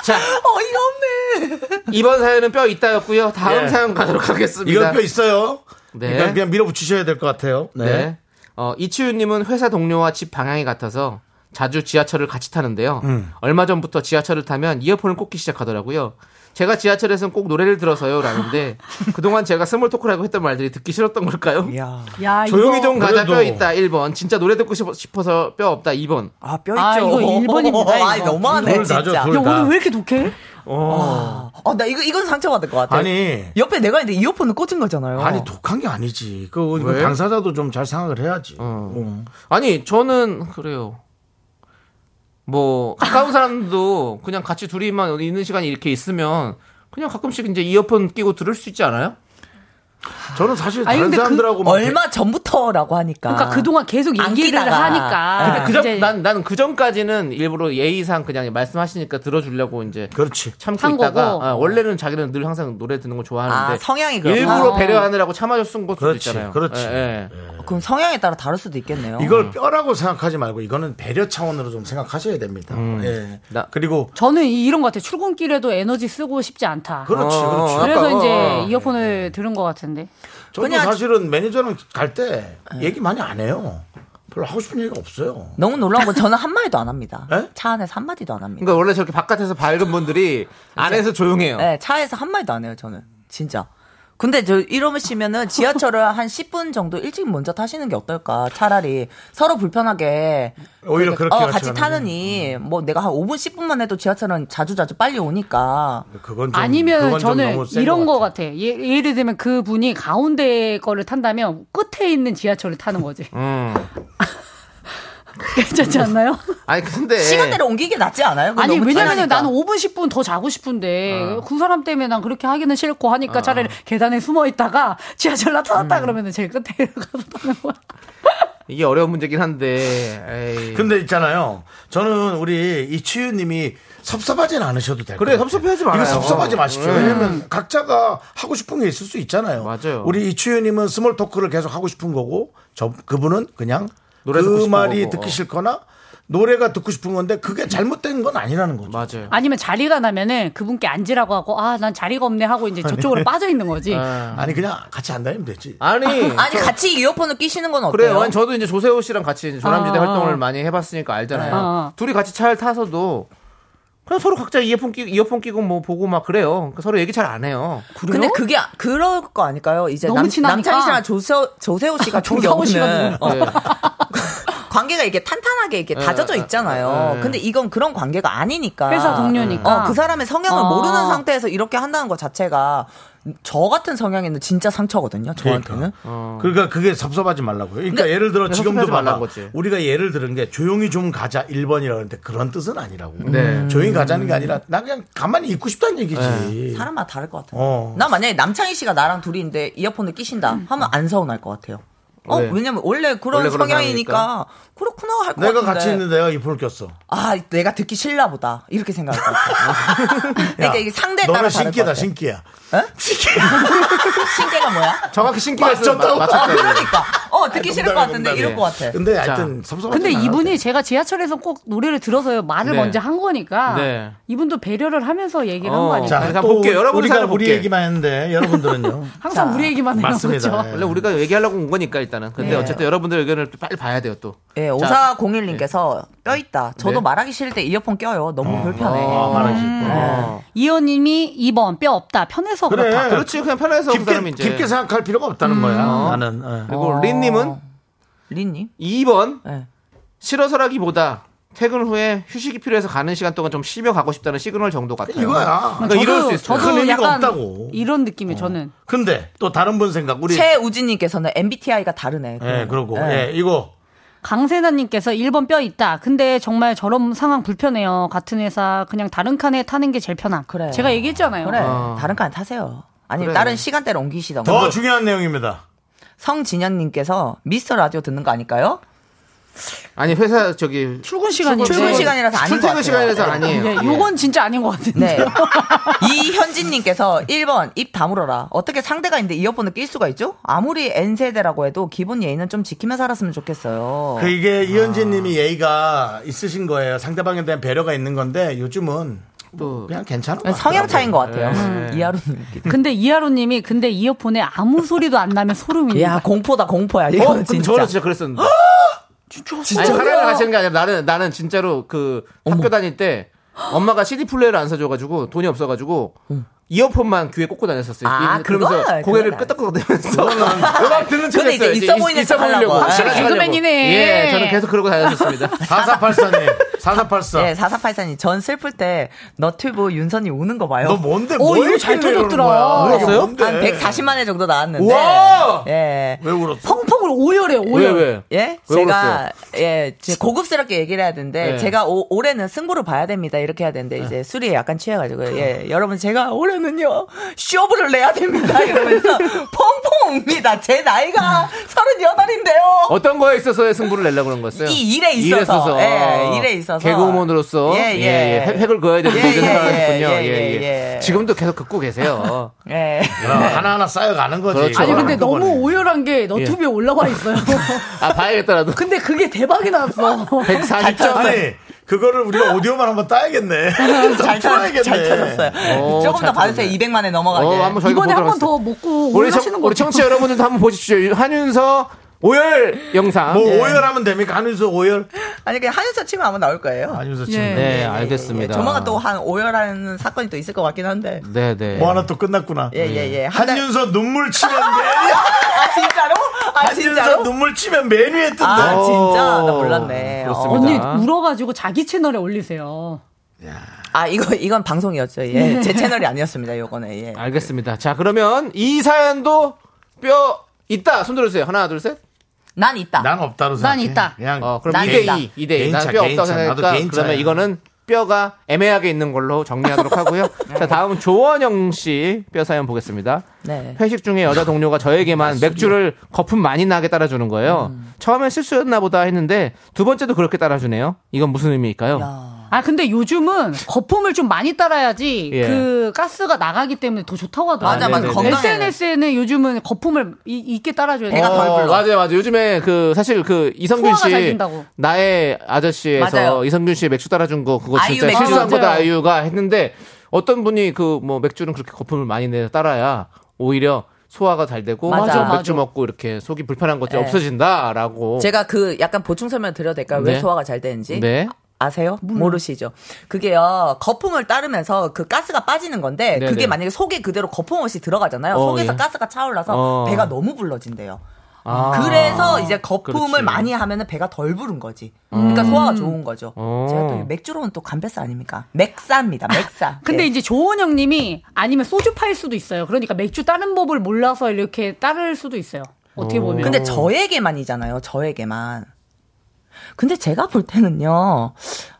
B: 자,
G: 어이가 없네. <laughs>
B: 이번 사연은 뼈 있다였고요. 다음
A: 예.
B: 사연 가도록 하겠습니다.
A: 이건 뼈 있어요.
B: 네.
A: 그러니까 그냥 밀어붙이셔야 될 것 같아요. 네.
B: 네. 어, 이치윤님은 회사 동료와 집 방향이 같아서 자주 지하철을 같이 타는데요.
A: 음.
B: 얼마 전부터 지하철을 타면 이어폰을 꽂기 시작하더라고요. 제가 지하철에서는 꼭 노래를
A: <laughs>
B: 들어서요. 라는데 그동안 제가 스몰 토크라고 했던 말들이 듣기 싫었던 걸까요?
G: 야.
F: 야, 이거-
B: 조용히 좀 가자
A: 그래도.
B: 뼈 있다 1번 진짜 노래 듣고 싶어- 싶어서 뼈 없다 2번
G: 아, 뼈 있죠.
F: 아, 이거 일본입니다,
G: 아,
F: 이거.
G: 너무하네,
A: 돌 다죠,
G: 진짜.
F: 야,
A: 돌 다.
F: 오늘 왜 이렇게 독해?
G: 어, 나 이거, 이건 상처받을 것 같아.
A: 아니.
G: 옆에 내가 있는데 이어폰을 꽂은 거잖아요.
A: 아니 독한 게 아니지. 그
B: 왜?
A: 당사자도 좀 잘 생각을 해야지. 어.
B: 아니 저는 그래요 뭐 가까운 사람도 그냥 같이 둘이만 있는 시간이 이렇게 있으면 그냥 가끔씩 이제 이어폰 끼고 들을 수 있지 않아요?
A: 저는 사실
F: 아니,
A: 다른
F: 근데 그
A: 사람들하고 막
G: 얼마 전부터라고 하니까.
A: 아.
F: 그러니까 그동안 계속
G: 안
F: 얘기를
G: 끼다가. 아,
F: 하니까.
B: 그전
F: 이제
B: 난 나는 그 전까지는 일부러 예의상 그냥 말씀하시니까 들어주려고 이제
A: 그렇지.
B: 참고
F: 한
B: 있다가
F: 거고.
B: 아, 원래는 자기는 늘 항상 노래 듣는 걸 좋아하는데
G: 아, 성향이 그렇구나.
B: 일부러
G: 아.
B: 배려하느라고 참아줬은 것도
A: 그렇지,
B: 있잖아요.
A: 그렇지. 네.
B: 예, 예.
G: 그럼 성향에 따라 다를 수도 있겠네요.
A: 이걸 뼈라고 생각하지 말고 이거는 배려 차원으로 좀 생각하셔야 됩니다. 예.
B: 나-
A: 그리고
F: 저는 이- 이런 것 같아요. 출근길에도 에너지 쓰고 싶지 않다.
A: 그렇지,
B: 어,
A: 그렇지.
B: 약간-
F: 그래서
B: 어.
F: 이제 이어폰을 들은 것 같은데.
A: 저도
G: 그냥-
A: 사실은 매니저랑 갈 때
F: 네.
A: 얘기 많이 안 해요. 별로 하고 싶은 얘기가 없어요.
G: 너무 놀라운 건 저는 한마디도 안 합니다.
A: 에?
G: 차 안에서 한마디도 안 합니다.
B: 그러니까 원래 저렇게 바깥에서 밝은 분들이 안에서
A: 어.
B: 조용해요.
G: 그렇죠. 네, 차에서 한마디도 안 해요, 저는. 진짜. 근데 저 이러시면은
A: <laughs>
G: 지하철을 한 10분 정도 일찍 먼저 타시는 게 어떨까? 차라리 서로 불편하게
A: 오히려 그렇게
F: 그러니까
A: 음.
G: 어,
A: 같이
G: 같이
A: 가면은.
G: 타느니 뭐 내가 한 5분 10분만 해도 지하철은 자주 자주 빨리 오니까
A: 그건 좀,
F: 아니면
A: 그건 좀
F: 저는
A: 너무 센
F: 이런
A: 것
F: 거 같아. 요 예, 를 들면 그 분이 가운데 거를 탄다면 끝에 있는 지하철을 타는 거지.
B: 음.
F: <laughs> 괜찮지 않나요?
B: 아니
A: 네.
B: 근데
G: 시간대를 옮기는 게 낫지 않아요? 그거
F: 아니
G: 너무
F: 왜냐면
G: 편하니까.
F: 나는 5분 10분 더 자고 싶은데 그 사람 때문에 난 그렇게 하기는 싫고 하니까 차라리 계단에 숨어 있다가 <laughs> 지하철 나타났다 그러면은 제일 끝에 <laughs> 가서 타는 거야.
B: 이게 어려운 문제긴 한데. 에이.
A: 근데 있잖아요. 저는 우리 이치유님이 섭섭하진 않으셔도 될것
B: 그래,
A: 같아요.
B: 섭섭해하지
A: 이거
B: 말아요.
A: 섭섭하지 마십시오. 왜냐면 각자가 하고 싶은 게 있을 수 있잖아요.
B: 맞아요.
A: 우리 이치유님은 스몰 토크를 계속 하고 싶은 거고, 저 그분은 그냥
B: 노래 듣고
A: 그
B: 싶은
A: 말이
B: 거고.
A: 듣기 싫거나 노래가 듣고 싶은 건데 그게 잘못된 건 아니라는 거죠.
B: 맞아요.
F: 아니면 자리가 나면은 그분께 앉으라고 하고 아 난 자리가 없네 하고 이제 저쪽으로 빠져 있는 거지.
A: 아니 그냥 같이 안 다니면 되지.
B: 아니.
G: 네.
F: 음.
G: 아니
B: 저-
G: 같이 이어폰을 끼시는 건 어때요?
B: 그래요. 아니, 저도 이제 조세호 씨랑 같이 이제 조남지대
F: 아.
B: 활동을 많이 해봤으니까 알잖아요.
F: 아.
B: 둘이 같이 차를 타서도 그냥 서로 각자 이어폰 끼 이어폰 끼고 뭐 보고 막 그래요. 그러니까 서로 얘기 잘 안 해요. 네.
G: 근데 그게 아- 그럴 거 아닐까요? 이제
F: 너무
G: 남,
F: 친하니까.
G: 남창희 씨랑 조세호, 조세호 씨가 같은
F: 조세호
G: 경우는
F: 씨가
G: 어,
B: 네.
G: 관계가 이렇게 탄탄하게
A: 예,
G: 이렇게 다져져 있잖아요. 근데 이건 그런 관계가 아니니까.
F: 회사 동료니까.
G: 어, 그 사람의 성향을
F: 어.
G: 모르는 상태에서 이렇게 한다는 것 자체가 저 같은 성향에는 진짜 상처거든요. 저한테는.
B: 어.
A: 그러니까 그게 섭섭하지 말라고요. 그러니까 예를 들어 지금도
B: 섭섭하지
A: 봐라.
B: 말라는 거지.
A: 우리가 예를 들은 게 조용히 좀 가자 1번이라는데 그런 뜻은 아니라고.
B: 네.
A: 조용히 가자는 게 아니라 나 그냥 가만히 있고 싶다는 얘기지.
G: 사람마다 다를 것 같아요.
A: 어.
G: 나 만약에 남창희 씨가 나랑 둘이 있는데 이어폰을 끼신다
F: 음.
G: 하면 안 서운할 것 같아요. 어,
A: 네.
B: 왜?
G: 왜냐면 원래 그런
B: 원래 그런
G: 성향이니까 그렇구나 할 것 같은데.
A: 내가 같이 있는데 내가 이불을 꼈어.
G: 아, 내가 듣기 싫나 보다. 이렇게 생각할 것
A: <laughs>
G: 같아요.
A: 야,
G: 그러니까 이게 상대에 따라
A: 너는
G: 다를 것
A: 신기다
G: 같아.
A: 신기야.
G: <laughs> 신기가 뭐야?
B: 정확히 신기가 있으면
A: 맞췄다고.
B: 그 맞-
G: 아,
B: 맞췄다고. <laughs>
G: 그러니까. 어, 듣기 싫을 것 같은데
A: 농담이에요.
G: 이럴 것 같아.
A: 근데 하여튼 섭섭하지
F: 근데
A: 않아도
F: 이분이 제가 지하철에서 꼭 노래를 들어서요 말을
B: 네.
F: 먼저 한 거니까
B: 네.
F: 이분도 배려를 하면서 얘기를
B: 어.
F: 한 거
A: 돼.
F: 아니에요?
A: 자,
B: 일단
A: 또
B: 볼게요. 여러분
A: 우리가
B: 사연을
A: 우리
B: 볼게.
A: 얘기만 했는데
B: <laughs>
A: 여러분들은
F: 항상 우리 얘기만 해요.
A: 맞습니다.
F: 그렇죠?
B: 원래 우리가 얘기하려고 온 거니까 일단은. 근데 어쨌든 여러분들 의견을 또 빨리 봐야 돼요 또.
G: 예,
B: 자,
G: 5401님께서 뼈 있다.
B: 네.
G: 저도 말하기 싫을 때 이어폰 껴요. 너무 불편해.
A: 예. 아, 말하지.
B: 어.
F: 이호님이 2번 뼈 없다 편해서
A: 그래.
F: 그렇다.
B: 아, 그렇지 그냥 편해서 그
A: 깊게,
B: 사람이 이제. 음. 어.
A: 깊게 생각할 필요가 없다는 거야. 나는 예.
B: 그리고 린님은
G: 린님?
B: 2번
G: 네.
B: 싫어서라기보다 퇴근 후에 휴식이 필요해서 가는 시간 동안 좀 쉬며 가고 싶다는 시그널 정도 같아요.
A: 이거야.
B: 그러니까 이럴 수 있어요.
A: 큰
F: 저도
A: 의미가
F: 약간
A: 없다고.
F: 이런 느낌이 요 저는
A: 근데 또 다른 분 생각 우리
G: 최우진님께서는 MBTI가 다르네.
A: 예, 그러고
G: 예.
A: 예, 이거
F: 강세나님께서 1번 뼈 있다. 근데 정말 저런 상황 불편해요. 같은 회사 그냥 다른 칸에 타는 게 제일 편함.
G: 그래.
F: 제가 얘기했잖아요.
G: 그래. 다른 거 안 타세요. 아니면
B: 그래.
G: 다른 시간대로
A: 어?
G: 옮기시던가.
A: 더 중요한 내용입니다.
G: 성진현님께서 미스터 라디오 듣는 거 아닐까요?
B: 아니 회사 저기
F: 출근 시간이
G: 출근 시간이라서 아닌 것
B: 출퇴근
G: 같아요.
B: 시간이라서 아니에요. 예. 어,
F: 네, 요건 진짜 아닌 것
A: <laughs>
F: 같은데.
G: 네. 이현진님께서 1번 입 다물어라. 어떻게 상대가 있는데 이어폰을 낄 수가 있죠? 아무리 N 세대라고 해도 기본 예의는 좀 지키며 살았으면 좋겠어요.
A: 그 이게 이현진 님이 예의가 있으신 거예요. 상대방에 대한 배려가 있는 건데 요즘은
B: 또
A: 그냥 괜찮아.
G: 성향 차인 것
A: 네.
G: 같아요. 음, 이하로님.
F: 근데 이하로님이 근데 이어폰에 아무 소리도 안 나면 소름이.
G: 야 공포다 공포야. 이거
B: 어, 근데
G: 진짜. 아!
B: 저는 진짜 그랬었는데. 진짜 아니, 사랑을 하시는 게 아니라 나는 나는 진짜로 그 학교 다닐 때 엄마가 CD 플레이를 안 사줘가지고 돈이 없어가지고 이어폰만 귀에 꽂고 다녔었어요.
G: 아,
B: 이- 그러면서
G: 그거야,
B: 고개를
G: 그거는.
B: 끄덕끄덕대면서 음악 듣는 척
G: 근데
B: 했어요.
G: 이제 있어 보이는
B: 있어
G: 척 하려고.
B: 보이려고.
G: 확실히
B: 약간
F: 개그맨이네.
B: 예, 저는 계속 그러고 다녔었습니다.
A: 4484님. 4484.
B: 예.
G: 네, 4484님. 전 슬플 때 너튜브 윤선이 우는 거 봐요.
A: 너 뭔데?
F: 어,
A: 뭐
F: 이거
A: 이렇게
F: 잘
A: 이러는
F: 터졌더라.
A: 거야? 이게
B: 울었어요?
A: 뭔데?
G: 한 140만 회 정도 나왔는데.
A: 우와!
G: 예.
A: 왜 울었어?
F: 펑펑을 오열해
B: 왜
F: 오열.
B: 왜?
G: 예?
B: 왜 울었어요?
G: 제가, 예, 제 고급스럽게 얘기를 해야 되는데,
B: 예.
G: 제가 오, 올해는 승부를 봐야 됩니다. 이렇게 해야 되는데, 이제 술이 약간 취해가지고, 예, 여러분, 제가 올해는요, 쇼부를 내야 됩니다. 이러면서 <laughs> 펑펑 웁니다. 제 나이가 38인데요.
B: <laughs> 어떤 거에 있어서의 승부를 내려고 그런 거였어요?
G: 이 일에 있어서. 예, 일에 있어서.
B: 개그우먼으로서
G: 예,
B: 예,
G: 예.
B: 예, 획- 획을 그어야 되는
G: 예,
B: 분들
G: 예,
B: 생각하셨군요.
G: 예,
B: 예, 예,
G: 예, 예.
B: 지금도 계속 긋고 계세요.
G: 예.
A: 그럼 하나하나 쌓여가는 거지.
B: 네. 그렇죠.
F: 아니
B: 어,
F: 근데 너무
A: 한꺼번에.
F: 오열한 게 너튜브에
B: 예.
F: 올라와 있어요. <laughs>
B: 아 봐야겠더라도 <laughs> 네.
F: 근데 그게 대박이 났어.
B: 140점.
A: 아니 그거를 우리가 오디오만 한번 따야겠네.
G: <laughs> 잘, 찾,
A: 풀어야겠네.
G: 잘 찾았어요.
B: 오,
G: <laughs> 조금
B: 잘
G: 더 봐주세요. 200만에 넘어가게.
B: 어, 한번 저희가
F: 이번에 한
B: 보도록
F: 번
B: 하겠습니다.
F: 더 먹고
B: 우리, 청,
F: 오열하시는 거.
B: 우리 청취자 여러분들도 한번 보십시오. 한윤서 오열 영상. 예,
A: 뭐
G: 예.
A: 오열하면 됩니까? 한윤서 오열?
G: 아니, 그냥 한윤서 치면 아마 나올 예. 거예요.
A: 한윤서 씨.
F: 예.
B: 네, 알겠습니다.
G: 조만간 또 한 오열하는 사건이 또 있을 것 같긴 한데. <laughs>
B: 네, 네.
A: 뭐 하나 또 끝났구나.
G: 예, 예, 예. 한 달-
A: 한윤서 눈물 치면 메뉴.
G: 아, 진짜로? <laughs> 아,
A: 한윤서
G: 진짜로?
A: 눈물 치면 메뉴에 뜬다.
G: 아,
B: 어,
G: 진짜? 나 몰랐네.
B: 그렇습니다.
F: 언니
B: 아.
F: 울어가지고 자기 채널에 올리세요.
G: 아, 이거, 이건 방송이었죠. 예. 제 채널이 아니었습니다, 요거는. 예.
B: 네, 알겠습니다. 자, 그러면 이 사연도 뼈 있다. 손 들어주세요. 하나, 둘, 셋.
G: 난 있다.
A: 난 없다로
F: 난
A: 생각해.
F: 있다.
A: 그냥
B: 어, 그럼
G: 난
B: 2대2.
G: 있다.
B: 2대2
A: 개인차,
B: 난뼈 없다고
A: 개인차. 나도
B: 생각하니까
A: 개인차야.
B: 그러면 이거는 뼈가 애매하게 있는 걸로
A: <laughs>
B: 정리하도록 하고요.
A: 네.
B: 자, 다음 조원영 씨 뼈 사연 보겠습니다.
G: 네.
B: 회식 중에 여자 동료가 저에게만 맥주를 거품 많이 나게 따라주는 거예요. 처음엔 실수였나 보다 했는데 두 번째도 그렇게 따라주네요. 이건 무슨 의미일까요?
F: 아 근데 요즘은 거품을 좀 많이 따라야지
B: 예.
F: 그 가스가 나가기 때문에 더 좋다고 하더라고요.
G: 맞아, 맞아.
B: 네네네.
G: 건강에.
F: SNS에는 요즘은 거품을 이, 있게 따라줘야 돼요.
G: 배가 덜 불러.
B: 어, 맞아요, 맞아요. 요즘에 그 사실 그 이성균
F: 소화가 잘
B: 씨
F: 된다고.
B: 나의 아저씨에서
G: 맞아요.
B: 이성균 씨 맥주 따라준 거 그거
G: 아이유
B: 진짜
G: 맥주.
B: 실수한
F: 맞아요.
B: 거다 아이유가 했는데 어떤 분이 그 뭐 맥주는 그렇게 거품을 많이 내서 따라야 오히려 소화가 잘 되고
G: 맞아,
B: 또 맥주
F: 맞아.
B: 먹고 이렇게 속이 불편한 것들이
G: 네.
B: 없어진다라고
G: 제가 그 약간 보충 설명 드려도 될까요?
B: 네.
G: 왜 소화가 잘 되는지?
B: 네.
G: 아세요? 모르시죠. 그게요, 거품을 따르면서 그 가스가 빠지는 건데,
B: 네네.
G: 그게 만약에 속에 그대로 거품 없이 들어가잖아요.
B: 어,
G: 속에서
B: 예.
G: 가스가 차올라서
B: 어.
G: 배가 너무 불러진대요.
B: 아.
G: 그래서 이제 거품을
B: 그렇지. 음.
G: 많이 하면은 배가 덜 부른 거지. 그러니까 소화가 좋은 거죠.
B: 어.
G: 제가 또 맥주로는 또 간뱃살 아닙니까? 맥사입니다.
F: <laughs>
G: 맥사.
F: 근데
G: 예.
F: 이제 조원영님이 아니면 소주 파일 수도 있어요. 그러니까 맥주 따는 법을 몰라서 이렇게 따를 수도 있어요. 어떻게 보면.
G: 근데 저에게만이잖아요. 저에게만. 근데 제가 볼 때는요.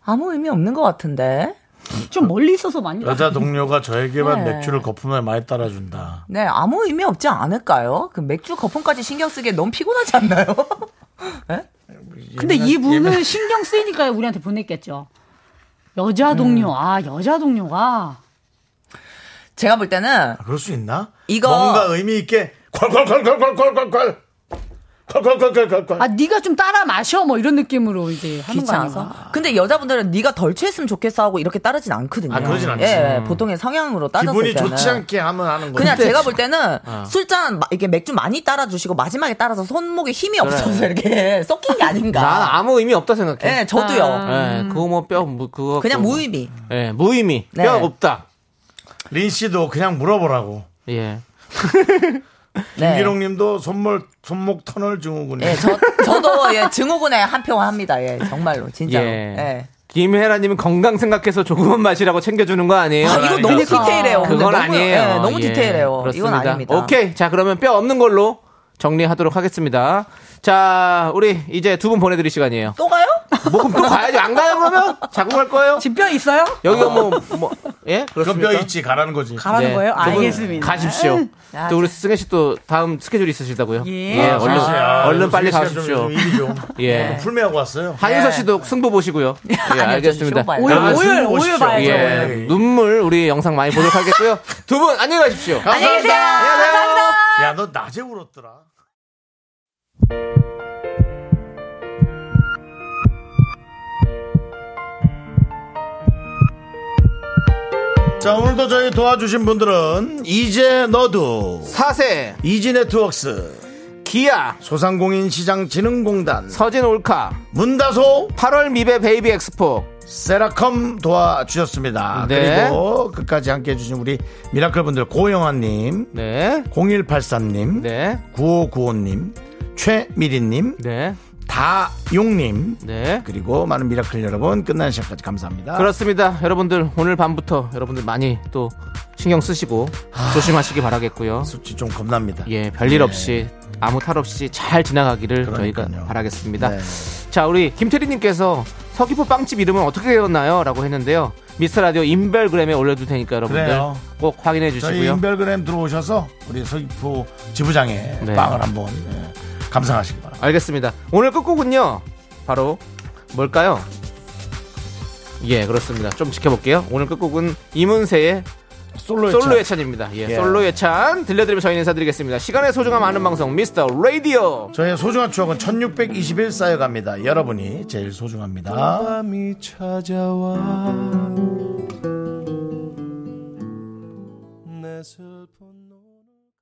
G: 아무 의미 없는 것 같은데.
F: 좀 멀리 있어서 많이.
A: 여자 동료가 저에게만
G: 네.
A: 맥주를 거품을 많이 따라준다.
G: 네, 아무 의미 없지 않을까요? 그 맥주 거품까지 신경 쓰기에 너무 피곤하지 않나요? <laughs>
F: 근데 이분은 <laughs> 신경 쓰이니까 우리한테 보냈겠죠. 여자
G: 네.
F: 동료, 아, 여자 동료가.
G: 제가 볼 때는
A: 아, 그럴 수 있나?
G: 이거-
A: 뭔가 의미 있게 콸콸콸콸콸콸콸콸 콸콸콸콸콸콸
F: 아, 네가 좀 따라 마셔 뭐 이런 느낌으로 이제 하는 거
G: 귀찮아서.
F: 아닌가?
G: 근데 여자분들은 네가 덜 취했으면 좋겠어 하고 이렇게 따르진 않거든요.
A: 아, 그러진 않지.
G: 예, 보통의 성향으로 따졌을
A: 기분이
G: 때는.
A: 좋지 않게 아. 하면 하는 거.
G: 그냥 제가 볼 때는 술잔 마- 이렇게 맥주 많이 따라주시고 마지막에 따라서 손목에 힘이 없어서 이렇게 섞인 게
B: 난
G: 아닌가.
B: 아무 의미 없다 생각해.
G: 예, 저도요.
A: 아,
B: 예, 그거 뭐 뼈 그거
G: 음. 그냥
B: 뭐-
G: 무의미.
B: 예, 무의미.
G: 네.
B: 뼈 없다.
A: 린 씨도 그냥 물어보라고.
B: 예.
G: 네.
A: 김기록 님도 손목, 손목 터널 증후군이.
G: 예, 저, 저도 예, 증후군에 한 표 합니다. 예, 정말로. 진짜로.
B: 예.
G: 예.
B: 김혜라 님은 건강 생각해서 조금만 마시라고 챙겨주는 거 아니에요?
G: 아, 이거 너무 디테일해요. 근데
B: 그러니까. 그건
G: 너무,
B: 아니에요.
G: 예, 너무
B: 예,
G: 디테일해요. 이건
B: 그렇습니다.
G: 아닙니다.
B: 오케이. 자, 그러면 뼈 없는 걸로 정리하도록 하겠습니다. 자, 우리 이제 두 분 보내드릴 시간이에요.
G: 또 가요?
B: 뭐 그럼 또 가야지. 안 가요 그러면? 자꾸 갈 거예요?
H: 집병 있어요?
B: 여기가 뭐, 뭐, 예? 그렇습니까?
A: 그뼈 있지 가라는 거지.
H: 가라는
B: 네.
H: 거예요?
B: 두 분
H: 알겠습니다.
B: 가십시오.
H: 아,
B: 또 우리 승혜 씨 또 다음 스케줄 있으시다고요?
H: 예.
A: 아,
B: 얼른,
A: 사실, 아,
B: 얼른 빨리
A: 승희 씨가
B: 가십시오.
A: 좀 일이
B: <laughs>
A: 좀
I: 네.
B: 예.
A: 풀메하고 왔어요.
B: 한윤서 씨도 승부 보시고요. 예, 알겠습니다.
G: 쇼 봐요.
H: 오늘
A: 나가서
H: 오늘
A: 승부
H: 오늘
A: 보십시오.
H: 봐야죠.
B: 예.
A: 오늘.
B: 눈물 우리 영상 많이 보도록 하겠고요. 두 분 안녕히 가십시오.
G: 안녕히 계세요.
B: 안녕하세요.
A: 야, 너 낮에 울었더라. 자, 오늘도 저희 도와주신 분들은 이제 너도
B: 사세,
A: 이지 네트웍스
B: 기아,
A: 소상공인 시장 진흥공단
B: 서진 올카,
A: 문다소
B: 8월 미베 베이비 엑스포,
A: 세라컴 도와주셨습니다.
B: 네.
A: 그리고 끝까지 함께 해주신 우리 미라클 분들 고영아님,
B: 네,
A: 0183님,
B: 네,
A: 9595님, 최미리님,
B: 네,
A: 다용님,
B: 네.
A: 그리고 많은 미라클 여러분 끝나는 시간까지 감사합니다.
B: 아. 그렇습니다. 여러분들 오늘 밤부터 여러분들 많이 또 신경 쓰시고
A: 아.
B: 조심하시기 바라겠고요.
A: 수치 좀 겁납니다.
B: 예, 별일 없이 아무 탈 없이 잘 지나가기를 저희가
A: 그러니까요.
B: 바라겠습니다.
A: 네.
B: 자, 우리 김태리님께서 서귀포 빵집 이름은 어떻게 되었나요? 라고 했는데요. 미스터 라디오 인별그램에 올려둘 테니까 여러분들
A: 그래요.
B: 꼭 확인해
A: 저희
B: 주시고요.
A: 인별그램 들어오셔서 우리 서귀포 지부장의
B: 네.
A: 빵을 한번 예, 감상하시기 바랍니다.
B: 알겠습니다. 오늘 끝곡은요. 바로 뭘까요? 예, 그렇습니다. 좀 지켜볼게요. 오늘 끝곡은 이문세의
A: 솔로의
B: 솔로 예찬입니다. 예,
A: 예.
B: 솔로 예찬 들려드리면 저희는 인사드리겠습니다. 시간의 소중함 아는 방송 미스터 라디오.
A: 저의 소중한 추억은 1621 쌓여갑니다. 여러분이 제일 소중합니다.
J: 밤이 찾아와